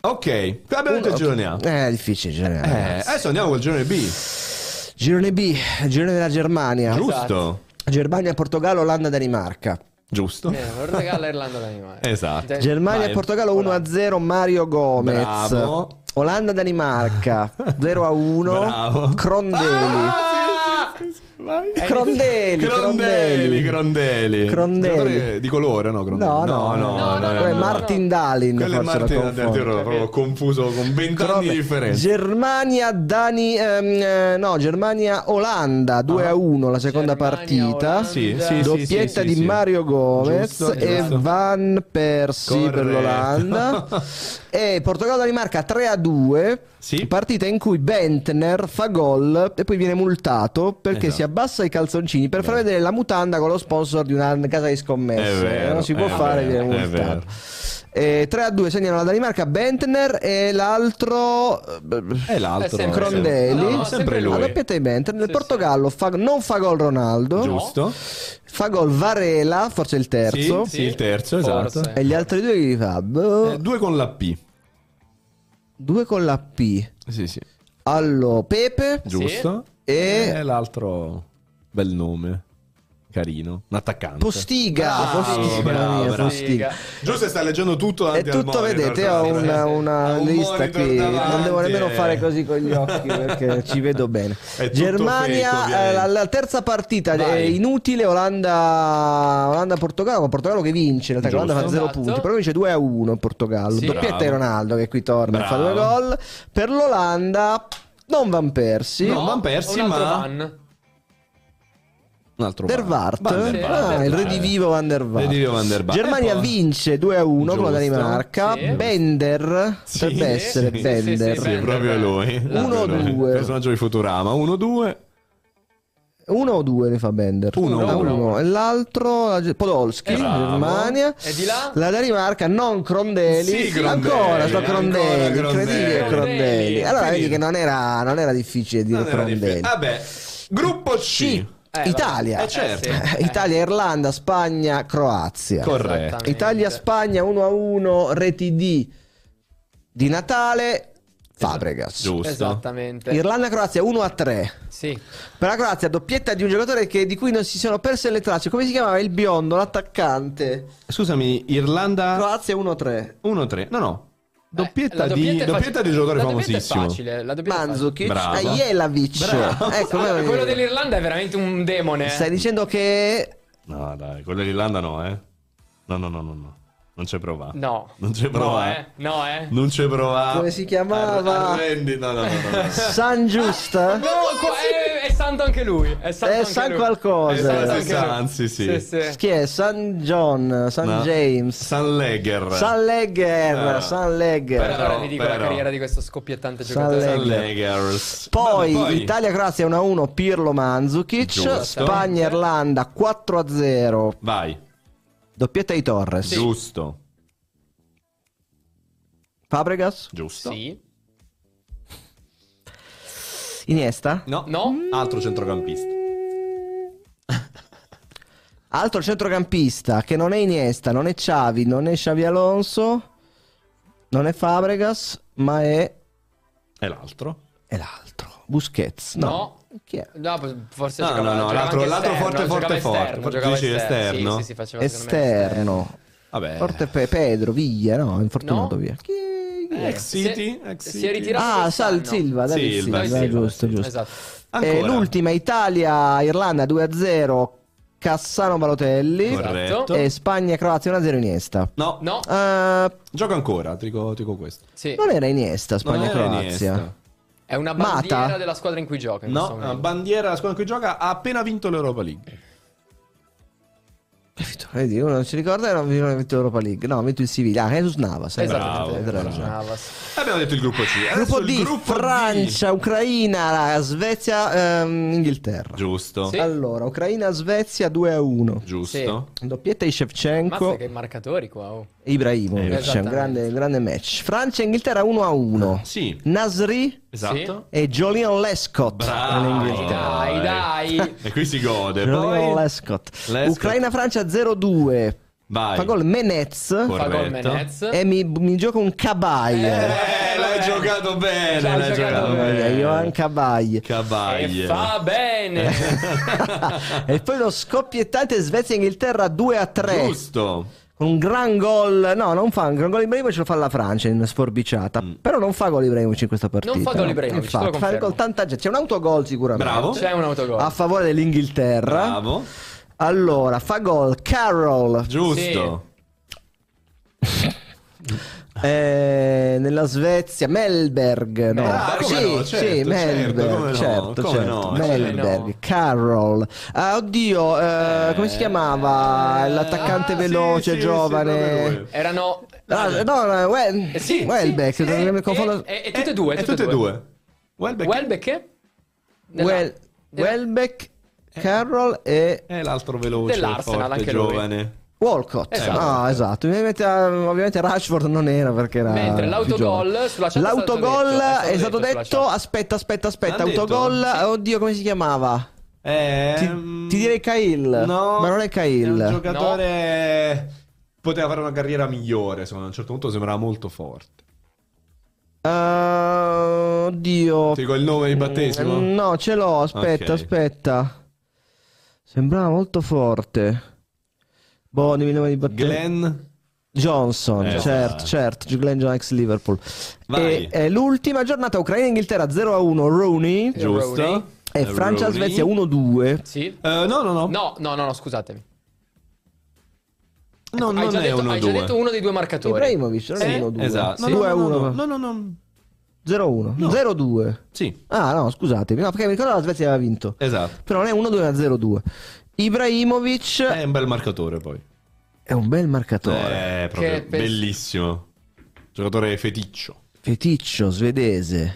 [SPEAKER 1] Ok, qua abbiamo detto il girone A.
[SPEAKER 2] Eh, è difficile il girone A,
[SPEAKER 1] Eh,
[SPEAKER 2] ragazzi.
[SPEAKER 1] adesso andiamo col girone B.
[SPEAKER 3] Esatto.
[SPEAKER 2] Girone B, girone della Germania.
[SPEAKER 1] Giusto.
[SPEAKER 2] Germania, Portogallo, Olanda, Danimarca.
[SPEAKER 1] Giusto.
[SPEAKER 3] Eh, Portogallo, Irlanda, Danimarca.
[SPEAKER 1] Esatto.
[SPEAKER 3] Eh,
[SPEAKER 2] Germania
[SPEAKER 1] vai.
[SPEAKER 2] e Portogallo 1 a 0 Mario Gomez.
[SPEAKER 1] Bravo.
[SPEAKER 2] Olanda Danimarca 0 a 1
[SPEAKER 1] Bravo.
[SPEAKER 2] Crondeli.
[SPEAKER 1] Ah, sì, sì, sì, vai.
[SPEAKER 2] Crondeli,
[SPEAKER 1] Crondeli,
[SPEAKER 2] Crondeli.
[SPEAKER 1] Crondeli.
[SPEAKER 2] Crondeli.
[SPEAKER 1] Giocatore Di colore, no? Crondeli.
[SPEAKER 2] No, no,
[SPEAKER 3] no, no,
[SPEAKER 2] Quello è
[SPEAKER 3] no,
[SPEAKER 2] Martin Dalin,
[SPEAKER 1] Quello è
[SPEAKER 2] forse lo
[SPEAKER 1] Martin eh,
[SPEAKER 2] confondo.
[SPEAKER 1] addirittura l'ho proprio confuso con 20 anni di differenza.
[SPEAKER 2] Germania, Dani, ehm, eh, no, Germania, Olanda 2 a 1 la seconda
[SPEAKER 3] Germania,
[SPEAKER 2] partita.
[SPEAKER 3] Olanda.
[SPEAKER 1] Sì, sì, sì,
[SPEAKER 2] Doppietta
[SPEAKER 1] sì,
[SPEAKER 2] di
[SPEAKER 1] sì, sì.
[SPEAKER 2] Mario Gomez
[SPEAKER 1] Giusto,
[SPEAKER 2] e
[SPEAKER 1] giusto.
[SPEAKER 2] Van Persie per
[SPEAKER 1] Corretto.
[SPEAKER 2] l'Olanda. e Portogallo-Danimarca 3 a 2.
[SPEAKER 1] Sì.
[SPEAKER 2] Partita in cui Bentner fa gol e poi viene multato perché
[SPEAKER 1] Esatto.
[SPEAKER 2] si abbassa i calzoncini per far vedere la mutanda con lo sponsor di una casa di scommesse. Eh,
[SPEAKER 1] È vero,
[SPEAKER 2] non si può
[SPEAKER 1] è
[SPEAKER 2] fare,
[SPEAKER 1] vero,
[SPEAKER 2] viene
[SPEAKER 1] è
[SPEAKER 2] multato. E 3 a 2 segnano la Danimarca, Bentner e l'altro
[SPEAKER 1] E l'altro.
[SPEAKER 3] È sempre-
[SPEAKER 2] Crondeli.
[SPEAKER 1] Eh, No, sempre
[SPEAKER 2] la
[SPEAKER 1] lui.
[SPEAKER 2] doppietta di Bentner. Nel
[SPEAKER 3] Sì,
[SPEAKER 2] Portogallo fa- non fa gol Ronaldo.
[SPEAKER 1] Giusto?
[SPEAKER 2] Fa gol Varela, forse il terzo.
[SPEAKER 1] Sì, sì, il terzo,
[SPEAKER 3] Forse.
[SPEAKER 1] esatto.
[SPEAKER 2] E gli altri due che li fa? Boh.
[SPEAKER 1] Eh, due con la P.
[SPEAKER 2] Due con la P.
[SPEAKER 1] Sì, sì.
[SPEAKER 2] Allora, Pepe.
[SPEAKER 1] Giusto?
[SPEAKER 2] E-
[SPEAKER 1] E l'altro bel nome. Carino. Un attaccante.
[SPEAKER 2] Postiga.
[SPEAKER 1] Bravo,
[SPEAKER 2] Postiga,
[SPEAKER 1] Ah, bravo,
[SPEAKER 2] mia,
[SPEAKER 1] bravo.
[SPEAKER 2] Postiga.
[SPEAKER 1] Giusto sta leggendo tutto
[SPEAKER 2] È
[SPEAKER 1] davanti al
[SPEAKER 2] tutto,
[SPEAKER 1] monitor,
[SPEAKER 2] vedete, ho
[SPEAKER 1] davanti.
[SPEAKER 2] una, una
[SPEAKER 1] Ha un
[SPEAKER 2] lista
[SPEAKER 1] monitor
[SPEAKER 2] qui.
[SPEAKER 1] davanti,
[SPEAKER 2] Non devo nemmeno
[SPEAKER 1] eh.
[SPEAKER 2] fare così con gli occhi perché ci vedo bene.
[SPEAKER 1] È tutto
[SPEAKER 2] Germania,
[SPEAKER 1] fake,
[SPEAKER 2] eh, la,
[SPEAKER 1] ovviamente.
[SPEAKER 2] la terza partita
[SPEAKER 1] Vai.
[SPEAKER 2] è inutile. Olanda, Olanda-Portogallo. ma Portogallo che vince. In realtà,
[SPEAKER 1] Giusto.
[SPEAKER 2] Olanda fa 0
[SPEAKER 3] Esatto.
[SPEAKER 2] punti. Però vince 2 a 1 il Portogallo.
[SPEAKER 3] Sì.
[SPEAKER 2] Doppietta di
[SPEAKER 1] Bravo.
[SPEAKER 2] Ronaldo che qui torna e fa due
[SPEAKER 1] Bravo.
[SPEAKER 2] gol. Per l'Olanda, non van persi.
[SPEAKER 1] No, Van Persie,
[SPEAKER 3] un altro Eh,
[SPEAKER 1] ma-
[SPEAKER 3] Van.
[SPEAKER 1] Un altro
[SPEAKER 2] Van der Vaart,
[SPEAKER 1] Van der Vaart.
[SPEAKER 2] Ah, il redivivo Van der Vaart.
[SPEAKER 1] Redivivo Van der Vaart.
[SPEAKER 2] Germania
[SPEAKER 1] E poi-
[SPEAKER 2] vince 2 a 1 con la
[SPEAKER 1] Giusto.
[SPEAKER 2] Danimarca.
[SPEAKER 3] Sì.
[SPEAKER 2] Bender
[SPEAKER 1] Sì,
[SPEAKER 2] dovrebbe
[SPEAKER 1] sì,
[SPEAKER 2] essere
[SPEAKER 1] sì, sì,
[SPEAKER 2] Bender.
[SPEAKER 1] Sì,
[SPEAKER 3] Bender,
[SPEAKER 1] proprio lui.
[SPEAKER 3] la-
[SPEAKER 1] Proprio lui.
[SPEAKER 2] 1-2.
[SPEAKER 1] Personaggio di Futurama. 1-2.
[SPEAKER 2] Uno o due ne fa Bender?
[SPEAKER 1] Uno.
[SPEAKER 2] Ah,
[SPEAKER 1] Uno.
[SPEAKER 2] uno. E l'altro la Ge- Podolski,
[SPEAKER 3] Eh, bravo.
[SPEAKER 2] Germania.
[SPEAKER 3] E di là?
[SPEAKER 2] La Danimarca, non Crondelli.
[SPEAKER 1] Sì, Crondelli,
[SPEAKER 2] Ancora sto
[SPEAKER 1] ancora
[SPEAKER 2] Crondelli.
[SPEAKER 1] Crondelli.
[SPEAKER 2] Incredibile Crondelli.
[SPEAKER 3] Crondelli.
[SPEAKER 2] Allora vedi
[SPEAKER 1] Finito.
[SPEAKER 2] che non era, non era difficile dire
[SPEAKER 1] Non era
[SPEAKER 2] Crondelli.
[SPEAKER 1] difficile. Vabbè, gruppo C.
[SPEAKER 3] Eh,
[SPEAKER 2] Italia.
[SPEAKER 1] Eh, certo.
[SPEAKER 3] Eh, sì.
[SPEAKER 2] Italia, Irlanda, Spagna, Croazia.
[SPEAKER 1] Corretto.
[SPEAKER 3] Esattamente.
[SPEAKER 2] Italia-Spagna 1-1, reti di, di Natale, Fabregas.
[SPEAKER 1] Giusto.
[SPEAKER 3] Esattamente.
[SPEAKER 2] Irlanda-Croazia 1-3.
[SPEAKER 3] Sì.
[SPEAKER 2] Per la Croazia, doppietta di un giocatore che- di cui non si sono perse le tracce. Come si chiamava il biondo, l'attaccante?
[SPEAKER 1] Scusami, Irlanda
[SPEAKER 2] Croazia 1-3.
[SPEAKER 1] 1-3. No, no. Eh, Doppietta,
[SPEAKER 3] Eh,
[SPEAKER 1] di,
[SPEAKER 3] la doppietta è faci-
[SPEAKER 1] doppietta di giocatore
[SPEAKER 3] la doppietta è
[SPEAKER 1] famosissimo.
[SPEAKER 3] facile, la doppietta è
[SPEAKER 2] Manzukic
[SPEAKER 1] Bravo.
[SPEAKER 2] e Jelavic.
[SPEAKER 1] Bravo.
[SPEAKER 2] Ecco,
[SPEAKER 3] facile.
[SPEAKER 2] come-
[SPEAKER 3] Eh, Quello dell'Irlanda è veramente un demone. eh.
[SPEAKER 2] Stai dicendo che
[SPEAKER 1] No, dai, quello dell'Irlanda no, eh. No, no, no, no, no. Non c'è prova.
[SPEAKER 3] No.
[SPEAKER 1] Non c'è
[SPEAKER 3] No,
[SPEAKER 1] prova.
[SPEAKER 3] eh. No, eh.
[SPEAKER 1] Non c'è prova.
[SPEAKER 2] Come si chiamava?
[SPEAKER 1] Arr- arrendi- no, no, no, no, no.
[SPEAKER 2] San Giusta?
[SPEAKER 3] Ah, No, qua- è, è santo anche lui. È santo,
[SPEAKER 2] È
[SPEAKER 3] anche
[SPEAKER 2] san
[SPEAKER 3] lui.
[SPEAKER 2] eh, qualcosa.
[SPEAKER 3] È santo
[SPEAKER 1] Eh,
[SPEAKER 3] anche
[SPEAKER 1] san,
[SPEAKER 3] lui.
[SPEAKER 1] sì, sì.
[SPEAKER 3] sì.
[SPEAKER 2] Chi è? San John, San
[SPEAKER 1] No.
[SPEAKER 2] James,
[SPEAKER 1] San Legger.
[SPEAKER 2] San Legger,
[SPEAKER 1] Eh.
[SPEAKER 2] San
[SPEAKER 3] Guarda,
[SPEAKER 2] Legger.
[SPEAKER 1] Però,
[SPEAKER 3] ora vi dico la
[SPEAKER 1] però.
[SPEAKER 3] carriera di questo scoppiettante
[SPEAKER 2] San
[SPEAKER 3] giocatore.
[SPEAKER 1] San
[SPEAKER 2] Legger.
[SPEAKER 1] Leggers.
[SPEAKER 2] Poi,
[SPEAKER 1] Vabbè,
[SPEAKER 2] Italia-Croazia 1-1, Pirlo Manzukic,
[SPEAKER 1] Giusto.
[SPEAKER 2] Spagna-Irlanda 4-0,
[SPEAKER 1] Vai.
[SPEAKER 2] doppietta di Torres,
[SPEAKER 1] Giusto.
[SPEAKER 2] Fabregas,
[SPEAKER 1] Giusto.
[SPEAKER 3] Sì.
[SPEAKER 2] Iniesta,
[SPEAKER 1] No.
[SPEAKER 3] No.
[SPEAKER 1] Altro centrocampista.
[SPEAKER 2] altro centrocampista che non è Iniesta, non è Xavi, non è Xavi Alonso, non è Fabregas, ma è,
[SPEAKER 1] E l'altro?
[SPEAKER 2] è l'altro, Busquets, no. Chi è?
[SPEAKER 3] No, forse
[SPEAKER 1] No, no,
[SPEAKER 3] giocava,
[SPEAKER 1] no,
[SPEAKER 3] giocava
[SPEAKER 1] l'altro-
[SPEAKER 3] anche
[SPEAKER 1] l'altro
[SPEAKER 3] esterno,
[SPEAKER 1] forte,
[SPEAKER 3] giocava
[SPEAKER 1] forte,
[SPEAKER 3] esterno,
[SPEAKER 1] forte.
[SPEAKER 3] giocava
[SPEAKER 1] Dici esterno?
[SPEAKER 3] Sì, sì, sì, faceva secondo me
[SPEAKER 2] Esterno.
[SPEAKER 1] Vabbè.
[SPEAKER 2] Forte Pe- Pedro, Via, no? Infortunato
[SPEAKER 3] No.
[SPEAKER 2] Via. Chi- chi è?
[SPEAKER 1] Ex City, ex
[SPEAKER 3] Eh, si è
[SPEAKER 1] City.
[SPEAKER 3] ritirato
[SPEAKER 2] Ah, Sal
[SPEAKER 3] quest'anno.
[SPEAKER 2] Silva, David
[SPEAKER 1] Silva,
[SPEAKER 2] Silva,
[SPEAKER 1] Silva,
[SPEAKER 2] giusto,
[SPEAKER 1] sì.
[SPEAKER 2] giusto.
[SPEAKER 3] Esatto.
[SPEAKER 1] Ancora.
[SPEAKER 2] Eh, l'ultima Italia, Irlanda 2-0, Cassano Balotelli
[SPEAKER 1] Corretto.
[SPEAKER 2] e Spagna Croazia 1-0 Iniesta.
[SPEAKER 1] No.
[SPEAKER 3] Esatto. No,
[SPEAKER 2] Eh,
[SPEAKER 1] Gioca ancora, ti dico, ti dico questo.
[SPEAKER 3] sì.
[SPEAKER 2] non era Iniesta
[SPEAKER 1] era
[SPEAKER 2] Spagna Croazia.
[SPEAKER 1] Iniesta.
[SPEAKER 3] È una bandiera
[SPEAKER 2] Mata?
[SPEAKER 3] della squadra in cui gioca. in questo
[SPEAKER 1] No, la
[SPEAKER 3] momento.
[SPEAKER 1] bandiera della squadra in cui gioca ha appena vinto l'Europa League.
[SPEAKER 2] Vedi, uno non si ricorda e non ha vinto l'Europa League. No, ha vinto il Siviglia. Ah, Jesus Navas. hai
[SPEAKER 1] Esatto.
[SPEAKER 2] ragione,
[SPEAKER 1] Bravo,
[SPEAKER 2] hai ragione.
[SPEAKER 3] Ah, vas-
[SPEAKER 1] Abbiamo detto il gruppo C. Adesso
[SPEAKER 2] Gruppo
[SPEAKER 1] il
[SPEAKER 2] D,
[SPEAKER 1] gruppo D.
[SPEAKER 2] Francia, Ucraina, la Svezia, ehm, Inghilterra.
[SPEAKER 1] Giusto.
[SPEAKER 3] Sì.
[SPEAKER 2] Allora, Ucraina-Svezia 2-1.
[SPEAKER 1] Giusto.
[SPEAKER 2] Doppietta di
[SPEAKER 3] Mazza
[SPEAKER 2] Shevchenko
[SPEAKER 3] che marcatori qua. oh.
[SPEAKER 2] e Ibrahimovic. C'è un
[SPEAKER 3] Esattamente.
[SPEAKER 2] grande, grande match. Francia-Inghilterra 1-1.
[SPEAKER 1] Sì.
[SPEAKER 2] Nasri
[SPEAKER 1] Esatto.
[SPEAKER 2] e Jolion Lescott.
[SPEAKER 1] Bravo.
[SPEAKER 3] Dai, dai.
[SPEAKER 1] E qui si gode.
[SPEAKER 2] Jolion
[SPEAKER 1] Poi
[SPEAKER 2] Lescott.
[SPEAKER 1] Lescott.
[SPEAKER 2] Ucraina-Francia 0-2.
[SPEAKER 1] vai.
[SPEAKER 2] Fa gol Menez.
[SPEAKER 1] Corretto.
[SPEAKER 3] Fa gol Menez.
[SPEAKER 2] E mi, mi gioco un Cabaglia.
[SPEAKER 1] Eh, l'hai giocato bene,
[SPEAKER 3] Ci ha
[SPEAKER 1] l'hai
[SPEAKER 3] giocato
[SPEAKER 1] giocato
[SPEAKER 3] bene.
[SPEAKER 1] bene.
[SPEAKER 2] Johan Cabaglia.
[SPEAKER 1] Cavaglia.
[SPEAKER 3] E fa bene.
[SPEAKER 2] e poi lo scoppiettante Svezia-Inghilterra 2-3.
[SPEAKER 1] Giusto.
[SPEAKER 2] Con un gran gol. No, non fa un gran gol Ibrahimovic, lo fa la Francia in sforbiciata.
[SPEAKER 1] Mm.
[SPEAKER 2] Però non fa gol Ibrahimovic in questa partita.
[SPEAKER 3] fa gol Ibrahimovic, te
[SPEAKER 2] Infatti,
[SPEAKER 3] lo
[SPEAKER 2] fa il
[SPEAKER 3] confermo.
[SPEAKER 2] gol tanta gente. C'è un autogol sicuramente.
[SPEAKER 1] Bravo.
[SPEAKER 3] C'è un autogol.
[SPEAKER 2] A favore dell'Inghilterra.
[SPEAKER 1] Bravo.
[SPEAKER 2] Allora, fa gol Carroll.
[SPEAKER 1] Giusto.
[SPEAKER 2] Eh, nella Svezia, Melberg. No,
[SPEAKER 1] Ah, come
[SPEAKER 2] sì,
[SPEAKER 1] no, certo,
[SPEAKER 2] sì,
[SPEAKER 1] certo,
[SPEAKER 2] Melberg.
[SPEAKER 1] come no,
[SPEAKER 2] certo,
[SPEAKER 1] come
[SPEAKER 2] certo.
[SPEAKER 1] no,
[SPEAKER 2] Melberg,
[SPEAKER 3] certo.
[SPEAKER 2] Carroll. Ah, oddio, eh, come si chiamava l'attaccante
[SPEAKER 1] Ah,
[SPEAKER 2] veloce,
[SPEAKER 1] sì, sì, sì,
[SPEAKER 2] giovane?
[SPEAKER 1] proprio lui.
[SPEAKER 3] Erano.
[SPEAKER 2] Ah, no, no, Wel-
[SPEAKER 3] Eh, sì,
[SPEAKER 2] Welbeck.
[SPEAKER 3] sì, eh, sì,
[SPEAKER 2] non mi
[SPEAKER 3] e-
[SPEAKER 2] confondo-
[SPEAKER 3] E, e tutte e due.
[SPEAKER 1] E tutte e due. Welbeck
[SPEAKER 3] Welbeck? eh? Della-
[SPEAKER 2] Wel-
[SPEAKER 3] della- Eh.
[SPEAKER 2] Welbeck, Carroll e
[SPEAKER 1] è l'altro veloce,
[SPEAKER 3] Dell'Arsenal,
[SPEAKER 1] forte,
[SPEAKER 3] anche lui.
[SPEAKER 1] giovane.
[SPEAKER 2] Walcott.
[SPEAKER 3] Esatto.
[SPEAKER 2] Ah, esatto. Ovviamente, ovviamente Rashford non era perché era.
[SPEAKER 3] Mentre
[SPEAKER 2] più
[SPEAKER 3] l'autogol
[SPEAKER 2] giovane.
[SPEAKER 3] sulla chat è stato
[SPEAKER 2] L'autogol
[SPEAKER 3] detto,
[SPEAKER 2] è stato
[SPEAKER 3] sulla
[SPEAKER 2] detto.
[SPEAKER 3] chat.
[SPEAKER 2] Aspetta, aspetta, aspetta.
[SPEAKER 1] L'hanno
[SPEAKER 2] Autogol. Oddio, come si chiamava? Ti,
[SPEAKER 1] Ehm,
[SPEAKER 2] ti direi Cahill.
[SPEAKER 1] No,
[SPEAKER 2] ma non è Cahill.
[SPEAKER 1] È un giocatore poteva fare una carriera migliore, secondo me. A un certo punto sembrava molto forte.
[SPEAKER 2] Eh, oddio.
[SPEAKER 1] Ti dico il nome di battesimo?
[SPEAKER 2] Mm, No, ce l'ho. Aspetta,
[SPEAKER 1] Ok.
[SPEAKER 2] aspetta. Sembrava molto forte. Boh, dimmi il nome di battesimo.
[SPEAKER 1] Glenn
[SPEAKER 3] Eh.
[SPEAKER 2] Johnson,
[SPEAKER 1] Eh,
[SPEAKER 2] certo,
[SPEAKER 1] sì.
[SPEAKER 2] certo, Glenn John ex Liverpool.
[SPEAKER 1] Vai.
[SPEAKER 2] E, e l'ultima giornata Ucraina-Inghilterra 0-1 Rooney
[SPEAKER 1] giusto?
[SPEAKER 3] Rooney.
[SPEAKER 2] e Francia-Svezia 1-2.
[SPEAKER 3] Sì.
[SPEAKER 1] Eh, no, no, no.
[SPEAKER 3] No, no, no, no, scusatemi.
[SPEAKER 1] No,
[SPEAKER 3] hai
[SPEAKER 1] non
[SPEAKER 3] già
[SPEAKER 1] è
[SPEAKER 3] detto, hai già
[SPEAKER 1] 1-2.
[SPEAKER 3] detto uno dei due marcatori.
[SPEAKER 2] Ibrahimovic, non
[SPEAKER 1] Sì,
[SPEAKER 2] è 1-2.
[SPEAKER 1] esatto.
[SPEAKER 2] Sì.
[SPEAKER 1] No, no,
[SPEAKER 2] 2-1.
[SPEAKER 1] no, no, no, no, no.
[SPEAKER 2] 0-1.
[SPEAKER 1] No.
[SPEAKER 2] 0-2.
[SPEAKER 1] Sì,
[SPEAKER 2] Ah, no, scusatemi, no, perché mi ricordo la Svezia aveva vinto.
[SPEAKER 1] esatto.
[SPEAKER 2] Però non è 1-2, ma 0-2. Ibrahimovic
[SPEAKER 1] È un bel marcatore poi.
[SPEAKER 2] è un bel marcatore.
[SPEAKER 1] Eh, proprio
[SPEAKER 3] Che pes-
[SPEAKER 1] bellissimo. Giocatore feticcio.
[SPEAKER 2] Feticcio svedese.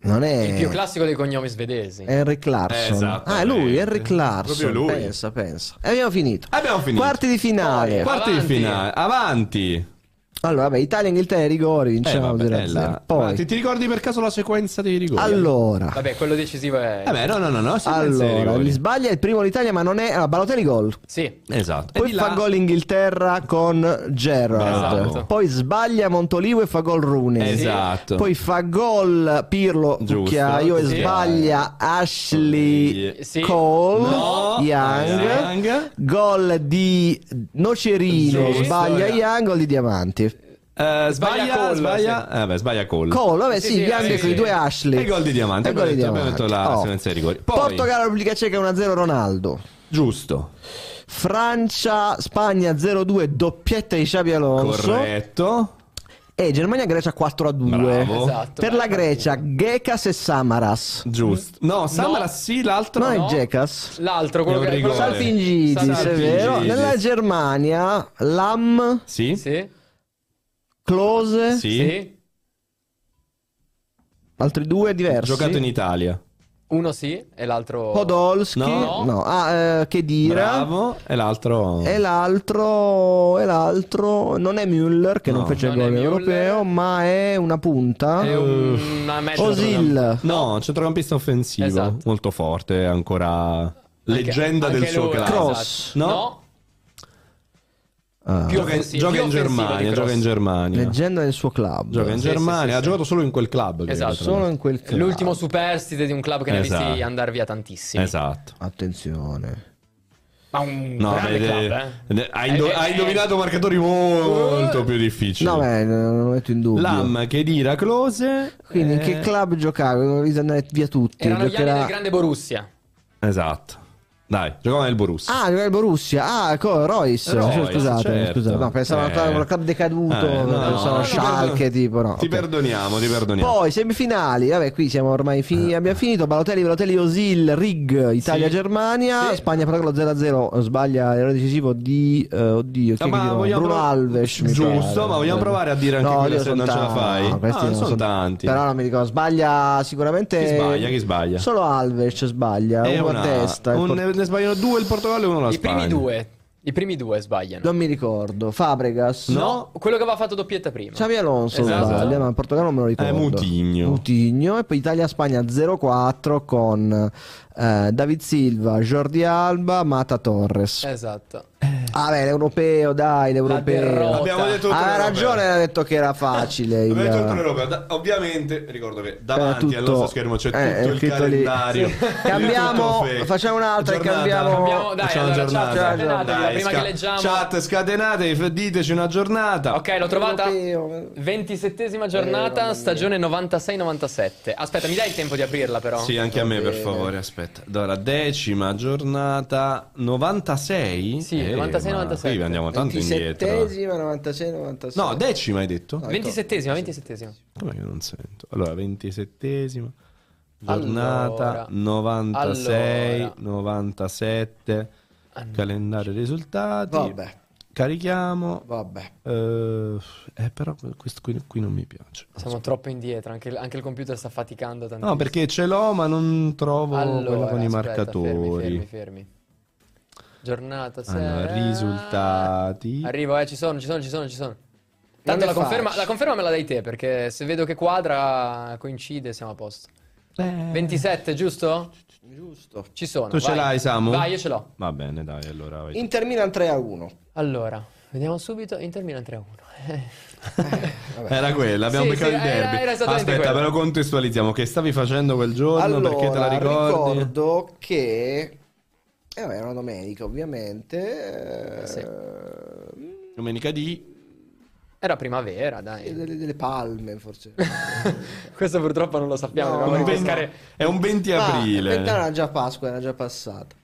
[SPEAKER 2] Non è Eh.
[SPEAKER 3] Il più classico dei cognomi svedesi.
[SPEAKER 2] Henry Clarkson.
[SPEAKER 1] Esatto,
[SPEAKER 2] ah, è lui,
[SPEAKER 1] eh.
[SPEAKER 2] Henry Clarkson.
[SPEAKER 1] Proprio lui.
[SPEAKER 2] Pensa, pensa. E abbiamo finito.
[SPEAKER 1] Abbiamo finito.
[SPEAKER 2] Quarti di finale.
[SPEAKER 3] Poi,
[SPEAKER 1] Quarti di
[SPEAKER 3] Avanti.
[SPEAKER 1] finale. Avanti.
[SPEAKER 2] Allora, beh, Italia, Inghilterra, i rigori,
[SPEAKER 1] Eh,
[SPEAKER 2] vinciamo
[SPEAKER 1] vabbè,
[SPEAKER 2] 0
[SPEAKER 1] è la-
[SPEAKER 2] Poi,
[SPEAKER 1] Ti, ti ricordi per caso la sequenza dei rigori?
[SPEAKER 2] allora,
[SPEAKER 3] Vabbè, quello decisivo è...
[SPEAKER 1] Eh beh, no, no, no, no, sequenza dei
[SPEAKER 2] allora,
[SPEAKER 1] rigori.
[SPEAKER 2] gli sbaglia il primo l'Italia, ma non è... Allora, Balotelli gol.
[SPEAKER 3] Sì,
[SPEAKER 1] Esatto. E
[SPEAKER 2] Poi
[SPEAKER 1] di là-
[SPEAKER 2] fa gol Inghilterra con Gerrard.
[SPEAKER 1] Bravo.
[SPEAKER 2] Poi sbaglia Montolivo e fa gol Rooney.
[SPEAKER 1] Esatto.
[SPEAKER 2] Poi fa gol Pirlo
[SPEAKER 1] Giusto.
[SPEAKER 2] Cucchiaio e
[SPEAKER 1] Sì.
[SPEAKER 2] sbaglia Ashley
[SPEAKER 3] Sì.
[SPEAKER 2] Cole
[SPEAKER 1] No.
[SPEAKER 2] Young.
[SPEAKER 1] Young.
[SPEAKER 2] Gol di Nocerino,
[SPEAKER 1] Giusto.
[SPEAKER 2] sbaglia Young, gol di Diamanti.
[SPEAKER 1] Eh,
[SPEAKER 3] Sbaglia
[SPEAKER 1] sbaglia,
[SPEAKER 3] Cole,
[SPEAKER 1] sbaglia, eh, beh, sbaglia Cole.
[SPEAKER 2] Cole, vabbè sì,
[SPEAKER 3] sì,
[SPEAKER 2] Bianco
[SPEAKER 3] sì,
[SPEAKER 2] con i
[SPEAKER 3] sì.
[SPEAKER 2] due Ashley.
[SPEAKER 1] E gol di Diamanti,
[SPEAKER 2] E gol di
[SPEAKER 1] abbiamo detto-
[SPEAKER 2] Diamanti.
[SPEAKER 1] abbiamo detto la
[SPEAKER 2] Oh.
[SPEAKER 1] sequenza dei rigori. Poi-
[SPEAKER 2] Portogallo, Repubblica Ceca 1-0 Ronaldo.
[SPEAKER 1] Giusto.
[SPEAKER 2] Francia, Spagna 0-2, doppietta di Xabi Alonso.
[SPEAKER 1] Corretto.
[SPEAKER 2] E Germania-Grecia 4 a 2.
[SPEAKER 1] Bravo.
[SPEAKER 3] esatto.
[SPEAKER 2] Per la Grecia, Gekas e Samaras.
[SPEAKER 1] Giusto. No, Samara sì, l'altro
[SPEAKER 2] Non
[SPEAKER 1] no.
[SPEAKER 2] è Gekas.
[SPEAKER 3] L'altro, quello
[SPEAKER 1] È un
[SPEAKER 3] che... quello-
[SPEAKER 1] rigore.
[SPEAKER 2] Salpingidis,
[SPEAKER 3] Salpingidis.
[SPEAKER 2] è vero. Nella Germania, Lam,
[SPEAKER 1] Sì?
[SPEAKER 3] Sì,
[SPEAKER 2] Close,
[SPEAKER 1] Sì.
[SPEAKER 3] sì.
[SPEAKER 2] altri due diversi.
[SPEAKER 1] Giocato in Italia.
[SPEAKER 3] Uno sì e l'alro...
[SPEAKER 2] Podolski,
[SPEAKER 1] No.
[SPEAKER 2] Ah, eh, Khedira.
[SPEAKER 1] Bravo. E l'altro
[SPEAKER 2] E l'altro, e l'altro non è Müller che non
[SPEAKER 1] No.
[SPEAKER 2] fece il
[SPEAKER 3] Non
[SPEAKER 2] gol
[SPEAKER 3] è
[SPEAKER 2] europeo,
[SPEAKER 3] Müller.
[SPEAKER 2] ma è una punta.
[SPEAKER 3] È un- una mezza-
[SPEAKER 2] Osil.
[SPEAKER 1] No, centrocampista offensivo,
[SPEAKER 3] Esatto.
[SPEAKER 1] molto forte, ancora leggenda
[SPEAKER 3] anche
[SPEAKER 1] del suo
[SPEAKER 3] lui,
[SPEAKER 1] club.
[SPEAKER 2] Cross.
[SPEAKER 3] esatto.
[SPEAKER 1] No?
[SPEAKER 3] No?
[SPEAKER 2] Ah,
[SPEAKER 3] più
[SPEAKER 1] Gioca, in-
[SPEAKER 3] offensivo-
[SPEAKER 1] gioca
[SPEAKER 3] più
[SPEAKER 1] in
[SPEAKER 3] offensivo
[SPEAKER 1] Germania,
[SPEAKER 3] di Kroos.
[SPEAKER 1] gioca in Germania.
[SPEAKER 2] leggenda del suo club.
[SPEAKER 1] Gioca in
[SPEAKER 3] Sì, sì,
[SPEAKER 1] Germania,
[SPEAKER 3] sì,
[SPEAKER 1] ha
[SPEAKER 3] sì.
[SPEAKER 1] giocato solo in quel club. credo,
[SPEAKER 3] Esatto.
[SPEAKER 1] tra
[SPEAKER 2] Solo
[SPEAKER 1] l'altro.
[SPEAKER 2] in quel club.
[SPEAKER 3] L'ultimo superstite di un club che ne ha visti
[SPEAKER 1] Esatto.
[SPEAKER 3] andare via tantissimi.
[SPEAKER 1] Esatto.
[SPEAKER 2] Attenzione.
[SPEAKER 3] Ma eh. un
[SPEAKER 1] No,
[SPEAKER 3] grande
[SPEAKER 1] beh,
[SPEAKER 3] club,
[SPEAKER 1] eh,
[SPEAKER 3] eh.
[SPEAKER 1] eh, hai, indo-
[SPEAKER 3] Eh,
[SPEAKER 1] hai
[SPEAKER 3] eh,
[SPEAKER 1] indovinato marcatori molto più difficili.
[SPEAKER 2] No, beh, non lo metto in dubbio.
[SPEAKER 1] Lam, Kedira, Close.
[SPEAKER 2] Quindi in
[SPEAKER 1] eh,
[SPEAKER 2] che club giocava? Doveva andare via tutti.
[SPEAKER 3] eh, Erano gli anni
[SPEAKER 2] giocherà-
[SPEAKER 3] del grande Borussia.
[SPEAKER 1] Esatto. Dai, giocava nel Borussia.
[SPEAKER 2] Ah, giocava il Borussia. Ah, co- Royce.
[SPEAKER 1] Royce,
[SPEAKER 2] scusate,
[SPEAKER 1] certo.
[SPEAKER 2] scusate. No, pensavo a
[SPEAKER 1] Eh.
[SPEAKER 2] un club decaduto.
[SPEAKER 1] Eh, no,
[SPEAKER 2] pensavo
[SPEAKER 1] no,
[SPEAKER 2] a
[SPEAKER 1] no,
[SPEAKER 2] Schalke,
[SPEAKER 1] no.
[SPEAKER 2] tipo. No.
[SPEAKER 1] Ti
[SPEAKER 2] ok.
[SPEAKER 1] perdoniamo, ti perdoniamo.
[SPEAKER 2] Poi semifinali, vabbè, qui siamo ormai fini,
[SPEAKER 1] Eh.
[SPEAKER 2] abbiamo finito. Balotelli, Balotelli, Osil, Rig, Italia, Germania,
[SPEAKER 3] Sì.
[SPEAKER 2] Spagna, Portogallo 0-0. Sbaglia l'errore decisivo di eh, oddio, chi
[SPEAKER 1] Ah,
[SPEAKER 2] è che
[SPEAKER 1] ma
[SPEAKER 2] tirò?
[SPEAKER 1] vogliamo
[SPEAKER 2] Bruno
[SPEAKER 1] prov-
[SPEAKER 2] Alves. mi
[SPEAKER 1] Giusto,
[SPEAKER 2] pare.
[SPEAKER 1] ma vogliamo provare a dire anche quella
[SPEAKER 2] io
[SPEAKER 1] se
[SPEAKER 2] son
[SPEAKER 1] non ce la
[SPEAKER 2] tanti.
[SPEAKER 1] fai?
[SPEAKER 2] No, questi
[SPEAKER 1] Ah,
[SPEAKER 2] non
[SPEAKER 1] son
[SPEAKER 2] son-
[SPEAKER 1] tanti.
[SPEAKER 2] Però non mi ricordo. Sbaglia sicuramente.
[SPEAKER 1] Chi sbaglia? Chi sbaglia?
[SPEAKER 2] Solo Alves sbaglia,
[SPEAKER 1] È
[SPEAKER 2] uno
[SPEAKER 1] una-
[SPEAKER 2] a testa. il
[SPEAKER 1] un-
[SPEAKER 2] por-
[SPEAKER 1] Ne sbagliano due il Portogallo e uno la
[SPEAKER 3] I
[SPEAKER 1] Spagna.
[SPEAKER 3] primi due. I primi due sbagliano.
[SPEAKER 2] Non mi ricordo. Fabregas.
[SPEAKER 3] No, quello che aveva fatto doppietta prima.
[SPEAKER 2] Xavi Alonso
[SPEAKER 3] Esatto.
[SPEAKER 2] sbaglia, ma il Portogallo non me lo ricordo.
[SPEAKER 1] Eh, Moutinho.
[SPEAKER 2] Moutinho, e poi Italia-Spagna 0-4 con eh, David Silva, Jordi Alba, Mata Torres.
[SPEAKER 3] Esatto.
[SPEAKER 1] Eh,
[SPEAKER 2] Ah beh, l'europeo, dai,
[SPEAKER 3] derrota.
[SPEAKER 2] l'europeo.
[SPEAKER 1] Abbiamo detto tutto
[SPEAKER 2] Ah, Ha
[SPEAKER 1] l'europeo.
[SPEAKER 2] ragione, ha detto che era facile.
[SPEAKER 1] Abbiamo
[SPEAKER 2] il-
[SPEAKER 1] detto tutto l'europeo. Da- ovviamente, ricordo che
[SPEAKER 2] Era
[SPEAKER 1] davanti
[SPEAKER 2] tutto-
[SPEAKER 1] al nostro schermo c'è
[SPEAKER 2] eh, è
[SPEAKER 1] tutto il
[SPEAKER 2] scritto lì.
[SPEAKER 1] calendario.
[SPEAKER 2] Sì.
[SPEAKER 1] È tutto
[SPEAKER 2] Cambiamo,
[SPEAKER 1] fake.
[SPEAKER 2] facciamo un'altra e
[SPEAKER 1] Giornata.
[SPEAKER 2] cambiamo-
[SPEAKER 3] Cambiamo- dai,
[SPEAKER 1] Facciamo
[SPEAKER 3] allora,
[SPEAKER 1] giornata.
[SPEAKER 3] chat, scatenatela,
[SPEAKER 1] Dai,
[SPEAKER 3] prima che leggiamo.
[SPEAKER 1] Chat, scatenate, f- diteci una giornata.
[SPEAKER 3] Ok, l'ho trovata.
[SPEAKER 2] Europeo.
[SPEAKER 3] 27esima
[SPEAKER 1] Eh,
[SPEAKER 3] giornata, stagione 96-97. Aspetta, mi dai il tempo di aprirla però?
[SPEAKER 1] Sì, eh. anche a me per favore, aspetta. Allora, decima giornata 96?
[SPEAKER 3] Sì,
[SPEAKER 1] ma
[SPEAKER 3] 96.
[SPEAKER 1] Qui andiamo tanto indietro.
[SPEAKER 2] 27esima, 96, 96.
[SPEAKER 1] No, decima hai detto?
[SPEAKER 3] 27esima, 27esima.
[SPEAKER 1] Come che non sento? Allora, 27esima giornata
[SPEAKER 3] Allora.
[SPEAKER 1] 96,
[SPEAKER 3] Allora.
[SPEAKER 1] 97 calendario risultati.
[SPEAKER 2] Vabbè.
[SPEAKER 1] Carichiamo.
[SPEAKER 2] Vabbè.
[SPEAKER 1] Eh, eh, però questo qui, qui non mi piace.
[SPEAKER 3] Siamo troppo indietro, anche, il- anche il computer sta faticando tantissimo.
[SPEAKER 1] No, perché ce l'ho, ma non trovo
[SPEAKER 3] Allora,
[SPEAKER 1] quello con i
[SPEAKER 3] aspetta,
[SPEAKER 1] marcatori.
[SPEAKER 3] Fermi, fermi, fermi. Giornata
[SPEAKER 1] Allora,
[SPEAKER 3] sei-
[SPEAKER 1] risultati.
[SPEAKER 3] Arrivo, eh, ci sono, ci sono, ci sono, ci sono. Tanto
[SPEAKER 2] è
[SPEAKER 3] la conferma,
[SPEAKER 2] facile.
[SPEAKER 3] la conferma me la dai te, perché se vedo che quadra coincide siamo a posto. 27, giusto?
[SPEAKER 2] Giusto.
[SPEAKER 3] Ci sono.
[SPEAKER 1] Eh. Tu ce
[SPEAKER 3] vai.
[SPEAKER 1] l'hai, Samu?
[SPEAKER 3] Vai, io ce l'ho.
[SPEAKER 1] Va bene, dai, allora. vai.
[SPEAKER 2] Inter Milan 3 a 1.
[SPEAKER 3] Allora, vediamo subito. Inter Milan 3-1. Eh.
[SPEAKER 1] Era quella, abbiamo
[SPEAKER 3] Sì,
[SPEAKER 1] beccato
[SPEAKER 3] sì,
[SPEAKER 1] il
[SPEAKER 3] era-
[SPEAKER 1] derby.
[SPEAKER 3] era esattamente
[SPEAKER 1] Aspetta, ve
[SPEAKER 3] quella.
[SPEAKER 1] lo contestualizziamo. Che stavi facendo quel giorno?
[SPEAKER 2] Allora,
[SPEAKER 1] perché te la ricordi?
[SPEAKER 2] ricordo che eh, vabbè, era una domenica, ovviamente. eh,
[SPEAKER 3] Sì.
[SPEAKER 1] Domenica di.
[SPEAKER 3] Era primavera,
[SPEAKER 2] e
[SPEAKER 1] Eh.
[SPEAKER 3] dai.
[SPEAKER 2] Eh, delle, delle palme, forse.
[SPEAKER 3] Questo purtroppo non lo sappiamo.
[SPEAKER 2] No,
[SPEAKER 3] dobbiamo
[SPEAKER 2] no,
[SPEAKER 3] ripescare. Cioè,
[SPEAKER 1] È un 20
[SPEAKER 2] Ah,
[SPEAKER 1] aprile.
[SPEAKER 2] in realtà era già Pasqua, era già passata.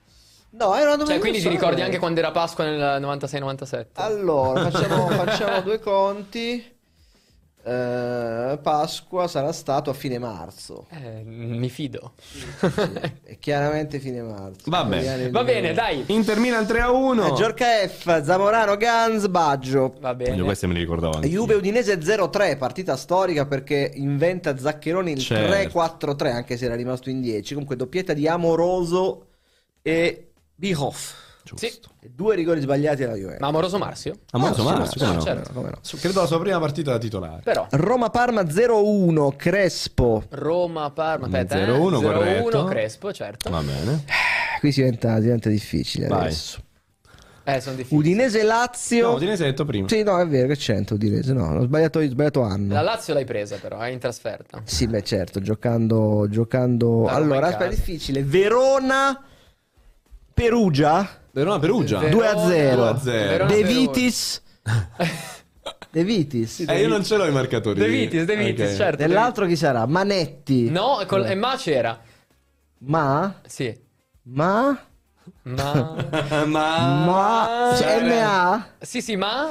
[SPEAKER 2] No, era una domenica.
[SPEAKER 3] Cioè, quindi ti
[SPEAKER 2] sola.
[SPEAKER 3] ricordi anche quando era Pasqua nel 96-97?
[SPEAKER 2] Allora, facciamo, facciamo due conti. Eh, Pasqua sarà stato a fine marzo.
[SPEAKER 3] Eh, mi fido.
[SPEAKER 2] E chiaramente fine marzo.
[SPEAKER 1] Va bene.
[SPEAKER 2] Italiani
[SPEAKER 3] Va
[SPEAKER 2] di-
[SPEAKER 3] bene, dai.
[SPEAKER 1] Inter Milan 3 a 1.
[SPEAKER 2] Eh, Giorca F, Zamorano, Ganz, Baggio.
[SPEAKER 3] Va
[SPEAKER 1] Io
[SPEAKER 3] bene.
[SPEAKER 1] queste me le ricordavo. anch'io.
[SPEAKER 2] eh, Juve Udinese 0-3, partita storica perché inventa Zaccheroni il
[SPEAKER 1] Certo.
[SPEAKER 2] 3-4-3, anche se era rimasto in 10. Comunque doppietta di Amoroso e Bihoff.
[SPEAKER 1] Giusto.
[SPEAKER 2] Due rigori sbagliati alla Juventus.
[SPEAKER 3] Ma amoroso Marzio?
[SPEAKER 1] Amoroso
[SPEAKER 2] Ah, sì,
[SPEAKER 1] Marzio,
[SPEAKER 2] ma-
[SPEAKER 1] come no?
[SPEAKER 3] certo.
[SPEAKER 2] Come no?
[SPEAKER 1] Su- Credo la sua prima partita da titolare.
[SPEAKER 3] Però
[SPEAKER 2] Roma-Parma 0-1, Crespo.
[SPEAKER 3] Roma, Parma,
[SPEAKER 2] Mm,
[SPEAKER 3] aspetta, eh,
[SPEAKER 1] 0-1,
[SPEAKER 3] 0-1,
[SPEAKER 1] corretto.
[SPEAKER 3] Crespo, certo.
[SPEAKER 1] Va bene.
[SPEAKER 2] Eh, Qui si diventa, diventa difficile
[SPEAKER 1] Vai.
[SPEAKER 2] adesso.
[SPEAKER 3] Eh, sono difficili.
[SPEAKER 2] Udinese-Lazio.
[SPEAKER 1] Eh, No, Udinese ha detto prima.
[SPEAKER 2] Sì, no, è vero che c'entra Udinese. No, ho sbagliato, ho sbagliato anno.
[SPEAKER 3] La Lazio l'hai presa però, eh, in trasferta.
[SPEAKER 2] Sì, beh, certo, giocando... giocando...
[SPEAKER 3] La Roma in
[SPEAKER 2] allora,
[SPEAKER 3] casa.
[SPEAKER 2] aspetta, è difficile. Verona... Perugia
[SPEAKER 1] Verona Perugia.
[SPEAKER 3] Verona-
[SPEAKER 2] 2 a 0.
[SPEAKER 1] 2 a 0.
[SPEAKER 3] Verona-
[SPEAKER 2] De Vitis De Vitis
[SPEAKER 1] Eh, io non ce l'ho i marcatori.
[SPEAKER 3] De Vitis, De Vitis,
[SPEAKER 1] Ok.
[SPEAKER 3] certo. De
[SPEAKER 2] Dell'altro chi sarà? Manetti
[SPEAKER 3] Vitis. No, e col- e ma c'era.
[SPEAKER 2] Ma
[SPEAKER 3] Sì.
[SPEAKER 2] Ma
[SPEAKER 3] Ma...
[SPEAKER 1] Eh, Ma...
[SPEAKER 2] Ma
[SPEAKER 3] c'era.
[SPEAKER 2] cioè, MA
[SPEAKER 3] Sì, sì, ma...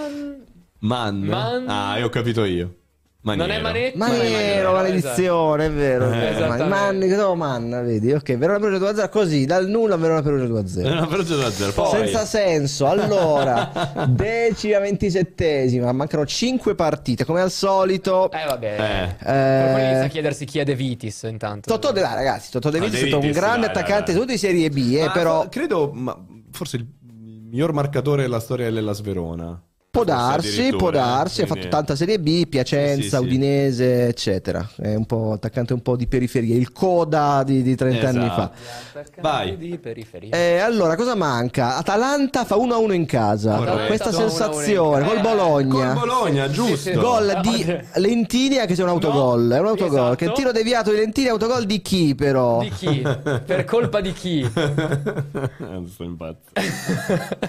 [SPEAKER 1] Man.
[SPEAKER 3] Man.
[SPEAKER 1] Ah, io ho capito io.
[SPEAKER 3] Non
[SPEAKER 1] Maniero.
[SPEAKER 3] è Manetti.
[SPEAKER 2] Ma
[SPEAKER 3] è
[SPEAKER 2] nero,
[SPEAKER 3] Maniero, esatto.
[SPEAKER 2] maledizione, è vero. è vero.
[SPEAKER 3] Eh,
[SPEAKER 2] Man,
[SPEAKER 3] esattamente.
[SPEAKER 2] no, man, vedi, ok, Verona Perugia 2 a 0, così, dal nulla Verona Perugia 2 a
[SPEAKER 3] Eh,
[SPEAKER 2] 0.
[SPEAKER 1] Verona Perugia 2 a 0. Poi...
[SPEAKER 2] Senza senso, allora, decima, ventisettesima, mancano 5 partite, come al solito.
[SPEAKER 3] esatto. Eh, vabbè.
[SPEAKER 1] Eh.
[SPEAKER 3] Qualcuno
[SPEAKER 2] eh,
[SPEAKER 3] inizia a chiedersi chi è De Vitis intanto.
[SPEAKER 2] Totò De Vara, ragazzi, Totò De
[SPEAKER 1] Ma
[SPEAKER 2] Viti è
[SPEAKER 1] De
[SPEAKER 2] stato un
[SPEAKER 1] Vitis,
[SPEAKER 2] grande
[SPEAKER 1] Ah, dai, dai,
[SPEAKER 2] attaccante
[SPEAKER 1] dai.
[SPEAKER 2] soprattutto di Serie B, eh,
[SPEAKER 1] Ma
[SPEAKER 2] però
[SPEAKER 1] fo- Ah, credo, ma forse il il miglior marcatore della storia della Sverona.
[SPEAKER 2] può
[SPEAKER 1] Forse
[SPEAKER 2] darsi,
[SPEAKER 1] addirittura,
[SPEAKER 2] può darsi, ha
[SPEAKER 1] quindi-
[SPEAKER 2] fatto tanta Serie B, Piacenza,
[SPEAKER 1] Sì, sì, sì.
[SPEAKER 2] Udinese, eccetera. È un po' attaccante un po' di periferia, il coda di, di 30 anni
[SPEAKER 1] Esatto.
[SPEAKER 2] fa.
[SPEAKER 1] Vai.
[SPEAKER 3] Di periferia.
[SPEAKER 2] Eh, allora, cosa manca? Atalanta fa 1-1 in casa.
[SPEAKER 1] Corretto.
[SPEAKER 2] Questa
[SPEAKER 3] Atalanta fa 1-1 in
[SPEAKER 2] sensazione col
[SPEAKER 3] casa.
[SPEAKER 1] Eh, Col
[SPEAKER 2] Bologna.
[SPEAKER 1] Bologna, giusto.
[SPEAKER 2] Gol di
[SPEAKER 3] Vabbè.
[SPEAKER 2] Lentini, anche se è un autogol.
[SPEAKER 3] No,
[SPEAKER 2] è un autogol.
[SPEAKER 3] esatto.
[SPEAKER 2] Che tiro deviato di Lentini, autogol di chi, però?
[SPEAKER 3] Di chi? per colpa di chi?
[SPEAKER 1] Eh, Sto impazzendo.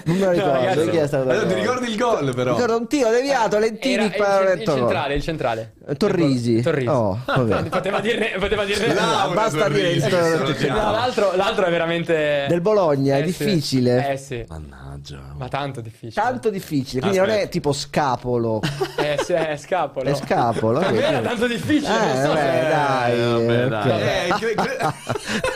[SPEAKER 2] Non me lo
[SPEAKER 3] No,
[SPEAKER 2] ricordo.
[SPEAKER 3] ragazzi.
[SPEAKER 2] chi è stato
[SPEAKER 1] Allora, ti
[SPEAKER 2] l'autogol?
[SPEAKER 1] ricordi il gol, però?
[SPEAKER 2] Ricordo un tiro deviato, Lentini
[SPEAKER 3] Era il,
[SPEAKER 2] fa un
[SPEAKER 3] cen- il
[SPEAKER 2] autogol.
[SPEAKER 3] centrale, il centrale.
[SPEAKER 2] Torrisi.
[SPEAKER 3] Torrisi.
[SPEAKER 2] Oh, vabbè.
[SPEAKER 3] Ah, poteva dirne, poteva dirne
[SPEAKER 1] Laura
[SPEAKER 2] Ah, basta dire
[SPEAKER 1] Torrisi,
[SPEAKER 2] il
[SPEAKER 1] che
[SPEAKER 2] toro-
[SPEAKER 1] salutiamo.
[SPEAKER 3] No, l'altro, l'altro è veramente.
[SPEAKER 2] Del Bologna, è
[SPEAKER 3] Eh, sì.
[SPEAKER 2] difficile.
[SPEAKER 3] Eh sì,
[SPEAKER 1] Mannaggia.
[SPEAKER 3] ma tanto difficile.
[SPEAKER 2] Tanto difficile, quindi non è
[SPEAKER 1] Aspetta.
[SPEAKER 2] tipo scapolo.
[SPEAKER 3] Eh sì, è scapolo.
[SPEAKER 2] È scapolo,
[SPEAKER 3] Ma
[SPEAKER 2] vedi.
[SPEAKER 3] era tanto difficile.
[SPEAKER 2] Eh,
[SPEAKER 3] non so
[SPEAKER 2] vabbè, dai.
[SPEAKER 1] vabbè,
[SPEAKER 2] ok.
[SPEAKER 1] dai. Eh, cre- cre-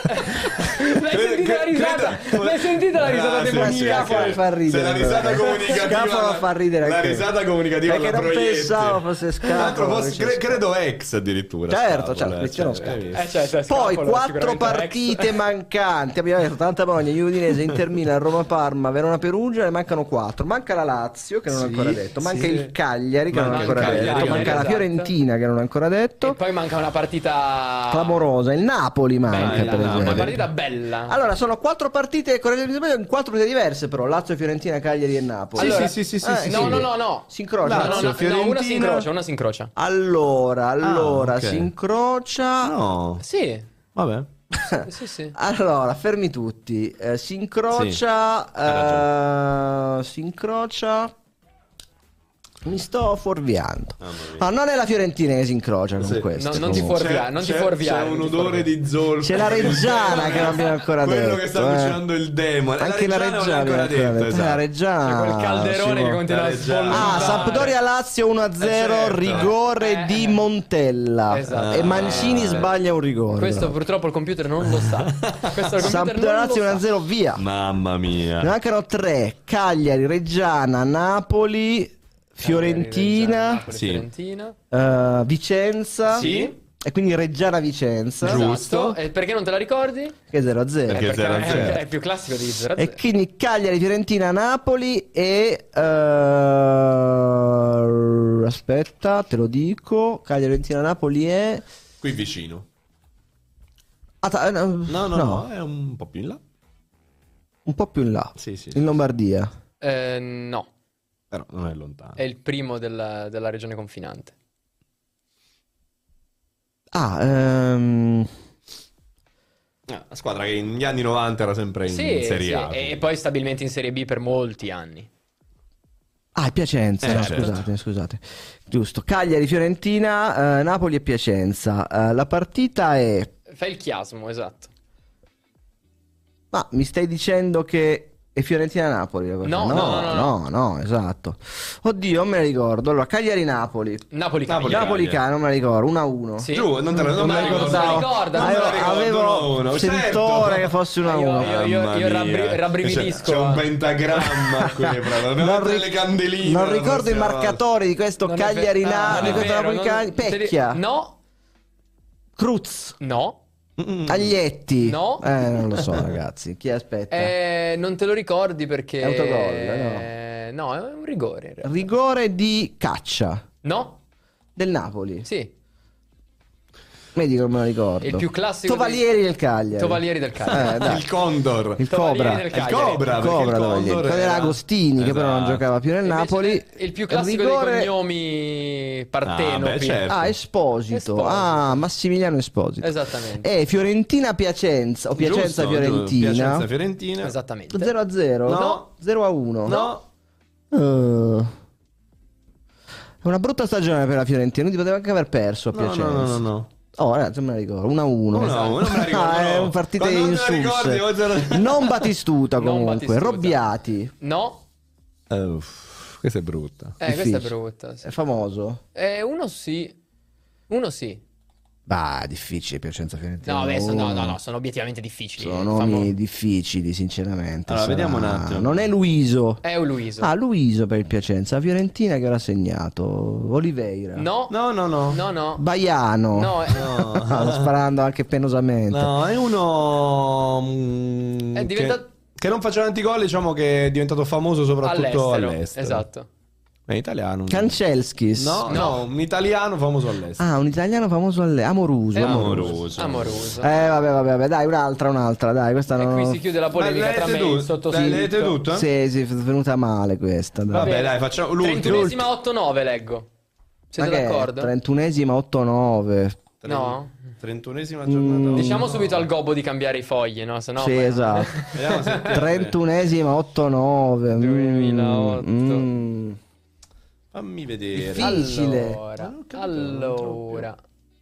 [SPEAKER 1] Credo-
[SPEAKER 3] se- L'hai sentita la
[SPEAKER 1] credo-
[SPEAKER 3] risata? L'hai sentita la risata
[SPEAKER 1] Ah, sì,
[SPEAKER 3] demoniaca?
[SPEAKER 1] sì,
[SPEAKER 2] Scapolo fa ridere,
[SPEAKER 1] Se la risata
[SPEAKER 2] però.
[SPEAKER 1] comunicativa.
[SPEAKER 2] Scapolo fa ridere
[SPEAKER 1] La
[SPEAKER 2] anche me.
[SPEAKER 1] risata comunicativa.
[SPEAKER 2] Perché
[SPEAKER 1] alla
[SPEAKER 2] non
[SPEAKER 1] Proietti.
[SPEAKER 2] pensavo fosse Scapolo,
[SPEAKER 1] Tra l'altro fosse-
[SPEAKER 2] invece
[SPEAKER 1] cre-
[SPEAKER 2] Scapolo.
[SPEAKER 1] credo ex addirittura.
[SPEAKER 2] Certo,
[SPEAKER 1] Scapolo,
[SPEAKER 2] certo,
[SPEAKER 1] eh,
[SPEAKER 2] Cristiano
[SPEAKER 1] cioè,
[SPEAKER 2] Scapolo.
[SPEAKER 1] hai visto?
[SPEAKER 3] Eh, cioè, se è
[SPEAKER 2] Poi
[SPEAKER 3] scapolo,
[SPEAKER 2] quattro
[SPEAKER 3] sicuramente è ex.
[SPEAKER 2] partite mancanti. Abbiamo detto Tanta Bologna, Udinese, Inter Milan, Roma Parma, Verona Perugia, ne mancano quattro. Manca la Lazio che non ho
[SPEAKER 1] Sì,
[SPEAKER 2] ancora detto, manca
[SPEAKER 1] sì.
[SPEAKER 2] il Cagliari che non ho
[SPEAKER 1] Manca il
[SPEAKER 2] ancora
[SPEAKER 1] Cagliari,
[SPEAKER 2] detto, manca la
[SPEAKER 3] esatto.
[SPEAKER 2] Fiorentina che non ho ancora
[SPEAKER 3] E
[SPEAKER 2] detto.
[SPEAKER 3] poi manca una partita.
[SPEAKER 2] Clamorosa, il Napoli manca
[SPEAKER 3] Bella,
[SPEAKER 2] per
[SPEAKER 1] no,
[SPEAKER 2] esempio.
[SPEAKER 3] una partita bella.
[SPEAKER 2] Allora, sono quattro partite, correggimi se sbaglio, in quattro partite diverse però, Lazio, Fiorentina, Cagliari e Napoli.
[SPEAKER 1] Sì,
[SPEAKER 2] Allora-
[SPEAKER 1] sì, sì, sì,
[SPEAKER 2] eh,
[SPEAKER 1] sì,
[SPEAKER 3] no,
[SPEAKER 1] sì.
[SPEAKER 3] no, no, no.
[SPEAKER 2] Si incrocia.
[SPEAKER 3] No,
[SPEAKER 1] Lazio,
[SPEAKER 3] no, no, no, una si
[SPEAKER 1] Fiorentina.
[SPEAKER 3] incrocia, una si incrocia.
[SPEAKER 2] Allora, allora,
[SPEAKER 1] Ah, ok.
[SPEAKER 2] si incrocia.
[SPEAKER 1] No,
[SPEAKER 3] Sì,
[SPEAKER 2] Eh.
[SPEAKER 1] vabbè.
[SPEAKER 3] sì, sì.
[SPEAKER 2] Allora, fermi tutti. Eh, si
[SPEAKER 1] Sì, hai
[SPEAKER 2] incrocia. eh, si incrocia. Mi sto fuorviando. No, non è la Fiorentina che si incrocia con
[SPEAKER 1] Sì.
[SPEAKER 2] questo.
[SPEAKER 3] No, non ti
[SPEAKER 2] comunque.
[SPEAKER 3] fuorvi- Fuorviare, non ti fuorviare,
[SPEAKER 1] C'è
[SPEAKER 3] non
[SPEAKER 1] un
[SPEAKER 3] ti
[SPEAKER 1] odore
[SPEAKER 3] fuorviare.
[SPEAKER 1] di zolfo.
[SPEAKER 2] C'è la Reggiana che non abbiamo ancora
[SPEAKER 1] Quello
[SPEAKER 2] detto.
[SPEAKER 1] che sta cucinando il demone.
[SPEAKER 2] Anche la Reggiana,
[SPEAKER 1] non l'ha ancora detto,
[SPEAKER 2] detto. La
[SPEAKER 1] esatto.
[SPEAKER 2] Reggiana.
[SPEAKER 3] C'è quel calderone
[SPEAKER 2] si può-
[SPEAKER 3] che continua
[SPEAKER 1] la
[SPEAKER 3] a
[SPEAKER 1] Reggiana.
[SPEAKER 2] Ah,
[SPEAKER 1] Lontano.
[SPEAKER 2] Sampdoria Lazio 1-0,
[SPEAKER 1] Eh, certo.
[SPEAKER 2] rigore
[SPEAKER 3] Eh.
[SPEAKER 2] di Montella.
[SPEAKER 3] Esatto.
[SPEAKER 2] E Mancini
[SPEAKER 1] Ah.
[SPEAKER 2] sbaglia un rigore.
[SPEAKER 3] Questo purtroppo il computer non lo sa. Questo il computer
[SPEAKER 2] Sampdoria
[SPEAKER 3] non lo
[SPEAKER 2] Lazio
[SPEAKER 3] sa. Ah,
[SPEAKER 2] 1-0, via.
[SPEAKER 1] Mamma mia.
[SPEAKER 2] Ne mancano tre: Cagliari, Reggiana, Napoli, Fiorentina,
[SPEAKER 3] Napoli,
[SPEAKER 1] Sì.
[SPEAKER 3] Fiorentina.
[SPEAKER 2] eh, Vicenza.
[SPEAKER 1] Sì.
[SPEAKER 2] E quindi Reggiana-Vicenza.
[SPEAKER 1] Giusto.
[SPEAKER 3] Esatto. E perché non te la ricordi?
[SPEAKER 2] Che 0-0.
[SPEAKER 1] Perché
[SPEAKER 3] Eh,
[SPEAKER 1] 0-0.
[SPEAKER 3] È, è più classico di 0
[SPEAKER 2] E quindi Cagliari, Fiorentina, Napoli e... eh, aspetta, te lo dico. Cagliari, Fiorentina, Napoli e...
[SPEAKER 1] Qui vicino.
[SPEAKER 2] Ata- eh, no,
[SPEAKER 1] No, no,
[SPEAKER 2] no,
[SPEAKER 1] no, è un po' più in là.
[SPEAKER 2] un po' più in là.
[SPEAKER 1] Sì, sì.
[SPEAKER 2] In Lombardia.
[SPEAKER 3] Eh, no,
[SPEAKER 1] Però non è lontano.
[SPEAKER 3] è il primo della, della regione confinante.
[SPEAKER 2] Ah, ehm...
[SPEAKER 1] Ah, la squadra che negli anni 90 era sempre in
[SPEAKER 3] Sì, eh,
[SPEAKER 1] Serie
[SPEAKER 3] sì,
[SPEAKER 1] A.
[SPEAKER 3] e e poi stabilmente in Serie B per molti anni.
[SPEAKER 2] Ah, è Piacenza,
[SPEAKER 1] Eh,
[SPEAKER 2] no,
[SPEAKER 1] certo.
[SPEAKER 2] scusate, scusate. Giusto. Cagliari, Fiorentina, eh, Napoli e Piacenza. Eh, la partita è...
[SPEAKER 3] Fai il chiasmo, esatto.
[SPEAKER 2] Ma mi stai dicendo che è Fiorentina-Napoli? la partita?
[SPEAKER 3] No, no, no,
[SPEAKER 2] no,
[SPEAKER 3] no.
[SPEAKER 2] no, esatto. Oddio, non me la ricordo. Allora, Cagliari-Napoli.
[SPEAKER 1] Napoli.
[SPEAKER 3] Napoli Cagliari.
[SPEAKER 2] Napoli-Cano, non me la ricordo. 1-1.
[SPEAKER 3] Sì.
[SPEAKER 1] Giù, non te la non
[SPEAKER 2] Non
[SPEAKER 1] me la
[SPEAKER 2] me la
[SPEAKER 1] ricordo.
[SPEAKER 2] ricordavo.
[SPEAKER 3] ricorda,
[SPEAKER 1] Non
[SPEAKER 3] non
[SPEAKER 1] me la
[SPEAKER 2] Avevo,
[SPEAKER 3] me
[SPEAKER 1] ricordo, no,
[SPEAKER 2] avevo
[SPEAKER 1] no,
[SPEAKER 2] sentore
[SPEAKER 1] certo.
[SPEAKER 2] che fosse 1-1.
[SPEAKER 3] Ah, Io- io-
[SPEAKER 1] Mamma
[SPEAKER 3] io
[SPEAKER 1] mia. Cioè,
[SPEAKER 3] rabbri- rabbrividisco,
[SPEAKER 1] C'è, c'è un
[SPEAKER 3] eh.
[SPEAKER 1] pentagramma qui, proprio.
[SPEAKER 2] Non
[SPEAKER 1] Abbiamo
[SPEAKER 2] ri-
[SPEAKER 1] delle candeline.
[SPEAKER 2] non ricordo i
[SPEAKER 1] siamo-
[SPEAKER 2] marcatori di questo
[SPEAKER 3] Non è ver-
[SPEAKER 2] Cagliari
[SPEAKER 3] Ah, non
[SPEAKER 2] Napoli,
[SPEAKER 3] è
[SPEAKER 2] questo
[SPEAKER 3] vero,
[SPEAKER 2] Napoli
[SPEAKER 3] non-
[SPEAKER 2] Cagliari.
[SPEAKER 3] te li-
[SPEAKER 2] Pecchia,
[SPEAKER 3] No,
[SPEAKER 2] Cruz,
[SPEAKER 3] no,
[SPEAKER 2] Ah, Taglietti.
[SPEAKER 3] Mm. No.
[SPEAKER 2] Eh, non lo so, ragazzi. Chi aspetta?
[SPEAKER 3] Eh, non te lo ricordi perché...
[SPEAKER 2] È autogol,
[SPEAKER 3] no? è un rigore in realtà.
[SPEAKER 2] Rigore di caccia
[SPEAKER 3] No?
[SPEAKER 2] del Napoli.
[SPEAKER 3] Sì.
[SPEAKER 2] Vedi come me lo ricordo.
[SPEAKER 3] Il più classico dei-
[SPEAKER 2] Tovalieri del Cagliari.
[SPEAKER 3] Tovalieri del Cagliari.
[SPEAKER 2] Eh, dai.
[SPEAKER 1] Il Condor.
[SPEAKER 2] Il
[SPEAKER 3] Tovalieri
[SPEAKER 2] Cobra.
[SPEAKER 3] del
[SPEAKER 2] Il
[SPEAKER 1] Il
[SPEAKER 3] Cagliari.
[SPEAKER 1] Cobra. perché
[SPEAKER 2] Cobra
[SPEAKER 1] il
[SPEAKER 2] Tovalieri.
[SPEAKER 1] Condor
[SPEAKER 2] Quello era Agostini che però non
[SPEAKER 1] Esatto.
[SPEAKER 2] giocava più nel
[SPEAKER 3] Invece
[SPEAKER 2] Napoli.
[SPEAKER 3] Il più classico
[SPEAKER 2] Rigore-
[SPEAKER 3] dei cognomi partenopi.
[SPEAKER 1] Ah, beh, certo.
[SPEAKER 2] Ah, Esposito.
[SPEAKER 3] Esposito.
[SPEAKER 2] Ah, Massimiliano Esposito.
[SPEAKER 3] Esattamente.
[SPEAKER 2] E Fiorentina Piacenza o Piacenza
[SPEAKER 1] Giusto,
[SPEAKER 2] Fiorentina.
[SPEAKER 1] Piacenza Fiorentina.
[SPEAKER 3] Ah, Esattamente.
[SPEAKER 2] 0 a 0.
[SPEAKER 1] No.
[SPEAKER 2] 0 a 1.
[SPEAKER 1] No.
[SPEAKER 2] Eh. È una brutta stagione per la Fiorentina, quindi poteva anche aver perso a
[SPEAKER 1] No,
[SPEAKER 2] Piacenza.
[SPEAKER 1] no, no, no, no.
[SPEAKER 2] Oh, ragazzi, non me la ricordo. 1 a 1.
[SPEAKER 1] Uno a uno, non me la ricordo,
[SPEAKER 2] è
[SPEAKER 1] no.
[SPEAKER 2] un partito
[SPEAKER 1] Quando non
[SPEAKER 2] in
[SPEAKER 1] me la ricordi, oh, o zero-
[SPEAKER 2] Non Batistuta
[SPEAKER 3] Non
[SPEAKER 2] comunque,
[SPEAKER 3] Batistuta.
[SPEAKER 2] Robbiati.
[SPEAKER 3] No?
[SPEAKER 1] Eh, uff, questa è brutta.
[SPEAKER 3] Eh, questa è
[SPEAKER 2] Difficile.
[SPEAKER 3] brutta. sì.
[SPEAKER 2] È famoso?
[SPEAKER 3] Eh, uno sì. Uno sì.
[SPEAKER 2] Bah, difficile Piacenza Fiorentina.
[SPEAKER 3] No, beh, so- no, no, no,
[SPEAKER 2] Uno.
[SPEAKER 3] sono obiettivamente difficili. eh,
[SPEAKER 2] Sono
[SPEAKER 3] Famo-
[SPEAKER 2] nomi difficili, sinceramente.
[SPEAKER 1] Allora, vediamo un attimo. Eh, esatto.
[SPEAKER 2] Non è Luiso.
[SPEAKER 3] È un Luiso.
[SPEAKER 2] Ah, Luiso per il Piacenza. Fiorentina che era segnato. Oliveira.
[SPEAKER 3] No?
[SPEAKER 1] No, no, no.
[SPEAKER 3] No, no.
[SPEAKER 2] Baiano.
[SPEAKER 3] No, eh,
[SPEAKER 2] Stanno sparando anche penosamente.
[SPEAKER 1] No, è uno mm,
[SPEAKER 3] È diventato-
[SPEAKER 1] che, che non faceva antigol, diciamo che è diventato famoso soprattutto
[SPEAKER 3] all'estero.
[SPEAKER 1] all'estero.
[SPEAKER 3] Esatto.
[SPEAKER 1] È italiano.
[SPEAKER 2] Mm.
[SPEAKER 1] un-
[SPEAKER 2] Cancelskis.
[SPEAKER 1] No, no, un italiano famoso all'estero.
[SPEAKER 2] Ah, un italiano famoso alle... Amoruso.
[SPEAKER 3] È
[SPEAKER 1] Amoroso.
[SPEAKER 3] Amoroso.
[SPEAKER 2] Eh, vabbè, vabbè, vabbè, dai, un'altra, un'altra, dai, questa
[SPEAKER 3] E
[SPEAKER 2] non...
[SPEAKER 3] qui si chiude la polemica tra me e il sottoscritto.
[SPEAKER 1] L'avete tutto? eh?
[SPEAKER 2] Ah, Sì, sì, è venuta male questa, dai.
[SPEAKER 1] Vabbè, dai, facciamo l'ultimo.
[SPEAKER 3] Trentunesima 8-9 leggo. Siete
[SPEAKER 2] Ma che è?
[SPEAKER 3] d'accordo?
[SPEAKER 2] 31esima 8-9.
[SPEAKER 3] No.
[SPEAKER 1] Trentunesima giornata.
[SPEAKER 3] Diciamo subito al gobbo di cambiare i fogli, no? Sennò
[SPEAKER 2] sì,
[SPEAKER 3] poi-
[SPEAKER 2] esatto.
[SPEAKER 1] Vediamo se-
[SPEAKER 2] 31esima 8-9.
[SPEAKER 3] 2008.
[SPEAKER 2] mm.
[SPEAKER 1] Fammi vedere.
[SPEAKER 2] Fi- Difficile.
[SPEAKER 3] Allora,
[SPEAKER 1] non capito, non
[SPEAKER 3] allora.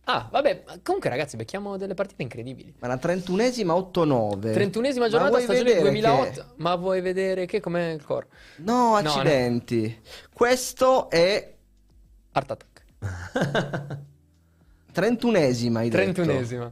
[SPEAKER 3] Ah, vabbè, ma comunque ragazzi, becchiamo delle partite incredibili.
[SPEAKER 2] Ma la 31esima 8-9.
[SPEAKER 3] 31esima
[SPEAKER 2] Ma
[SPEAKER 3] giornata
[SPEAKER 2] vuoi
[SPEAKER 3] stagione
[SPEAKER 2] vedere
[SPEAKER 3] 2008,
[SPEAKER 2] che-
[SPEAKER 3] ma vuoi vedere che com'è il core?
[SPEAKER 2] No, accidenti. Questo è
[SPEAKER 3] Art Attack.
[SPEAKER 2] 31esima, hai detto.
[SPEAKER 3] 31esima.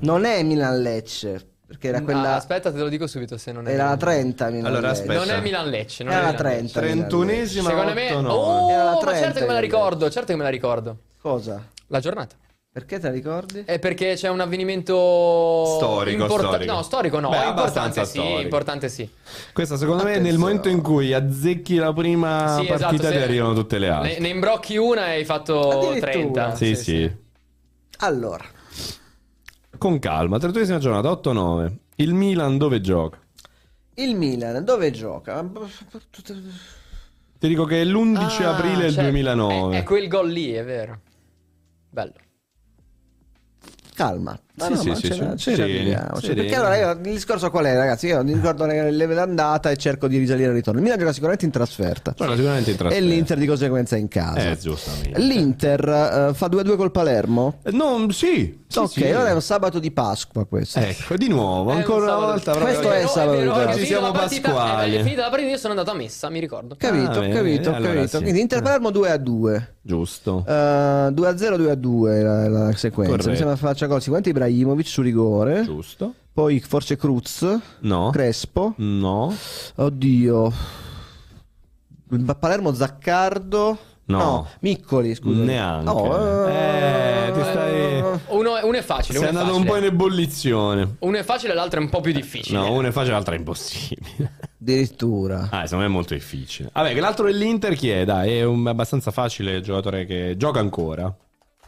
[SPEAKER 2] Non è Milan Lecce, perché era
[SPEAKER 3] Ah,
[SPEAKER 2] quella
[SPEAKER 3] aspetta, te lo dico subito se non è
[SPEAKER 2] era la 30 Milan
[SPEAKER 1] Allora,
[SPEAKER 2] Lecce.
[SPEAKER 1] aspetta.
[SPEAKER 3] Non è Milan Lecce, non
[SPEAKER 2] Era
[SPEAKER 3] è
[SPEAKER 2] la
[SPEAKER 3] Milan Lecce.
[SPEAKER 2] 30.
[SPEAKER 1] Trentunesima
[SPEAKER 3] Secondo me Oh,
[SPEAKER 1] 8-9.
[SPEAKER 2] Era la
[SPEAKER 3] ma
[SPEAKER 2] 30
[SPEAKER 3] certo che me
[SPEAKER 2] Milan
[SPEAKER 3] la ricordo, certo che me la ricordo.
[SPEAKER 2] Cosa?
[SPEAKER 3] La giornata.
[SPEAKER 2] Perché te la ricordi?
[SPEAKER 3] È perché c'è un avvenimento
[SPEAKER 1] Storico,
[SPEAKER 3] importa-
[SPEAKER 1] storico.
[SPEAKER 3] No, storico no,
[SPEAKER 1] Beh,
[SPEAKER 3] importante
[SPEAKER 1] abbastanza
[SPEAKER 3] sì,
[SPEAKER 1] storico.
[SPEAKER 3] importante sì.
[SPEAKER 1] Questa secondo me nel
[SPEAKER 2] Attenzione.
[SPEAKER 1] momento in cui azzecchi la prima
[SPEAKER 3] Sì, esatto,
[SPEAKER 1] partita
[SPEAKER 3] se-
[SPEAKER 1] Ah, ti arrivano tutte le altre.
[SPEAKER 3] Ne, ne imbrocchi una e hai fatto
[SPEAKER 2] Addirittura.
[SPEAKER 3] 30.
[SPEAKER 1] Sì, sì.
[SPEAKER 2] Allora,
[SPEAKER 1] Con calma, 31esima giornata, 8-9. Il Milan dove gioca?
[SPEAKER 2] il Milan dove gioca?
[SPEAKER 1] Ti dico che è l'11
[SPEAKER 3] Ah,
[SPEAKER 1] aprile del
[SPEAKER 3] certo.
[SPEAKER 1] 2009.
[SPEAKER 2] Eh,
[SPEAKER 3] È, è
[SPEAKER 2] ecco.
[SPEAKER 3] quel gol lì, è vero. Bello.
[SPEAKER 2] Calma,
[SPEAKER 1] Sì,
[SPEAKER 2] no,
[SPEAKER 1] sì,
[SPEAKER 2] ma
[SPEAKER 1] sì,
[SPEAKER 2] ce la-
[SPEAKER 1] sì.
[SPEAKER 2] ce la
[SPEAKER 1] Sereni,
[SPEAKER 2] viviamo. Cioè,
[SPEAKER 1] sereni.
[SPEAKER 2] perché allora io, il discorso qual è, ragazzi? Io mi ricordo le, le d'andata e cerco di risalire al ritorno. Il Milan gioca sicuramente in trasferta,
[SPEAKER 1] Guarda, Cioè, sicuramente in
[SPEAKER 2] e
[SPEAKER 1] trasferta.
[SPEAKER 2] l'Inter di conseguenza in casa.
[SPEAKER 1] Eh, giustamente.
[SPEAKER 2] L'Inter eh, fa 2-2 col Palermo?
[SPEAKER 1] Eh, No, sì. sì,
[SPEAKER 2] ok,
[SPEAKER 1] sì.
[SPEAKER 2] allora è un sabato di Pasqua questo.
[SPEAKER 1] Ecco, di nuovo,
[SPEAKER 3] È un
[SPEAKER 1] ancora
[SPEAKER 3] sabato.
[SPEAKER 1] una volta.
[SPEAKER 2] Questo
[SPEAKER 1] proprio-
[SPEAKER 2] è il sabato di
[SPEAKER 3] vero,
[SPEAKER 2] Pasqua.
[SPEAKER 3] è
[SPEAKER 1] Ci
[SPEAKER 3] finita
[SPEAKER 1] siamo
[SPEAKER 3] la partita,
[SPEAKER 1] pasquali.
[SPEAKER 3] è- è finita la partita, io sono andato a messa, mi ricordo.
[SPEAKER 2] Capito,
[SPEAKER 1] Ah, bene,
[SPEAKER 2] capito,
[SPEAKER 1] allora
[SPEAKER 2] capito.
[SPEAKER 1] sì. Eh.
[SPEAKER 2] Quindi Inter Palermo 2 a 2.
[SPEAKER 1] Giusto.
[SPEAKER 2] Eh. 2 a 0, 2 a 2 la, la sequenza.
[SPEAKER 1] Corretto.
[SPEAKER 2] Mi sembra faccia gol. Sicuramente Ibrahimovic su rigore.
[SPEAKER 1] Giusto.
[SPEAKER 2] Poi forse Cruz.
[SPEAKER 1] No.
[SPEAKER 2] Crespo.
[SPEAKER 1] No.
[SPEAKER 2] Oddio. Ba- Palermo Zaccardo.
[SPEAKER 1] No.
[SPEAKER 2] Miccoli, scusa.
[SPEAKER 1] Neanche.
[SPEAKER 2] No,
[SPEAKER 1] Eh, ti stai-
[SPEAKER 3] Uno, uno è facile,
[SPEAKER 1] Sei
[SPEAKER 3] uno è
[SPEAKER 1] andato
[SPEAKER 3] facile.
[SPEAKER 1] un po' in ebollizione.
[SPEAKER 3] Uno è facile, l'altro è un po' più difficile.
[SPEAKER 1] No, una è facile, l'altra è impossibile.
[SPEAKER 2] Addirittura.
[SPEAKER 1] Ah, secondo me è molto difficile. Vabbè, che l'altro dell'Inter chi è? Dai, è un- abbastanza facile il giocatore che gioca ancora.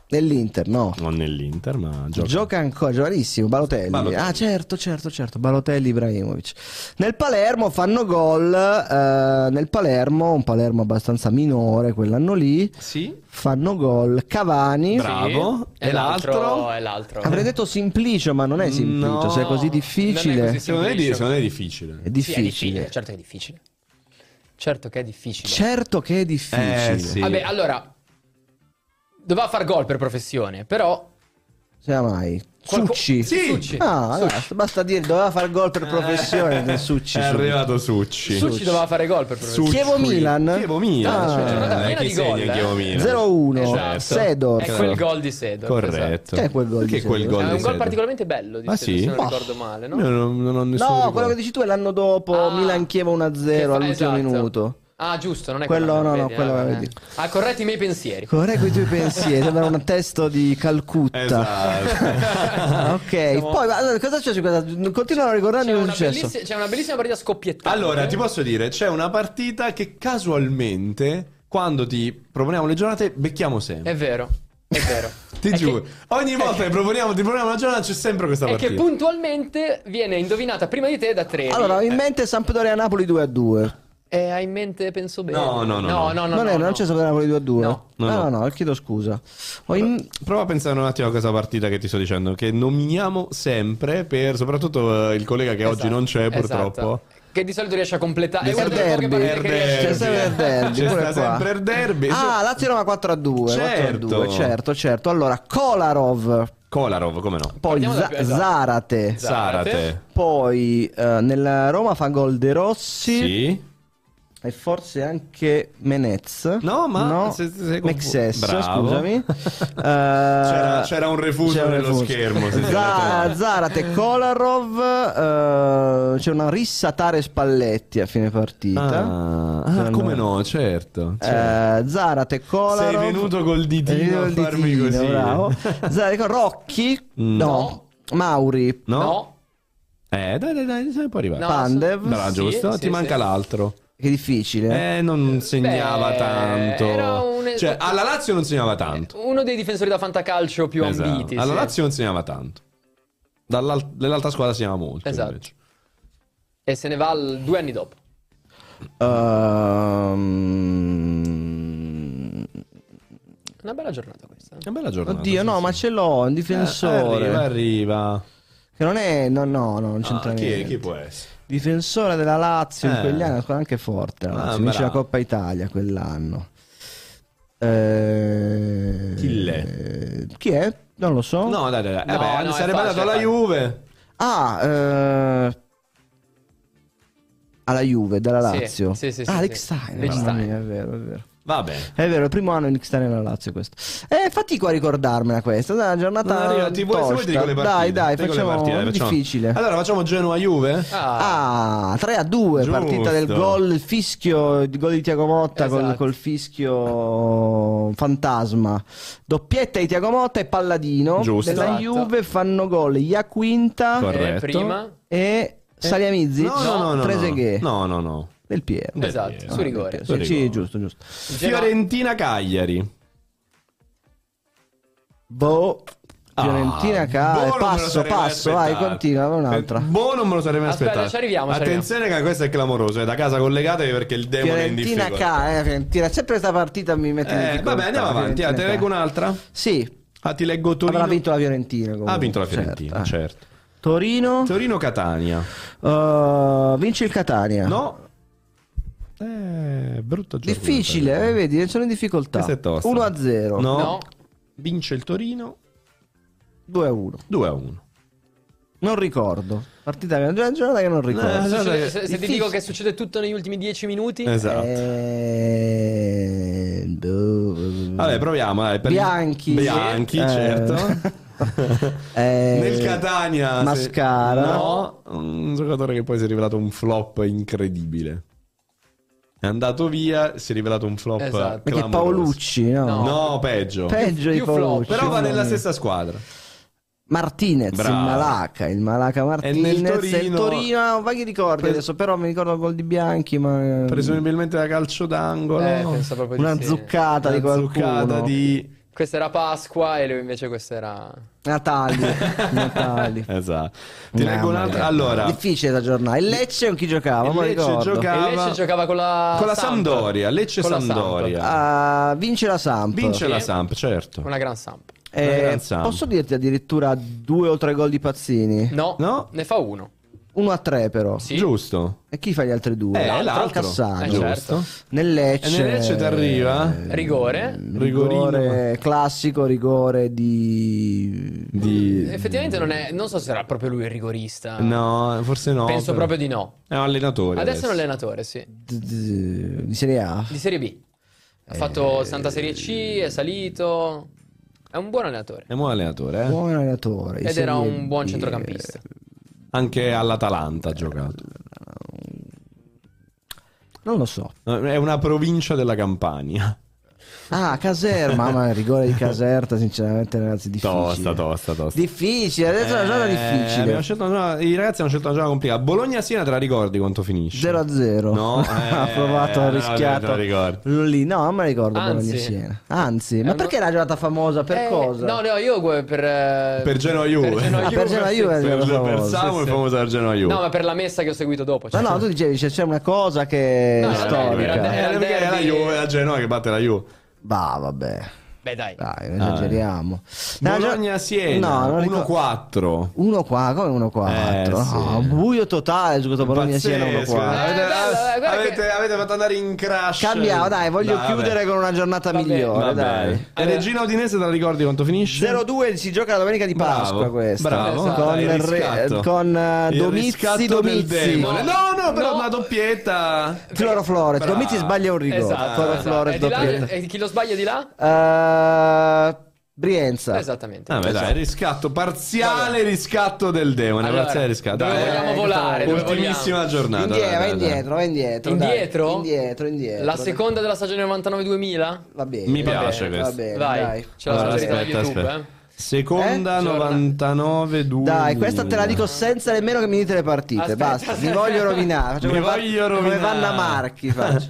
[SPEAKER 2] Nell'Inter, no.
[SPEAKER 1] Non nell'Inter, ma
[SPEAKER 2] Gioca.
[SPEAKER 1] gioca.
[SPEAKER 2] ancora, giovanissimo, Balotelli.
[SPEAKER 1] Balotelli.
[SPEAKER 2] Ah certo, certo, certo, Balotelli, Ibrahimovic. Nel Palermo fanno gol, eh, nel Palermo, un Palermo abbastanza minore quell'anno lì,
[SPEAKER 1] sì.
[SPEAKER 2] fanno gol Cavani.
[SPEAKER 1] Bra- Bravo.
[SPEAKER 3] E
[SPEAKER 1] E
[SPEAKER 3] l'altro?
[SPEAKER 1] l'altro?
[SPEAKER 3] È l'altro.
[SPEAKER 2] Avrei detto Simplicio, ma non è Simplicio,
[SPEAKER 1] No,
[SPEAKER 2] se è così
[SPEAKER 3] non è
[SPEAKER 2] difficile.
[SPEAKER 3] così
[SPEAKER 1] Secondo me, è di-
[SPEAKER 3] Simplicio.
[SPEAKER 1] secondo me è difficile.
[SPEAKER 2] È
[SPEAKER 3] Sì, è difficile,
[SPEAKER 2] difficile.
[SPEAKER 3] certo che è difficile. Certo che è difficile.
[SPEAKER 2] Certo che è difficile.
[SPEAKER 1] Eh, sì.
[SPEAKER 3] Vabbè, allora doveva far gol per professione, però
[SPEAKER 2] Sia mai.
[SPEAKER 3] qualco-
[SPEAKER 2] Succi.
[SPEAKER 1] Sì.
[SPEAKER 3] Succi. Eh.
[SPEAKER 2] Ah, allora, basta dire, doveva far gol per professione del Succi.
[SPEAKER 1] È
[SPEAKER 2] subito.
[SPEAKER 1] arrivato Succi.
[SPEAKER 3] Succi doveva fare gol per professione.
[SPEAKER 2] Chievo Milan.
[SPEAKER 1] Chievo Milan.
[SPEAKER 2] Ah,
[SPEAKER 1] cioè,
[SPEAKER 2] giornata
[SPEAKER 3] piena
[SPEAKER 1] chi
[SPEAKER 3] di
[SPEAKER 1] segna
[SPEAKER 3] gol,
[SPEAKER 1] il
[SPEAKER 3] eh.
[SPEAKER 1] Chievo Milan?
[SPEAKER 2] 0-1,
[SPEAKER 1] Esatto.
[SPEAKER 2] Sedor.
[SPEAKER 3] È quel gol di Sedor.
[SPEAKER 1] Corretto.
[SPEAKER 2] Che è quel gol di
[SPEAKER 1] Perché quel
[SPEAKER 2] Sedor?
[SPEAKER 1] gol
[SPEAKER 3] esatto. È
[SPEAKER 1] di
[SPEAKER 3] un gol
[SPEAKER 1] Sedor?
[SPEAKER 3] particolarmente bello, di
[SPEAKER 1] Ah,
[SPEAKER 3] Sedor,
[SPEAKER 1] sì?
[SPEAKER 3] se non
[SPEAKER 1] Bah.
[SPEAKER 3] ricordo male, no?
[SPEAKER 1] Io non, non ho nessuno.
[SPEAKER 2] No, quello che dici tu è l'anno dopo,
[SPEAKER 3] Ah.
[SPEAKER 2] Milan Chievo 1-0
[SPEAKER 3] Che fa-
[SPEAKER 2] all'ultimo
[SPEAKER 3] esatto.
[SPEAKER 2] minuto.
[SPEAKER 3] Ah, giusto, non è
[SPEAKER 2] Quello
[SPEAKER 3] quella,
[SPEAKER 2] no, no,
[SPEAKER 3] vedi,
[SPEAKER 2] quello
[SPEAKER 3] vabbè.
[SPEAKER 2] vedi.
[SPEAKER 3] Ah, corretti i miei pensieri.
[SPEAKER 2] Correggo i tuoi pensieri, sembra un testo di Calcutta.
[SPEAKER 3] Esatto.
[SPEAKER 1] Esatto.
[SPEAKER 2] ok, poi ma, allora, cosa è successo? in questa- Continuano a ricordarmi
[SPEAKER 3] C'è
[SPEAKER 2] cosa è
[SPEAKER 3] una,
[SPEAKER 2] successo.
[SPEAKER 3] bellissima, c'è una bellissima partita scoppiettata.
[SPEAKER 1] Allora, ti posso dire, c'è una partita che casualmente, quando ti proponiamo le giornate, becchiamo sempre.
[SPEAKER 3] È vero, è vero.
[SPEAKER 1] Ti
[SPEAKER 3] È che-
[SPEAKER 1] giuro. Ogni
[SPEAKER 3] è
[SPEAKER 1] volta
[SPEAKER 3] che-
[SPEAKER 1] che proponiamo, ti proponiamo una giornata, c'è sempre questa
[SPEAKER 3] è
[SPEAKER 1] partita.
[SPEAKER 3] che puntualmente viene indovinata prima di te da tre.
[SPEAKER 2] Allora, ho in
[SPEAKER 1] Eh.
[SPEAKER 2] mente Sampdoria Napoli 2 a 2.
[SPEAKER 3] Eh, hai in mente, penso bene.
[SPEAKER 1] No, no, no, no.
[SPEAKER 2] non, è, non c'è Sampdoria Napoli 2 a 2.
[SPEAKER 3] No,
[SPEAKER 1] no,
[SPEAKER 2] no,
[SPEAKER 1] no.
[SPEAKER 2] no, chiedo scusa. Ho in-
[SPEAKER 1] Prova a pensare un attimo a questa partita che ti sto dicendo, che nominiamo sempre per soprattutto eh, il collega che oggi
[SPEAKER 3] Esatto,
[SPEAKER 1] non c'è
[SPEAKER 3] esatto.
[SPEAKER 1] purtroppo.
[SPEAKER 3] Che di solito riesce a completare. È una
[SPEAKER 2] Del
[SPEAKER 3] delle poche
[SPEAKER 2] derby.
[SPEAKER 3] partite che riesce-
[SPEAKER 2] C'è sempre il derby,
[SPEAKER 1] C'è
[SPEAKER 2] pure
[SPEAKER 1] eh. sta
[SPEAKER 2] qua.
[SPEAKER 1] sempre il derby.
[SPEAKER 2] Ah, Lazio Roma 4 a 2. 4 a 2,
[SPEAKER 1] Certo.
[SPEAKER 2] certo, certo. Allora, Kolarov,
[SPEAKER 1] Kolarov, come no?
[SPEAKER 2] poi
[SPEAKER 3] Partiamo da-
[SPEAKER 2] Za-
[SPEAKER 3] esatto.
[SPEAKER 2] Zarate,
[SPEAKER 1] Sarate.
[SPEAKER 3] Zarate.
[SPEAKER 2] poi eh, nella Roma fa gol De Rossi
[SPEAKER 1] Sì.
[SPEAKER 2] e forse anche Menez.
[SPEAKER 1] No, ma
[SPEAKER 2] no.
[SPEAKER 1] se- se- se-
[SPEAKER 2] Mexes,
[SPEAKER 1] Bravo.
[SPEAKER 2] scusami. Eh,
[SPEAKER 1] C'era- c'era un refuso
[SPEAKER 2] un
[SPEAKER 1] nello
[SPEAKER 2] refuso.
[SPEAKER 1] schermo, se
[SPEAKER 2] Za-
[SPEAKER 1] siete-
[SPEAKER 2] Zarate, Kolarov, eh, c'è una rissa Tare Spalletti a fine partita.
[SPEAKER 1] Ah, ah,
[SPEAKER 2] Secondo
[SPEAKER 1] come
[SPEAKER 2] me.
[SPEAKER 1] no, certo. certo.
[SPEAKER 2] Eh, Zarate, Kolarov
[SPEAKER 1] Sei venuto col ditino
[SPEAKER 2] È venuto
[SPEAKER 1] a
[SPEAKER 2] col
[SPEAKER 1] farmi
[SPEAKER 2] ditino,
[SPEAKER 1] così.
[SPEAKER 2] bravo. Zarate, Kolarov, Rocchi
[SPEAKER 1] Mm.
[SPEAKER 2] no. Mauri
[SPEAKER 1] No?
[SPEAKER 3] No,
[SPEAKER 1] Eh, dai, dai, dai, se ne può arrivare.
[SPEAKER 3] no,
[SPEAKER 2] Pandev.
[SPEAKER 3] so-
[SPEAKER 1] Bravo,
[SPEAKER 3] sì,
[SPEAKER 1] giusto?
[SPEAKER 3] sì,
[SPEAKER 1] Ti manca
[SPEAKER 3] sì.
[SPEAKER 1] l'altro.
[SPEAKER 2] Che difficile eh?
[SPEAKER 1] Eh, non segnava
[SPEAKER 3] Beh,
[SPEAKER 1] tanto.
[SPEAKER 3] era un-
[SPEAKER 1] Cioè, alla Lazio non segnava tanto.
[SPEAKER 3] Uno dei difensori da fantacalcio più
[SPEAKER 1] Esatto.
[SPEAKER 3] ambiti.
[SPEAKER 1] Alla
[SPEAKER 3] sì.
[SPEAKER 1] Lazio non segnava tanto. Dall'al- dell'altra squadra segnava molto.
[SPEAKER 3] Esatto.
[SPEAKER 1] invece.
[SPEAKER 3] E se ne va l- due anni dopo.
[SPEAKER 2] Ehm,
[SPEAKER 3] Una bella giornata questa.
[SPEAKER 1] È una bella giornata.
[SPEAKER 2] Oddio, no,
[SPEAKER 1] sì,
[SPEAKER 2] ma
[SPEAKER 1] sì.
[SPEAKER 2] ce l'ho, un
[SPEAKER 1] Eh,
[SPEAKER 2] difensore.
[SPEAKER 1] Arriva, arriva.
[SPEAKER 2] Che non è... No, no, no, non c'entra
[SPEAKER 1] Ah, chi, è-
[SPEAKER 2] niente.
[SPEAKER 1] chi può essere?
[SPEAKER 2] Difensore della Lazio in
[SPEAKER 1] Eh.
[SPEAKER 2] quegli anni, una squadra anche forte. La
[SPEAKER 1] Ah,
[SPEAKER 2] Lazio vince la
[SPEAKER 1] bravo.
[SPEAKER 2] Coppa Italia quell'anno. Eh,
[SPEAKER 1] Chi
[SPEAKER 2] l'è? Chi è? Non lo so.
[SPEAKER 1] No, dai, dai, dai. Eh
[SPEAKER 3] No,
[SPEAKER 1] beh,
[SPEAKER 3] no,
[SPEAKER 1] sarebbe
[SPEAKER 3] è facile,
[SPEAKER 1] andato
[SPEAKER 3] è
[SPEAKER 1] alla
[SPEAKER 3] facile.
[SPEAKER 1] Juve.
[SPEAKER 2] Ah, eh, alla Juve, dalla
[SPEAKER 3] Sì,
[SPEAKER 2] Lazio.
[SPEAKER 3] sì, sì, sì,
[SPEAKER 2] ah,
[SPEAKER 3] sì.
[SPEAKER 2] Lichtenstein,
[SPEAKER 3] Lichtenstein.
[SPEAKER 2] mamma mia, è vero, è vero.
[SPEAKER 1] Vabbè.
[SPEAKER 2] È vero, il primo anno in Lichtenstein alla Lazio questo. Eh, fatico a ricordarmela questa, dai, una giornata
[SPEAKER 1] No, arriva, ti vuoi, se vuoi ti
[SPEAKER 2] tosta.
[SPEAKER 1] dico le partite.
[SPEAKER 2] Dai, dai,
[SPEAKER 1] Ti dico le
[SPEAKER 2] facciamo
[SPEAKER 1] partite, dai, facciamo-
[SPEAKER 2] difficile.
[SPEAKER 1] Allora, facciamo Genoa-Juve?
[SPEAKER 3] Ah,
[SPEAKER 2] Ah, 3 a 2,
[SPEAKER 1] Giusto.
[SPEAKER 2] partita del gol, il fischio, il gol di Tiago Motta col,
[SPEAKER 3] Esatto.
[SPEAKER 2] col fischio fantasma. Doppietta di Tiago Motta e Palladino.
[SPEAKER 1] Giusto.
[SPEAKER 2] Della
[SPEAKER 3] Esatto.
[SPEAKER 2] Juve fanno gol Iaquinta
[SPEAKER 1] Corretto.
[SPEAKER 3] eh, prima.
[SPEAKER 2] e Saliamizzi.
[SPEAKER 1] No, no, no, no.
[SPEAKER 2] Trezeguet.
[SPEAKER 1] No, no, no.
[SPEAKER 2] Del Piero.
[SPEAKER 1] Del
[SPEAKER 3] Esatto,
[SPEAKER 1] Piero.
[SPEAKER 3] su rigore.
[SPEAKER 2] Sì,
[SPEAKER 1] Su
[SPEAKER 2] sì,
[SPEAKER 1] rigore.
[SPEAKER 2] giusto, giusto.
[SPEAKER 3] Genoa-
[SPEAKER 1] Fiorentina-Cagliari.
[SPEAKER 2] Boh.
[SPEAKER 1] Ah,
[SPEAKER 2] Fiorentina
[SPEAKER 1] boh, non me
[SPEAKER 2] Cagliari.
[SPEAKER 1] lo
[SPEAKER 2] passo,
[SPEAKER 1] sarei mai
[SPEAKER 2] passo, vai,
[SPEAKER 1] aspettato.
[SPEAKER 2] continua, un'altra.
[SPEAKER 1] Eh, Boh, non me lo sarei mai
[SPEAKER 3] Aspetta,
[SPEAKER 1] aspettato.
[SPEAKER 3] ci arriviamo, ci
[SPEAKER 1] Attenzione che questo è clamoroso, è da casa collegatevi perché il demone è
[SPEAKER 2] Fiorentina
[SPEAKER 1] in difficoltà.
[SPEAKER 2] K, eh, Fiorentina. Sempre questa partita mi mette in
[SPEAKER 1] Eh,
[SPEAKER 2] difficoltà.
[SPEAKER 1] vabbè, andiamo avanti, ah, te
[SPEAKER 2] Fiorentina
[SPEAKER 1] leggo
[SPEAKER 2] K.
[SPEAKER 1] un'altra.
[SPEAKER 2] Sì,
[SPEAKER 1] Ah, ti leggo Torino.
[SPEAKER 2] avrà vinto la Fiorentina. comunque,
[SPEAKER 1] Ha vinto la Fiorentina,
[SPEAKER 2] Ecco. certo.
[SPEAKER 1] certo. Cioè-
[SPEAKER 2] Torino
[SPEAKER 1] Torino-Catania.
[SPEAKER 2] eh, vince il Catania.
[SPEAKER 1] No. Eh, brutto gioco.
[SPEAKER 2] Difficile, eh, vedi, sono in difficoltà.
[SPEAKER 1] Questa è tosta.
[SPEAKER 2] 1 a 0,
[SPEAKER 1] No.
[SPEAKER 3] No.
[SPEAKER 1] Vince il Torino
[SPEAKER 2] 2 a 1.
[SPEAKER 1] 2 a 1.
[SPEAKER 2] Non ricordo. Partita che è una giornata che non
[SPEAKER 1] Eh,
[SPEAKER 2] ricordo.
[SPEAKER 3] Succede- se, se ti
[SPEAKER 2] Difficile.
[SPEAKER 3] dico che succede tutto negli ultimi dieci minuti,
[SPEAKER 1] Esatto.
[SPEAKER 2] Eh, boh.
[SPEAKER 1] Vabbè, proviamo. Dai, per-
[SPEAKER 2] Bianchi.
[SPEAKER 1] Bianchi,
[SPEAKER 2] Eh.
[SPEAKER 1] certo.
[SPEAKER 2] Eh,
[SPEAKER 1] Nel Catania. se-
[SPEAKER 2] Mascara.
[SPEAKER 1] No, un giocatore che poi si è rivelato un flop incredibile. È andato via, si è rivelato un flop.
[SPEAKER 3] Esatto.
[SPEAKER 2] Perché
[SPEAKER 1] clamoroso.
[SPEAKER 2] Paolucci, no?
[SPEAKER 3] No.
[SPEAKER 1] No, peggio.
[SPEAKER 2] Peggio di
[SPEAKER 3] Più flop,
[SPEAKER 2] Paolucci.
[SPEAKER 1] Però va
[SPEAKER 2] mamma
[SPEAKER 1] nella
[SPEAKER 2] mia.
[SPEAKER 1] stessa squadra.
[SPEAKER 2] Martinez, il
[SPEAKER 1] Bravo.
[SPEAKER 2] Malaca, il Malaca Martinez,
[SPEAKER 1] E nel
[SPEAKER 2] e il
[SPEAKER 1] Torino-
[SPEAKER 2] Torino, ah, vaghi ricordi
[SPEAKER 1] Pre-
[SPEAKER 2] adesso, però mi ricordo il gol di Bianchi, ma eh,
[SPEAKER 1] Presumibilmente da calcio d'angolo.
[SPEAKER 3] eh, penso proprio
[SPEAKER 2] una
[SPEAKER 3] di sì.
[SPEAKER 2] zuccata di
[SPEAKER 1] Una
[SPEAKER 2] qualcuno.
[SPEAKER 1] zuccata di...
[SPEAKER 3] Questa era Pasqua e lui invece questa era.
[SPEAKER 2] Natali, Natali.
[SPEAKER 1] Esatto. Ti
[SPEAKER 2] Mamma
[SPEAKER 1] leggo un'altra.
[SPEAKER 2] mia.
[SPEAKER 1] Allora,
[SPEAKER 2] difficile da giornare. Il Lecce con chi giocava?
[SPEAKER 1] Il
[SPEAKER 2] Ma
[SPEAKER 1] Lecce
[SPEAKER 2] ricordo.
[SPEAKER 1] gioca-
[SPEAKER 3] E
[SPEAKER 1] Giocava-
[SPEAKER 3] Lecce giocava con la.
[SPEAKER 1] con la
[SPEAKER 3] Samp.
[SPEAKER 1] Sampdoria, Lecce
[SPEAKER 3] Con la Samp.
[SPEAKER 1] Sampdoria.
[SPEAKER 2] Ah, vince la Samp.
[SPEAKER 1] Vince la
[SPEAKER 3] Sì.
[SPEAKER 1] Samp, certo.
[SPEAKER 3] Una gran Samp.
[SPEAKER 2] Eh,
[SPEAKER 1] una gran Samp. Mm.
[SPEAKER 2] Posso dirti addirittura due o tre gol di Pazzini?
[SPEAKER 3] No,
[SPEAKER 1] No.
[SPEAKER 3] ne fa uno.
[SPEAKER 2] Uno a tre però.
[SPEAKER 3] Sì.
[SPEAKER 1] Giusto.
[SPEAKER 2] E chi fa gli altri due?
[SPEAKER 1] Eh, l'altro.
[SPEAKER 2] Cassano.
[SPEAKER 3] Eh, certo.
[SPEAKER 1] Giusto.
[SPEAKER 2] Nel Lecce,
[SPEAKER 1] E nel Lecce ti arriva?
[SPEAKER 3] Rigore.
[SPEAKER 2] rigore
[SPEAKER 1] Rigorino.
[SPEAKER 2] classico, rigore di...
[SPEAKER 1] Di...
[SPEAKER 3] Effettivamente non è. Non so se era proprio lui il rigorista.
[SPEAKER 1] No, forse no.
[SPEAKER 3] Ah. Penso
[SPEAKER 1] però.
[SPEAKER 3] proprio di no.
[SPEAKER 1] È un allenatore.
[SPEAKER 3] Adesso è un allenatore, sì.
[SPEAKER 2] d- d- di Serie A.
[SPEAKER 3] Di Serie B. Ha fatto
[SPEAKER 1] Eh.
[SPEAKER 3] Santa Serie C, è salito. È un buon allenatore.
[SPEAKER 1] È un buon allenatore, eh.
[SPEAKER 2] Buon allenatore. di
[SPEAKER 3] Ed era
[SPEAKER 2] Serie
[SPEAKER 3] un buon
[SPEAKER 2] B.
[SPEAKER 3] centrocampista.
[SPEAKER 1] Anche all'Atalanta ha giocato.
[SPEAKER 2] eh, Non lo so.
[SPEAKER 1] È una provincia della Campania.
[SPEAKER 2] Ah, Caserma, ma il rigore di Caserta, sinceramente, ragazzi, difficile.
[SPEAKER 1] Tosta, tosta, tosta.
[SPEAKER 2] Difficile, adesso è una zona
[SPEAKER 1] Eh, abbiamo
[SPEAKER 2] difficile.
[SPEAKER 1] scelto una zona- I ragazzi hanno scelto una zona complicata. Bologna-Siena te la ricordi quanto finisce?
[SPEAKER 2] 0 a 0.
[SPEAKER 1] No, eh,
[SPEAKER 2] ha provato, ha
[SPEAKER 1] no, te
[SPEAKER 2] rischiato.
[SPEAKER 1] lo ricordi.
[SPEAKER 2] Lì, no, non me la ricordo
[SPEAKER 3] Anzi.
[SPEAKER 2] Bologna Siena. Anzi, ma
[SPEAKER 3] Eh,
[SPEAKER 2] perché
[SPEAKER 3] no.
[SPEAKER 2] la giornata famosa? Per
[SPEAKER 3] Eh,
[SPEAKER 2] cosa?
[SPEAKER 3] No, no, io gue- per... eh,
[SPEAKER 1] Per Genoa-Juve.
[SPEAKER 3] Per
[SPEAKER 1] Ah,
[SPEAKER 2] Ah, per Genoa
[SPEAKER 3] sì.
[SPEAKER 2] Juve è
[SPEAKER 1] Per,
[SPEAKER 2] la
[SPEAKER 1] per,
[SPEAKER 2] famosa.
[SPEAKER 1] Samu
[SPEAKER 3] sì,
[SPEAKER 1] è
[SPEAKER 3] sì.
[SPEAKER 1] famoso dal Genoa-Juve.
[SPEAKER 3] No, ma per la messa che ho seguito dopo.
[SPEAKER 2] No,
[SPEAKER 3] cioè-
[SPEAKER 2] no, tu dicevi c'è, c'è una cosa che
[SPEAKER 3] No,
[SPEAKER 2] è
[SPEAKER 3] no,
[SPEAKER 2] storica.
[SPEAKER 3] era-
[SPEAKER 1] Eh,
[SPEAKER 3] era
[SPEAKER 1] perché è la
[SPEAKER 3] derby.
[SPEAKER 1] Juve, è la Genoa che batte la Juve.
[SPEAKER 2] Bah, vabbè.
[SPEAKER 3] Beh, dai.
[SPEAKER 1] Ah,
[SPEAKER 2] Dai, non esageriamo. Dai, già-
[SPEAKER 1] Bologna-Siena,
[SPEAKER 2] No, non
[SPEAKER 1] 1-4.
[SPEAKER 2] ricordo- 1 qua, come 1 4?
[SPEAKER 1] Eh, sì.
[SPEAKER 2] No, buio totale su questo Bologna Siena 1
[SPEAKER 1] Pazzesco.
[SPEAKER 2] 4.
[SPEAKER 1] Avete,
[SPEAKER 3] Eh, bello, eh, guarda
[SPEAKER 1] avete-
[SPEAKER 3] che-
[SPEAKER 1] avete fatto andare in crash.
[SPEAKER 2] Cambiamo, dai, voglio
[SPEAKER 1] Dai,
[SPEAKER 2] chiudere
[SPEAKER 1] vabbè.
[SPEAKER 2] con una giornata
[SPEAKER 3] Vabbè,
[SPEAKER 2] migliore,
[SPEAKER 1] Vabbè.
[SPEAKER 2] dai.
[SPEAKER 1] E Regina Udinese te la ricordi quanto finisce?
[SPEAKER 2] 0-2 si gioca la domenica di
[SPEAKER 1] Bravo,
[SPEAKER 2] Pasqua questa.
[SPEAKER 1] bravo.
[SPEAKER 2] con,
[SPEAKER 1] Dai, il
[SPEAKER 2] il re-
[SPEAKER 1] riscatto.
[SPEAKER 2] con, eh,
[SPEAKER 1] Il riscatto
[SPEAKER 2] Domizzi
[SPEAKER 1] del
[SPEAKER 2] Domizzi.
[SPEAKER 1] debole. No, no, però
[SPEAKER 3] No.
[SPEAKER 1] una doppietta.
[SPEAKER 2] Cloro Flores,
[SPEAKER 1] Bravo.
[SPEAKER 2] Domizzi sbaglia un rigore.
[SPEAKER 3] Esatto,
[SPEAKER 1] Ah,
[SPEAKER 2] Cloro
[SPEAKER 3] esatto.
[SPEAKER 2] Flores
[SPEAKER 3] E di là-
[SPEAKER 2] doppietta.
[SPEAKER 3] e chi lo sbaglia di là?
[SPEAKER 1] Esatto.
[SPEAKER 2] Eh, Brienza.
[SPEAKER 3] Esattamente.
[SPEAKER 1] Vabbè, Ah, dai, riscatto parziale, riscatto del demone.
[SPEAKER 3] Esatto. Allora,
[SPEAKER 1] parziale riscatto.
[SPEAKER 3] dove
[SPEAKER 1] Dai, eh,
[SPEAKER 3] vogliamo
[SPEAKER 1] dai,
[SPEAKER 3] volare? Dove
[SPEAKER 1] Ultimissima giornata.
[SPEAKER 2] Indietro,
[SPEAKER 1] dai,
[SPEAKER 2] vai
[SPEAKER 1] dai, dai.
[SPEAKER 2] indietro, vai indietro. dai.
[SPEAKER 3] Indietro?
[SPEAKER 2] Indietro, indietro.
[SPEAKER 3] La
[SPEAKER 2] dai.
[SPEAKER 3] seconda della stagione 99-2000?
[SPEAKER 2] Va bene.
[SPEAKER 1] Mi
[SPEAKER 2] va
[SPEAKER 1] piace
[SPEAKER 2] bene,
[SPEAKER 1] questo.
[SPEAKER 2] Va bene,
[SPEAKER 3] Vai,
[SPEAKER 2] dai.
[SPEAKER 3] ce la
[SPEAKER 1] Allora,
[SPEAKER 3] faccio vedere da
[SPEAKER 1] aspetta,
[SPEAKER 3] YouTube.
[SPEAKER 1] aspetta. Seconda
[SPEAKER 2] Eh?
[SPEAKER 1] 99 2
[SPEAKER 2] Dai, questa te la dico senza nemmeno che mi dite le partite.
[SPEAKER 3] Aspetta.
[SPEAKER 2] Basta, vi voglio rovinare. Faccio
[SPEAKER 1] Mi
[SPEAKER 2] come, Van-
[SPEAKER 1] voglio
[SPEAKER 2] come
[SPEAKER 1] rovinare.
[SPEAKER 2] Vanna Marchi. Faccio.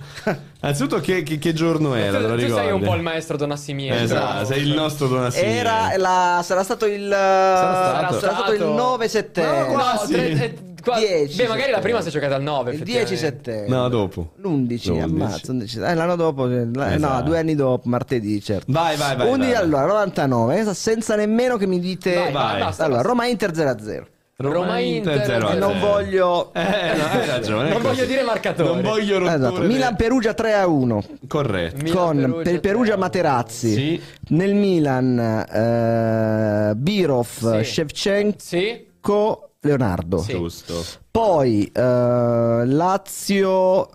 [SPEAKER 1] Innanzitutto che, che- che giorno
[SPEAKER 3] Eh.
[SPEAKER 1] era? te lo
[SPEAKER 3] tu, tu sei
[SPEAKER 1] ricordi?
[SPEAKER 3] un po' il maestro Donassimiero.
[SPEAKER 1] Esatto, sei il nostro Donassini.
[SPEAKER 2] Era la- sarà stato il. Ah, Sarà
[SPEAKER 1] stato.
[SPEAKER 2] il 9 settembre.
[SPEAKER 1] No,
[SPEAKER 3] No,
[SPEAKER 1] quasi.
[SPEAKER 3] tre- eh, qua-
[SPEAKER 2] 10
[SPEAKER 3] Beh, magari la
[SPEAKER 2] settembre.
[SPEAKER 3] prima si è giocata al 9.
[SPEAKER 2] il 10 settembre.
[SPEAKER 1] No, dopo.
[SPEAKER 2] L'11,
[SPEAKER 1] L'11.
[SPEAKER 2] ammazzo. 11. Eh, l'anno dopo, eh, la-
[SPEAKER 1] Esatto.
[SPEAKER 2] no, due anni dopo, martedì, certo.
[SPEAKER 1] Vai, vai, vai.
[SPEAKER 2] 11
[SPEAKER 1] vai.
[SPEAKER 2] allora, 99, eh, senza nemmeno che mi
[SPEAKER 1] Vai,
[SPEAKER 2] dite.
[SPEAKER 1] vai.
[SPEAKER 3] basta,
[SPEAKER 2] Allora,
[SPEAKER 3] basta.
[SPEAKER 2] Roma Inter 0-0.
[SPEAKER 3] Roma Inter,
[SPEAKER 1] zero a
[SPEAKER 2] E
[SPEAKER 3] Eh,
[SPEAKER 1] zero.
[SPEAKER 2] non voglio.
[SPEAKER 1] Eh, no, hai ragione.
[SPEAKER 3] Non
[SPEAKER 1] è
[SPEAKER 3] voglio
[SPEAKER 1] così.
[SPEAKER 3] dire marcatore.
[SPEAKER 1] Non voglio rotture.
[SPEAKER 2] Esatto, Milan Perugia 3 a 1
[SPEAKER 1] Corretto.
[SPEAKER 3] Milan,
[SPEAKER 2] con
[SPEAKER 3] Perugia,
[SPEAKER 2] per Perugia
[SPEAKER 3] tre.
[SPEAKER 2] Materazzi.
[SPEAKER 1] Sì.
[SPEAKER 2] Nel Milan eh, Birov,
[SPEAKER 3] Sì.
[SPEAKER 2] Shevchenko,
[SPEAKER 3] Sì.
[SPEAKER 2] Leonardo.
[SPEAKER 3] Sì.
[SPEAKER 1] Giusto.
[SPEAKER 2] Poi eh, Lazio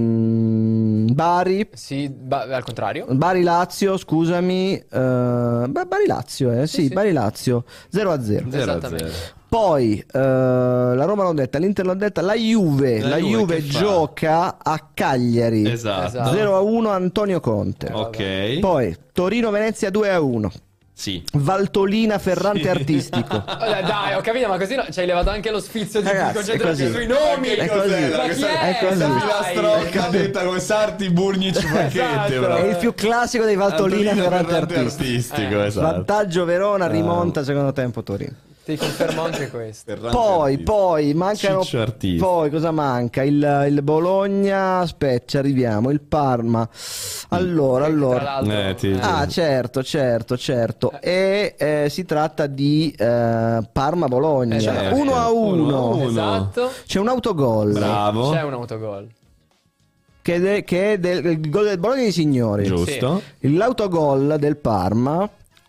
[SPEAKER 2] ehm, Bari
[SPEAKER 3] Sì, ba- al contrario.
[SPEAKER 2] Bari Lazio, scusami, eh, Bari Lazio, eh, sì,
[SPEAKER 3] sì.
[SPEAKER 2] Bari Lazio 0 a 0.
[SPEAKER 1] Zero a
[SPEAKER 3] Esattamente.
[SPEAKER 1] zero.
[SPEAKER 2] Poi eh, la Roma l'ho detta, l'Inter l'ho detta, la Juve,
[SPEAKER 1] La
[SPEAKER 2] la,
[SPEAKER 1] Juve
[SPEAKER 2] Juve,
[SPEAKER 1] che fa?
[SPEAKER 2] gioca a Cagliari
[SPEAKER 1] Esatto.
[SPEAKER 3] Esatto.
[SPEAKER 2] 0 a 1 Antonio Conte.
[SPEAKER 1] Ok.
[SPEAKER 2] Poi Torino-Venezia 2 a 1.
[SPEAKER 1] Sì.
[SPEAKER 2] Valtolina Ferrante Artistico.
[SPEAKER 3] Allora, dai, ho capito, ma così no, ci hai levato anche lo sfizio di
[SPEAKER 2] Ragazzi,
[SPEAKER 3] concentrarsi
[SPEAKER 2] è così.
[SPEAKER 3] sui nomi.
[SPEAKER 2] È così.
[SPEAKER 3] Ma chi è?
[SPEAKER 2] È così.
[SPEAKER 3] Dai.
[SPEAKER 1] Filastrocca detta come Sarti, Burnic, Facchetti.
[SPEAKER 3] Esatto.
[SPEAKER 1] bro.
[SPEAKER 2] È il più classico dei Valtolina
[SPEAKER 1] Antonino
[SPEAKER 2] Ferrante
[SPEAKER 1] Ferrante
[SPEAKER 2] Artistico. Eh.
[SPEAKER 1] artistico, esatto.
[SPEAKER 2] Vantaggio Verona, rimonta secondo tempo Torino.
[SPEAKER 3] Ti confermo anche questo.
[SPEAKER 1] Ferrante
[SPEAKER 2] Poi,
[SPEAKER 1] artistico.
[SPEAKER 2] poi, mancano.
[SPEAKER 1] Ciccio artista.
[SPEAKER 2] Poi cosa manca? Il, il Bologna, aspetta, ci arriviamo. Il Parma. Allora,
[SPEAKER 3] Tra
[SPEAKER 2] allora.
[SPEAKER 3] l'altro,
[SPEAKER 1] Eh, ti-
[SPEAKER 3] eh,
[SPEAKER 2] Ah, certo, certo, certo. E eh, si tratta di eh, Parma-Bologna.
[SPEAKER 1] Eh, certo.
[SPEAKER 2] 1 a
[SPEAKER 1] Uno a
[SPEAKER 2] 1.
[SPEAKER 1] uno.
[SPEAKER 3] esatto.
[SPEAKER 2] C'è un autogol.
[SPEAKER 1] Bravo.
[SPEAKER 3] C'è un autogol.
[SPEAKER 2] Che, è de- che è del, il gol del Bologna dei signori.
[SPEAKER 1] Giusto.
[SPEAKER 2] L'autogol del Parma.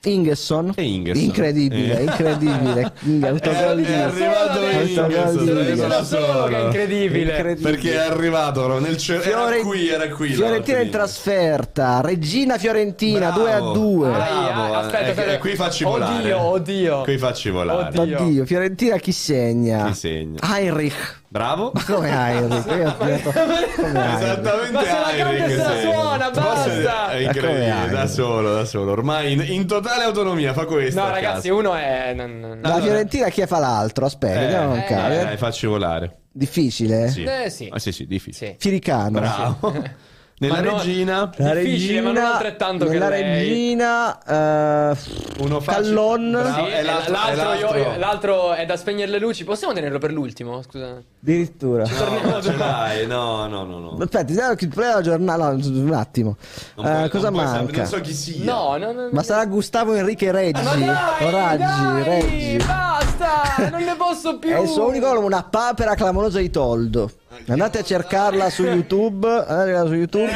[SPEAKER 2] Ingesson.
[SPEAKER 1] E Ingerson.
[SPEAKER 2] Incredibile,
[SPEAKER 1] Eh.
[SPEAKER 2] incredibile. Autogol
[SPEAKER 1] È
[SPEAKER 2] di
[SPEAKER 1] arrivato
[SPEAKER 2] Autogol di
[SPEAKER 1] Ingerson,
[SPEAKER 2] Ingerson.
[SPEAKER 1] è arrivato solo.
[SPEAKER 3] Che incredibile.
[SPEAKER 1] Perché è arrivato no? nel cielo. Era
[SPEAKER 2] Fiore-
[SPEAKER 1] qui, era qui.
[SPEAKER 2] Fiorentina in trasferta, Regina Fiorentina
[SPEAKER 1] Bravo.
[SPEAKER 2] 2 a 2.
[SPEAKER 1] Bravo.
[SPEAKER 3] Ai, ai, aspetta,
[SPEAKER 1] Eh,
[SPEAKER 3] aspetta.
[SPEAKER 1] eh, qui facci
[SPEAKER 3] Oddio,
[SPEAKER 1] volare.
[SPEAKER 3] oddio.
[SPEAKER 1] Qui facci volare.
[SPEAKER 3] Oddio.
[SPEAKER 2] Oddio, Fiorentina chi segna?
[SPEAKER 1] Chi segna?
[SPEAKER 2] Heinrich.
[SPEAKER 1] Bravo.
[SPEAKER 2] Ma Come Heinrich? Io ho detto, come Heinrich?
[SPEAKER 1] Esattamente
[SPEAKER 3] Ma se la
[SPEAKER 1] Heinrich
[SPEAKER 3] canta e se la
[SPEAKER 1] segna.
[SPEAKER 3] suona,
[SPEAKER 1] Forse-
[SPEAKER 3] basta.
[SPEAKER 1] È
[SPEAKER 2] Ma
[SPEAKER 1] incredibile,
[SPEAKER 2] come
[SPEAKER 1] da
[SPEAKER 2] Heinrich?
[SPEAKER 1] solo, da solo. Ormai in, in totale autonomia fa questo.
[SPEAKER 3] No,
[SPEAKER 1] a
[SPEAKER 3] ragazzi,
[SPEAKER 1] casa.
[SPEAKER 3] uno è. non- non-
[SPEAKER 2] La Fiorentina chi fa l'altro? Aspetta,
[SPEAKER 1] Eh,
[SPEAKER 2] vediamo un
[SPEAKER 1] dai,
[SPEAKER 2] cavo.
[SPEAKER 1] dai, facci volare.
[SPEAKER 2] Difficile? eh?
[SPEAKER 1] Sì.
[SPEAKER 3] Eh, sì.
[SPEAKER 1] Ah, sì, sì, difficile.
[SPEAKER 3] Sì.
[SPEAKER 2] Firicano.
[SPEAKER 1] Bravo. Nella
[SPEAKER 3] Ma no-
[SPEAKER 1] regina,
[SPEAKER 2] La
[SPEAKER 3] Difficile, ma non
[SPEAKER 2] regina-
[SPEAKER 3] altrettanto che
[SPEAKER 2] nella
[SPEAKER 3] lei.
[SPEAKER 2] regina eh,
[SPEAKER 1] uno facile.
[SPEAKER 2] Callon
[SPEAKER 1] Bravo.
[SPEAKER 3] Sì,
[SPEAKER 1] è
[SPEAKER 3] e
[SPEAKER 1] l'altro-
[SPEAKER 3] l'altro,
[SPEAKER 1] è l'altro.
[SPEAKER 3] io- l'altro è da spegnere le luci. Possiamo tenerlo per l'ultimo? Scusa.
[SPEAKER 2] addirittura.
[SPEAKER 1] No, ma ce l'hai. No, no, no, no.
[SPEAKER 2] Aspetta, vediamo chi- prima la giornata, no, un attimo.
[SPEAKER 1] Non
[SPEAKER 2] Eh,
[SPEAKER 1] puoi-
[SPEAKER 2] cosa
[SPEAKER 1] non puoi sapere-
[SPEAKER 2] manca?
[SPEAKER 1] Non so chi sia.
[SPEAKER 3] No, no, no. no.
[SPEAKER 2] Ma sarà Gustavo Enrique Reggi?
[SPEAKER 3] Ma dai,
[SPEAKER 2] O Raggi,
[SPEAKER 3] dai,
[SPEAKER 2] Reggi.
[SPEAKER 3] Basta, non ne posso più.
[SPEAKER 2] È il suo unico nome, una papera clamorosa di Toldo. Andate a cercarla su YouTube. Andate su YouTube.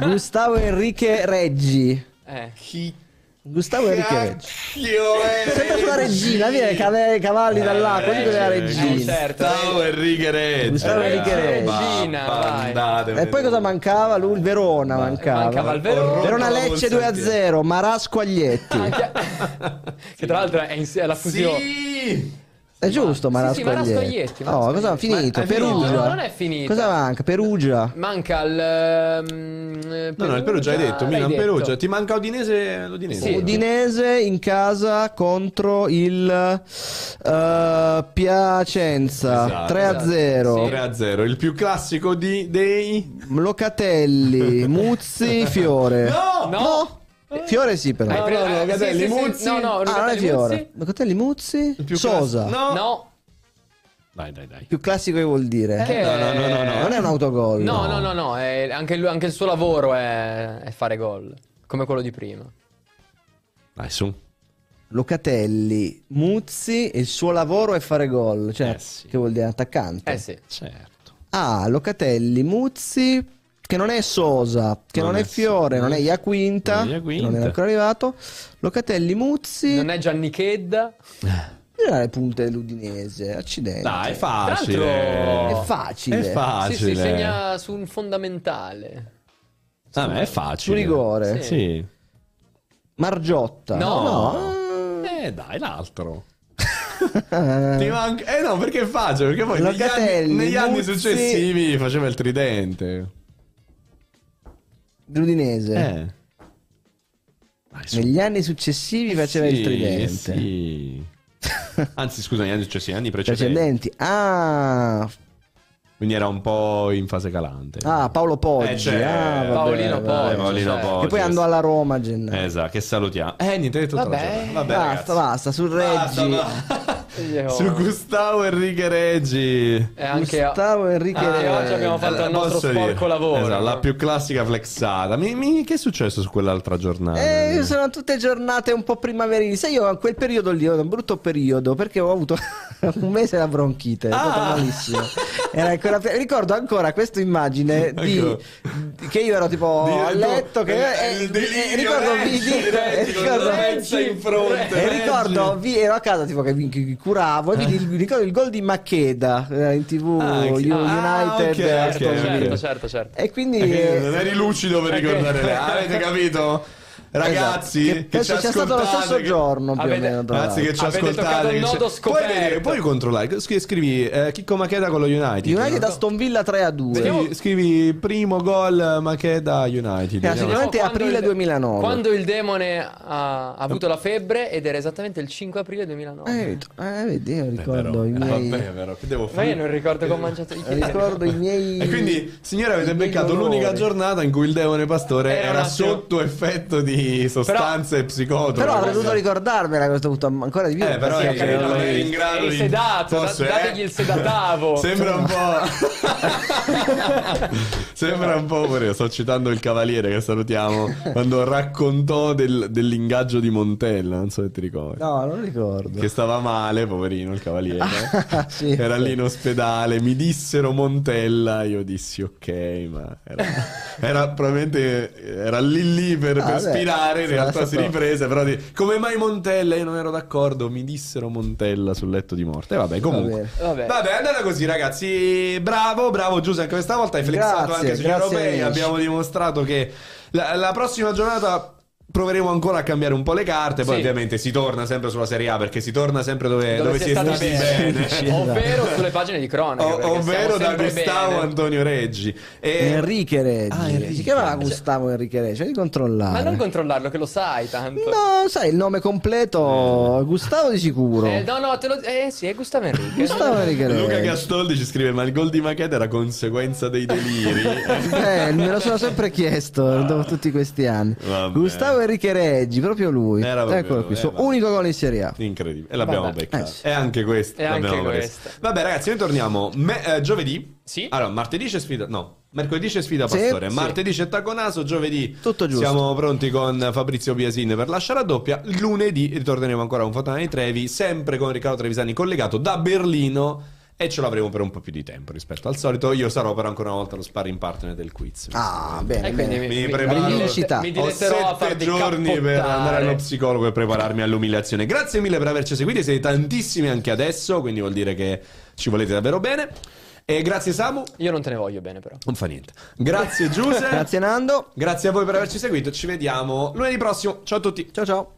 [SPEAKER 2] Gustavo Enrique Reggi.
[SPEAKER 3] Eh.
[SPEAKER 1] Chi
[SPEAKER 2] Gustavo Enrique Reggi.
[SPEAKER 1] cacchio è?
[SPEAKER 2] Sempre sulla regina, viene cave- cavalli dall'acqua, così
[SPEAKER 1] Eh,
[SPEAKER 2] con la
[SPEAKER 1] eh,
[SPEAKER 2] regina.
[SPEAKER 3] certo.
[SPEAKER 1] Gustavo Eh, Enrique Reggi.
[SPEAKER 2] Gustavo Enrique Reggi.
[SPEAKER 1] Regina,
[SPEAKER 3] Regina, vai.
[SPEAKER 2] E poi cosa mancava? Lui il Verona mancava.
[SPEAKER 3] Mancava il Verona. Ah,
[SPEAKER 2] Verona Lecce 2 a 0, Marasco Aglietti.
[SPEAKER 3] Anche- che tra l'altro è, in- è la fusione.
[SPEAKER 1] Sì!
[SPEAKER 2] È giusto,
[SPEAKER 3] Ma- sì, sì,
[SPEAKER 2] Marasco
[SPEAKER 3] Marascoglietti,
[SPEAKER 2] No, cosa ha
[SPEAKER 3] Marascoglietti.
[SPEAKER 2] finito?
[SPEAKER 1] Ma- è
[SPEAKER 2] Perugia.
[SPEAKER 1] finito?
[SPEAKER 3] Non è finita.
[SPEAKER 2] Cosa manca? Perugia.
[SPEAKER 3] Manca il. ehm,
[SPEAKER 1] No, no, il Perugia hai detto,
[SPEAKER 3] Ah, l'hai
[SPEAKER 1] Milan
[SPEAKER 3] detto.
[SPEAKER 1] Perugia, ti manca Udinese, l'Udinese.
[SPEAKER 3] Sì.
[SPEAKER 2] Udinese in casa contro il eh, Piacenza
[SPEAKER 1] Esatto.
[SPEAKER 2] 3 a 0.
[SPEAKER 3] Sì.
[SPEAKER 1] 3 a 0, il più classico di, dei...
[SPEAKER 2] Locatelli, Muzzi, Fiore.
[SPEAKER 1] No!
[SPEAKER 2] No! Fiore sì però.
[SPEAKER 3] Hai
[SPEAKER 1] No,
[SPEAKER 3] preso-
[SPEAKER 1] no, no,
[SPEAKER 3] eh,
[SPEAKER 1] Locatelli,
[SPEAKER 3] sì, sì, sì,
[SPEAKER 1] Muzzi.
[SPEAKER 3] No,
[SPEAKER 2] ah,
[SPEAKER 3] no,
[SPEAKER 2] non è
[SPEAKER 3] Locatelli,
[SPEAKER 2] Fiore.
[SPEAKER 3] Muzzi.
[SPEAKER 2] Locatelli, Muzzi,
[SPEAKER 1] Il più
[SPEAKER 2] Sosa.
[SPEAKER 1] classi- No!
[SPEAKER 3] No,
[SPEAKER 1] Dai, dai, dai.
[SPEAKER 2] Più classico che vuol dire.
[SPEAKER 3] che-
[SPEAKER 1] Eh, no, no, no, no, no.
[SPEAKER 2] Non è un autogol.
[SPEAKER 3] Eh. No, no, no, no, è- anche, lui- anche il suo lavoro è, è fare gol, come quello di prima.
[SPEAKER 1] Dai, su.
[SPEAKER 2] Locatelli, Muzzi, il suo lavoro è fare gol. Cioè,
[SPEAKER 1] Eh sì.
[SPEAKER 2] che vuol dire attaccante.
[SPEAKER 3] Eh sì.
[SPEAKER 1] Certo.
[SPEAKER 2] Ah, Locatelli, Muzzi, che non è Sosa, che non,
[SPEAKER 1] Non
[SPEAKER 2] è,
[SPEAKER 1] è
[SPEAKER 2] Fiore,
[SPEAKER 1] Sosa.
[SPEAKER 2] non è Iaquinta,
[SPEAKER 1] Non è Iaquinta.
[SPEAKER 2] che non è ancora arrivato. Locatelli, Muzzi,
[SPEAKER 3] Non è Giannichedda.
[SPEAKER 2] non le punte dell'Udinese, accidenti.
[SPEAKER 1] Eh, Dai, è
[SPEAKER 3] Tra
[SPEAKER 1] facile.
[SPEAKER 3] l'altro-
[SPEAKER 2] È facile.
[SPEAKER 1] È facile.
[SPEAKER 3] Sì, sì, segna su un fondamentale.
[SPEAKER 1] Ah, ma è
[SPEAKER 2] Su
[SPEAKER 1] facile. Eh,
[SPEAKER 2] rigore.
[SPEAKER 1] Sì.
[SPEAKER 2] Margiotta.
[SPEAKER 3] No.
[SPEAKER 1] Eh, dai, l'altro.
[SPEAKER 2] Ah,
[SPEAKER 1] Ti manca- Eh no, perché è facile, perché poi negli
[SPEAKER 2] Locatelli,
[SPEAKER 1] anni, negli anni
[SPEAKER 2] Muzzi.
[SPEAKER 1] successivi faceva il tridente.
[SPEAKER 2] L'Udinese.
[SPEAKER 1] Eh. Dai, su.
[SPEAKER 2] Negli anni successivi faceva
[SPEAKER 1] Sì,
[SPEAKER 2] il tridente.
[SPEAKER 1] sì. Anzi, scusa, negli anni successivi, negli anni precedenti.
[SPEAKER 2] Precedenti. Ah,
[SPEAKER 1] Quindi era un po' in fase calante.
[SPEAKER 2] ah, Paolo Poggi.
[SPEAKER 1] Eh, cioè,
[SPEAKER 2] ah, vabbè,
[SPEAKER 3] Paolino
[SPEAKER 2] vabbè.
[SPEAKER 3] Poggi,
[SPEAKER 1] eh, Paolino
[SPEAKER 3] cioè.
[SPEAKER 1] Poggi.
[SPEAKER 2] Che poi andò alla Roma a gennaio.
[SPEAKER 1] Esatto, che salutiamo. Eh, niente, hai detto tutta la
[SPEAKER 3] Vabbè,
[SPEAKER 1] giornata. Vabbè,
[SPEAKER 2] basta,
[SPEAKER 1] ragazzi.
[SPEAKER 2] basta, sul
[SPEAKER 1] Basta,
[SPEAKER 2] Reggi.
[SPEAKER 1] va.
[SPEAKER 3] Io-
[SPEAKER 1] Su Gustavo Enrique Reggi.
[SPEAKER 3] E anche
[SPEAKER 2] Gustavo Enrique eh,
[SPEAKER 3] anche
[SPEAKER 2] Re-
[SPEAKER 3] oggi abbiamo fatto il nostro
[SPEAKER 1] Posso
[SPEAKER 3] sporco
[SPEAKER 1] dire?
[SPEAKER 3] lavoro.
[SPEAKER 1] Esatto, la più classica flexata. Mi, mi- che è successo su quell'altra giornata?
[SPEAKER 2] Eh, sono tutte giornate un po' primaverili. Sai, io a quel periodo lì ho un brutto periodo perché ho avuto un mese la bronchite, è stato
[SPEAKER 1] Ah.
[SPEAKER 2] malissimo. Era ancora pe- Ricordo ancora questa immagine di... che io ero tipo
[SPEAKER 1] Ecco. Di-
[SPEAKER 2] a letto. Che...
[SPEAKER 1] eh,
[SPEAKER 2] eh,
[SPEAKER 1] il delirio,
[SPEAKER 2] eh, ricordo,
[SPEAKER 1] Reggi,
[SPEAKER 2] vidi-
[SPEAKER 1] Reggi, con
[SPEAKER 2] ricordo-
[SPEAKER 1] la pezza in fronte,
[SPEAKER 2] e
[SPEAKER 1] Reggi.
[SPEAKER 2] ricordo, vi- ero a casa tipo che mi che- che curavo e vidi il, ricordo il gol di Maccheda eh, in tv
[SPEAKER 1] Ah, ok.
[SPEAKER 2] U- United.
[SPEAKER 1] Ah, ok,
[SPEAKER 2] eh,
[SPEAKER 1] ok,
[SPEAKER 2] Aston Villa.
[SPEAKER 3] certo,
[SPEAKER 1] ok.
[SPEAKER 3] certo, certo.
[SPEAKER 2] E quindi
[SPEAKER 1] Perché
[SPEAKER 2] eh,
[SPEAKER 1] non eri lucido per ricordare lei. Avete capito? Ragazzi,
[SPEAKER 2] Esatto.
[SPEAKER 1] che, ci
[SPEAKER 2] penso sia stato lo
[SPEAKER 1] ascoltate,
[SPEAKER 2] stesso
[SPEAKER 1] che-
[SPEAKER 2] giorno più
[SPEAKER 3] Avete-
[SPEAKER 2] o meno. tra
[SPEAKER 1] Ragazzi che ci
[SPEAKER 3] Avete
[SPEAKER 1] ascoltate
[SPEAKER 3] toccato un
[SPEAKER 1] che ci-
[SPEAKER 3] nodo
[SPEAKER 1] puoi,
[SPEAKER 3] scoperto.
[SPEAKER 1] vedere, puoi controllare Scri- Scrivi eh, Chicco Macheda con lo United
[SPEAKER 2] l'altro. United
[SPEAKER 1] No?
[SPEAKER 2] Aston Villa 3 a 2.
[SPEAKER 3] Vediamo-
[SPEAKER 1] scrivi, scrivi primo gol Macheda United
[SPEAKER 2] Eh,
[SPEAKER 1] Vediamo.
[SPEAKER 2] signor- Sicuramente
[SPEAKER 3] Quando
[SPEAKER 2] aprile
[SPEAKER 3] il-
[SPEAKER 2] 2009.
[SPEAKER 3] Quando il demone ha ha avuto la febbre ed era esattamente il 5 aprile 2009.
[SPEAKER 2] Eh, eh, vedi, io ricordo
[SPEAKER 1] Però,
[SPEAKER 2] i
[SPEAKER 1] eh,
[SPEAKER 2] miei.
[SPEAKER 1] vabbè, però, che devo
[SPEAKER 3] Ma
[SPEAKER 1] fare?
[SPEAKER 3] io non ricordo che ho mangiato
[SPEAKER 2] Eh,
[SPEAKER 3] i piedi.
[SPEAKER 2] Ricordo i miei.
[SPEAKER 1] E quindi, signore, avete
[SPEAKER 2] i miei
[SPEAKER 1] beccato
[SPEAKER 2] dolori.
[SPEAKER 1] l'unica giornata in cui il Demone Pastore
[SPEAKER 3] Era
[SPEAKER 1] era,
[SPEAKER 3] un attimo-
[SPEAKER 1] sotto effetto di sostanze psicotrope.
[SPEAKER 2] Però avrei dovuto ricordarmela a questo punto am- ancora di più.
[SPEAKER 1] Eh, però
[SPEAKER 2] perché
[SPEAKER 1] è
[SPEAKER 3] Sì,
[SPEAKER 1] che
[SPEAKER 3] capito,
[SPEAKER 1] non eri in
[SPEAKER 3] ma-
[SPEAKER 1] grado
[SPEAKER 3] è il
[SPEAKER 1] di- eh.
[SPEAKER 3] sedato, da- dategli il sedatavo.
[SPEAKER 1] Sembra un po'. Sembra un po'. pure- Sto citando il cavaliere che salutiamo quando raccontò del- dell'ingaggio di Montella. Non so se ti ricordi.
[SPEAKER 2] No, non ricordo.
[SPEAKER 1] Che stava male, poverino, il cavaliere.
[SPEAKER 2] Sì.
[SPEAKER 1] Era lì in ospedale, mi dissero Montella, io dissi ok, ma era, era probabilmente era lì lì per,
[SPEAKER 2] Ah,
[SPEAKER 1] per
[SPEAKER 2] beh,
[SPEAKER 1] spirare, in
[SPEAKER 2] sarà
[SPEAKER 1] realtà si
[SPEAKER 2] stato-
[SPEAKER 1] riprese, però di- come mai Montella? Io non ero d'accordo, mi dissero Montella sul letto di morte. E vabbè, comunque.
[SPEAKER 2] Vabbè.
[SPEAKER 3] Vabbè.
[SPEAKER 1] Vabbè, è andata così, ragazzi. Bravo, bravo Giuseppe. Anche questa volta hai flexato
[SPEAKER 2] Grazie,
[SPEAKER 1] anche sugli
[SPEAKER 2] grazie,
[SPEAKER 1] europei.
[SPEAKER 2] amici.
[SPEAKER 1] Abbiamo dimostrato che la, la prossima giornata. Proveremo ancora a cambiare un po' le carte. Poi,
[SPEAKER 3] Sì.
[SPEAKER 1] ovviamente, si torna sempre sulla Serie A perché si torna sempre dove, dove si è
[SPEAKER 3] stati "Oh,
[SPEAKER 1] stati bene.
[SPEAKER 3] Ovvero sulle pagine di cronaca.
[SPEAKER 1] O-
[SPEAKER 3] perché
[SPEAKER 1] ovvero
[SPEAKER 3] stiamo
[SPEAKER 1] da
[SPEAKER 3] sempre
[SPEAKER 1] Gustavo
[SPEAKER 3] bene.
[SPEAKER 1] Antonio Reggi. E...
[SPEAKER 2] Enrique Reggi.
[SPEAKER 1] Eh, Ah, Enrique.
[SPEAKER 2] Si chiamava Gustavo Enrique Reggi, devi controllare.
[SPEAKER 3] Ma non controllarlo, che lo sai tanto.
[SPEAKER 2] No, sai, il nome
[SPEAKER 1] Eh.
[SPEAKER 2] completo Gustavo di sicuro.
[SPEAKER 3] Eh, no, no, te lo... Eh sì, è Gustavo Enrique.
[SPEAKER 2] Gustavo Enrique Reggi.
[SPEAKER 1] Luca Castoldi ci scrive: Ma il gol di Macheda era conseguenza dei deliri.
[SPEAKER 2] Eh, me lo sono sempre
[SPEAKER 1] Ah.
[SPEAKER 2] chiesto dopo tutti questi anni.
[SPEAKER 1] Vabbè.
[SPEAKER 2] Gustavo Enrique Reggi, proprio lui.
[SPEAKER 1] Era proprio
[SPEAKER 2] Eccolo
[SPEAKER 1] lui,
[SPEAKER 2] qui,
[SPEAKER 1] eh,
[SPEAKER 2] suo
[SPEAKER 1] vabbè.
[SPEAKER 2] unico gol in Serie A.
[SPEAKER 1] Incredibile. E l'abbiamo
[SPEAKER 3] Vabbè.
[SPEAKER 1] beccato.
[SPEAKER 2] Eh sì.
[SPEAKER 1] E anche questo.
[SPEAKER 3] E anche
[SPEAKER 1] l'abbiamo
[SPEAKER 3] questo.
[SPEAKER 1] preso. Vabbè, ragazzi, noi torniamo me- eh, giovedì.
[SPEAKER 3] Sì.
[SPEAKER 1] Allora, martedì c'è sfida. No, mercoledì c'è sfida
[SPEAKER 2] Sì.
[SPEAKER 1] Pastore.
[SPEAKER 2] Sì.
[SPEAKER 1] Martedì c'è Taconaso. Giovedì
[SPEAKER 2] Tutto giusto.
[SPEAKER 1] siamo pronti con Fabrizio Biasin per lasciare la doppia. Lunedì ritorneremo ancora con Fontana di Trevi. Sempre con Riccardo Trevisani collegato da Berlino. E ce l'avremo per un po' più di tempo rispetto al solito. Io sarò però ancora una volta lo sparring partner del quiz.
[SPEAKER 2] Ah, bene,
[SPEAKER 3] E quindi
[SPEAKER 2] bene.
[SPEAKER 3] mi,
[SPEAKER 1] Mi
[SPEAKER 3] mi,
[SPEAKER 1] preparo.
[SPEAKER 3] mi,
[SPEAKER 2] Rivincita.
[SPEAKER 3] dilette- mi
[SPEAKER 1] Ho
[SPEAKER 3] diletterò a
[SPEAKER 1] sette
[SPEAKER 3] farti
[SPEAKER 1] giorni per
[SPEAKER 3] cappottare.
[SPEAKER 1] andare allo psicologo e prepararmi all'umiliazione. Grazie mille per averci seguiti, siete tantissimi anche adesso, quindi vuol dire che ci volete davvero bene. E grazie Samu,
[SPEAKER 3] Io non te ne voglio bene però.
[SPEAKER 1] non fa niente. Grazie Giuse.
[SPEAKER 2] Grazie Nando.
[SPEAKER 1] Grazie a voi per averci seguito, ci vediamo lunedì prossimo. Ciao a tutti.
[SPEAKER 2] Ciao ciao.